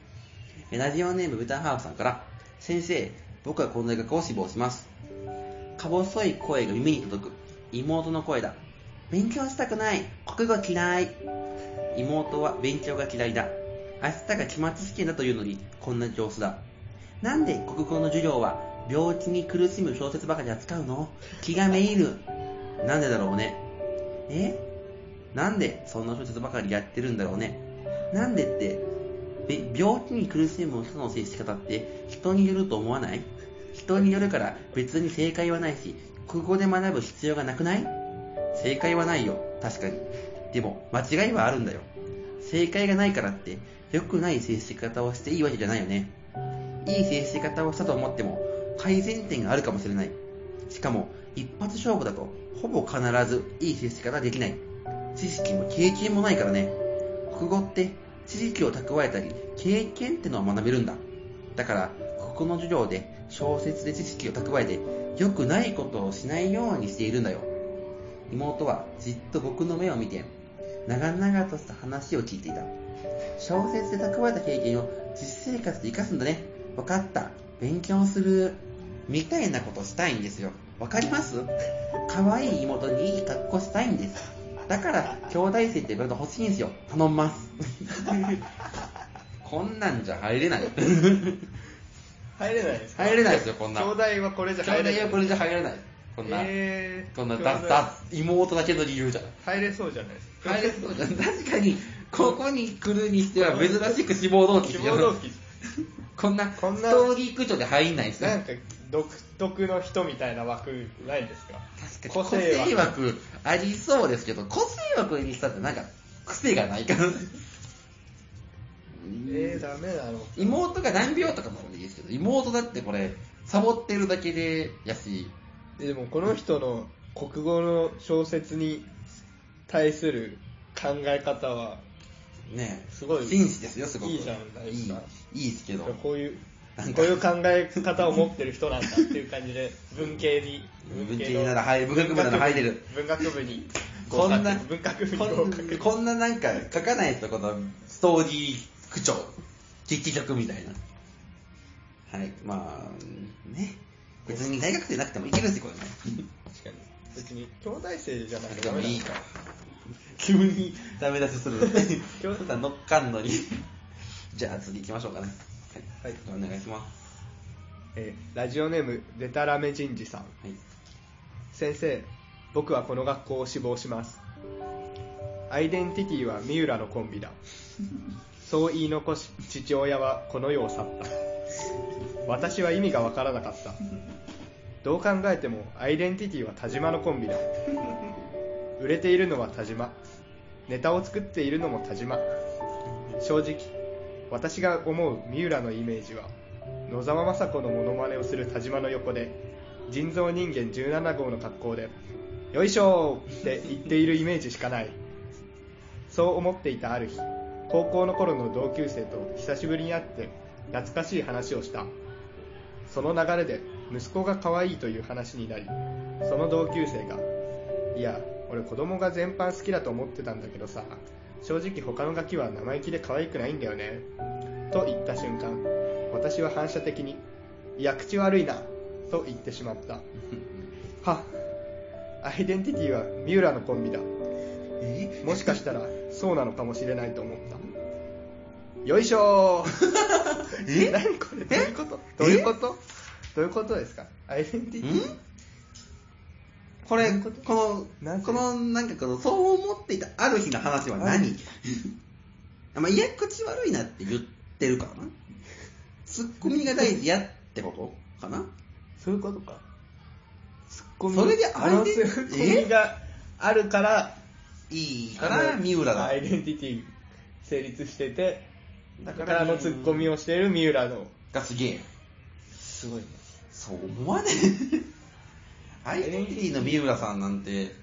[SPEAKER 1] えラジオネームブタハーフさんから先生僕はこの大学を志望しますか細い声が耳に届く妹の声だ勉強したくない国語嫌い妹は勉強が嫌いだ明日が期末試験だというのにこんな様子だなんで国語の授業は病気に苦しむ小説ばかり扱うの気がめいるなんでだろうねえなんでそんな小説ばかりやってるんだろうねなんでってべ病気に苦しむ人の接し方って人によると思わない人によるから別に正解はないし国語で学ぶ必要がなくない正解はないよ確かにでも間違いはあるんだよ正解がないからって良くない接し方をしていいわけじゃないよねいい接し方をしたと思っても改善点があるかもしれないしかも一発勝負だとほぼ必ずいい接し方ができない知識も経験もないからね国語って知識を蓄えたり経験ってのは学べるんだだからここの授業で小説で知識を蓄えて良くないことをしないようにしているんだよ妹はじっと僕の目を見て長々とした話を聞いていた小説で蓄えた経験を実生活で活かすんだね分かった勉強するみたいなことしたいんですよ分かります 可愛い妹にいい格好したいんですだから兄弟生ってバンド欲しいんですよ頼んます こんなんじゃ入れない
[SPEAKER 2] 入れないですか
[SPEAKER 1] 入れないですよこんな兄
[SPEAKER 2] 兄
[SPEAKER 1] 弟
[SPEAKER 2] 弟はこれじゃ入れない
[SPEAKER 1] はこれじゃ入れないこんな、
[SPEAKER 2] えー
[SPEAKER 1] こんな
[SPEAKER 2] 兄
[SPEAKER 1] だ
[SPEAKER 2] 弟
[SPEAKER 1] だ妹だけの理由じゃ
[SPEAKER 2] 入れそうじゃないですか
[SPEAKER 1] 入れそうじゃん確かにここに来るにしては珍しく志望 動機
[SPEAKER 2] 志望動機
[SPEAKER 1] こんな
[SPEAKER 2] こん
[SPEAKER 1] ス
[SPEAKER 2] な
[SPEAKER 1] トーリー区長で入んないですよ
[SPEAKER 2] なんか独特の人みたいな枠ないんですか
[SPEAKER 1] 確か
[SPEAKER 2] 個
[SPEAKER 1] に個性
[SPEAKER 2] 性
[SPEAKER 1] 枠
[SPEAKER 2] 枠
[SPEAKER 1] ありそうですけど個性枠にしたってなんか癖がないからね
[SPEAKER 2] えー、ダメだろ
[SPEAKER 1] 妹が難病とかもいいですけど妹だってこれサボってるだけでやし
[SPEAKER 2] でもこの人の国語の小説に対する考え方は
[SPEAKER 1] ねえ
[SPEAKER 2] すごい
[SPEAKER 1] 紳士ですよすごく
[SPEAKER 2] いいじゃないですか
[SPEAKER 1] いいいいですけど
[SPEAKER 2] こういう
[SPEAKER 1] なんか
[SPEAKER 2] こういう考え方を持ってる人なんだっていう感 じで文系に
[SPEAKER 1] 文系
[SPEAKER 2] の
[SPEAKER 1] なら入る文学部なら入れる
[SPEAKER 2] 文学部に
[SPEAKER 1] こんな
[SPEAKER 2] 文学部に
[SPEAKER 1] こ
[SPEAKER 2] 合
[SPEAKER 1] ん
[SPEAKER 2] 格
[SPEAKER 1] こんななんか書かないですよこのストーリー区長劇曲みたいなはいまあね別に大学生なくてもいけるしこれね
[SPEAKER 2] 確かに別に兄弟生じゃなくて
[SPEAKER 1] で
[SPEAKER 2] も
[SPEAKER 1] も
[SPEAKER 2] い
[SPEAKER 1] い
[SPEAKER 2] い
[SPEAKER 1] い
[SPEAKER 2] か
[SPEAKER 1] から 急にダメ出しす るちょっと乗っかんのにじゃあ次行きましょうかねはい、お願いします
[SPEAKER 2] えーラジオネームデタラメ人事さん
[SPEAKER 1] はい
[SPEAKER 2] 先生僕はこの学校を志望しますアイデンティティは三浦のコンビだそう言い残し父親はこの世を去った私は意味がわからなかったどう考えてもアイデンティティは田島のコンビだ売れているのは田島ネタを作っているのも田島正直私が思う三浦のイメージは野沢雅子のモノマネをする田島の横で人造人間17号の格好で「よいしょー!」って言っているイメージしかないそう思っていたある日高校の頃の同級生と久しぶりに会って懐かしい話をしたその流れで息子が可愛いという話になりその同級生が「いや俺子供が全般好きだと思ってたんだけどさ正直他のガキは生意気で可愛くないんだよね」と言った瞬間私は反射的に「いや口悪いな」と言ってしまったはアイデンティティは三浦のコンビだ
[SPEAKER 1] え
[SPEAKER 2] もしかしたらそうなのかもしれないと思ったよいしょー
[SPEAKER 1] え
[SPEAKER 2] 何これどういうこと
[SPEAKER 1] え
[SPEAKER 2] どういうことどういうことですかアイデンティティ
[SPEAKER 1] んこれ、
[SPEAKER 2] どういう
[SPEAKER 1] こ
[SPEAKER 2] ことな
[SPEAKER 1] の、
[SPEAKER 2] ぜ
[SPEAKER 1] この、なんかこの、そう思っていたある日の話は何あ まあ、いや、口悪いなって言ってるからな。ツッコミが大事やってことかな
[SPEAKER 2] そういうことかツッコミ
[SPEAKER 1] それでアイデン
[SPEAKER 2] あのツッコミがあるから
[SPEAKER 1] いいから、三浦だ
[SPEAKER 2] ア。イデンティティ成立してて
[SPEAKER 1] だ
[SPEAKER 2] だ
[SPEAKER 1] か
[SPEAKER 2] かららあのツッコミをしている三浦の
[SPEAKER 1] がすげえ。
[SPEAKER 2] すごいね
[SPEAKER 1] そう思わねえ。アイデンティティの三浦さんなんて、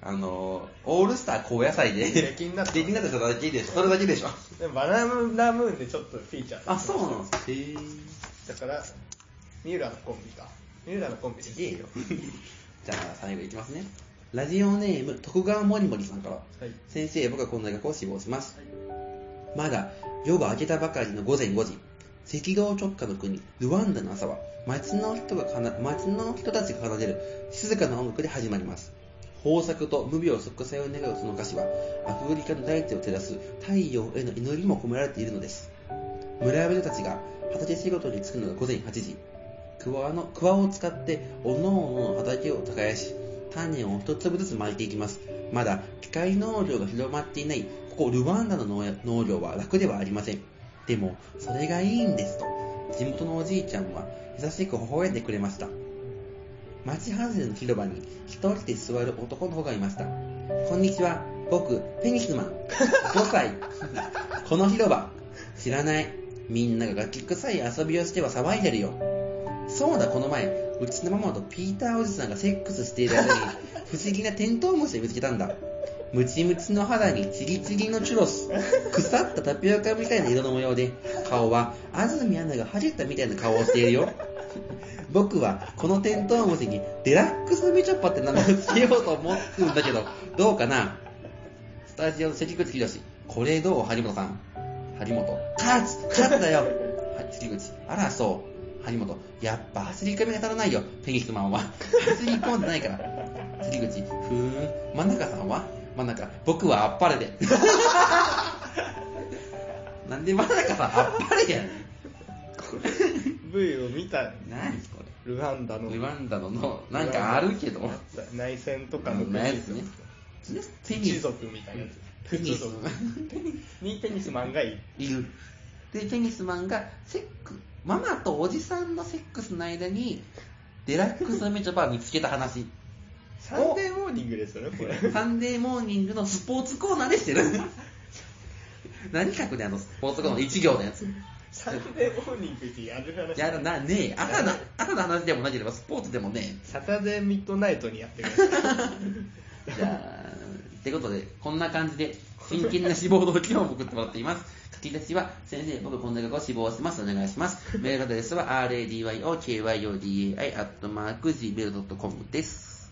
[SPEAKER 1] あの、オールスター高野菜で、
[SPEAKER 2] 出禁になっ た
[SPEAKER 1] 出禁になっただけでしょ。それだけでしょ。
[SPEAKER 2] でもバナナムーンでちょっとフィーチャー
[SPEAKER 1] あ、そうなんですか。へえ。
[SPEAKER 2] だから三浦のコンビか三浦のコンビです
[SPEAKER 1] ちげえよ。じゃあ、最後いきますね。ラジオネーム、徳川もりもりさんから。
[SPEAKER 2] はい
[SPEAKER 1] 先生、僕はこの大学を志望します。まだ夜が明けたばかりの午前5時、赤道直下の国、ルワンダの朝は、街の人がかな街の人たちが奏でる静かな音楽で始まります。豊作と無病息災を願うその歌詞は、アフリカの大地を照らす太陽への祈りも込められているのです。村人たちが畑仕事に着くのが午前8時、クワのクワを使っておのおのの畑を耕し種を一粒ずつ巻いていきますまだ機械農業が広まっていないここルワンダの農農業は楽ではありませんでもそれがいいんですと地元のおじいちゃんは優しく微笑んでくれました町外れの広場に一人で座る男の子がいましたこんにちは僕ペニスマン5歳この広場知らないみんながガキ臭い遊びをしては騒いでるよそうだこの前うちのママとピーターおじさんがセックスしている間に不思議なテントウムシを見つけたんだムチムチの肌にチリチリのチュロス腐ったタピオカみたいな色の模様で顔は安住アナが恥じったみたいな顔をしているよ僕はこのテントウムシにデラックスみちょぱって名前を付けようと思ってるんだけどどうかなスタジオの関口宏これどう張本さん張本勝つ勝つだよはい関口あらそう張本やっぱ走り込みが足らないよペニスマンは走り込んでないから関口ふーん真中さんは真中僕はあっぱれで なんで真中さんあっぱれやねん
[SPEAKER 2] V を見た
[SPEAKER 1] 何これ
[SPEAKER 2] ルワンダの
[SPEAKER 1] ルワンダののなんかあるけど
[SPEAKER 2] 内戦とかの
[SPEAKER 1] なやつねペニ
[SPEAKER 2] 一
[SPEAKER 1] ス
[SPEAKER 2] 族みたいなやつ
[SPEAKER 1] ペニ
[SPEAKER 2] 一
[SPEAKER 1] ス
[SPEAKER 2] 族にペニスマンがいる
[SPEAKER 1] いるでテニスマンがセックママとおじさんのセックスの間にデラックスみちょぱを見つけた話
[SPEAKER 2] サンデーモーニングですよね これ
[SPEAKER 1] サンデーモーニングのスポーツコーナーで してる何書くねあのスポーツコーナーの1行のやつ
[SPEAKER 2] サンデーモーニングってやる話
[SPEAKER 1] やらなねえ朝の朝の話でもなければスポーツでもねえ
[SPEAKER 2] サタデーミッドナイトにやってください
[SPEAKER 1] じゃあ、ってことで、こんな感じで、真剣な志望動機を送ってもらっています。書き出しは、先生、僕こんな学を志望します。お願いします。メールアドレスは、radyokyodai.gmail.com です。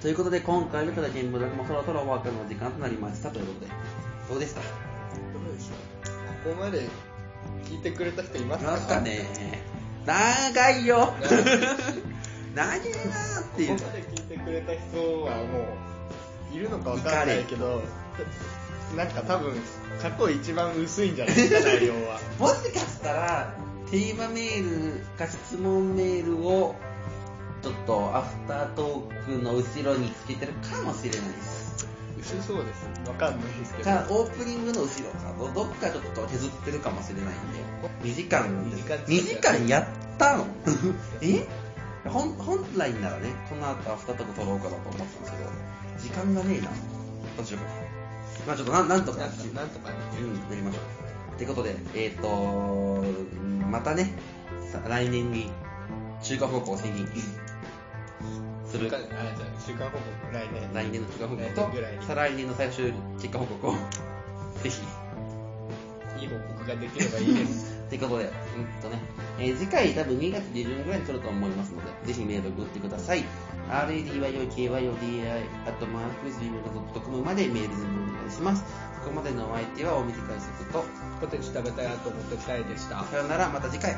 [SPEAKER 1] ということで、今回のただ見聞録もそろそろお別れの時間となりましたということで、どうでした
[SPEAKER 2] どうでしょうここまで聞いてくれた人いますか
[SPEAKER 1] なんかね、長い よ
[SPEAKER 2] 長いし
[SPEAKER 1] 長いなーっ
[SPEAKER 2] こ
[SPEAKER 1] ていう
[SPEAKER 2] こ。まで聞いてくれた人はもういるのかわかんないけどなんか多分過去一番薄いんじゃないですか内容は
[SPEAKER 1] もしかしたら、テーマメールか質問メールを、ちょっとアフタートークの後ろにつけてるかもしれないです。
[SPEAKER 2] 薄そうですわかんないですけど
[SPEAKER 1] か、オープニングの後ろか、どどっかちょっと削ってるかもしれないんで、2時間、
[SPEAKER 2] 二
[SPEAKER 1] 2時
[SPEAKER 2] 時
[SPEAKER 1] 間
[SPEAKER 2] 間
[SPEAKER 1] やった のえ本本来ならね、この後アフタートーク撮ろうかなと思ったんですけど、時間がねえな。どうしようか。まあちょっとなんなんとか
[SPEAKER 2] なんとかなんとかね
[SPEAKER 1] うん塗りましょうってことでえっ、とまたねさ来年に中華報告を宣言する
[SPEAKER 2] 週刊あじゃあ週間報告来年
[SPEAKER 1] 来年の中華報告
[SPEAKER 2] 来年ぐらいに
[SPEAKER 1] と再来年の最終結果報告をぜひ
[SPEAKER 2] いい報告ができればいいです。
[SPEAKER 1] ということで、うんとね、えー次回多分2月下旬ぐらいに撮ると思いますので、ぜひメール送ってください。radyokyodai.gmail.com までメール全部お願いします。ここまでのお相手は大水解説と、
[SPEAKER 2] ポテチ食べたいなと思ってきたいでした。
[SPEAKER 1] さよならまた次回。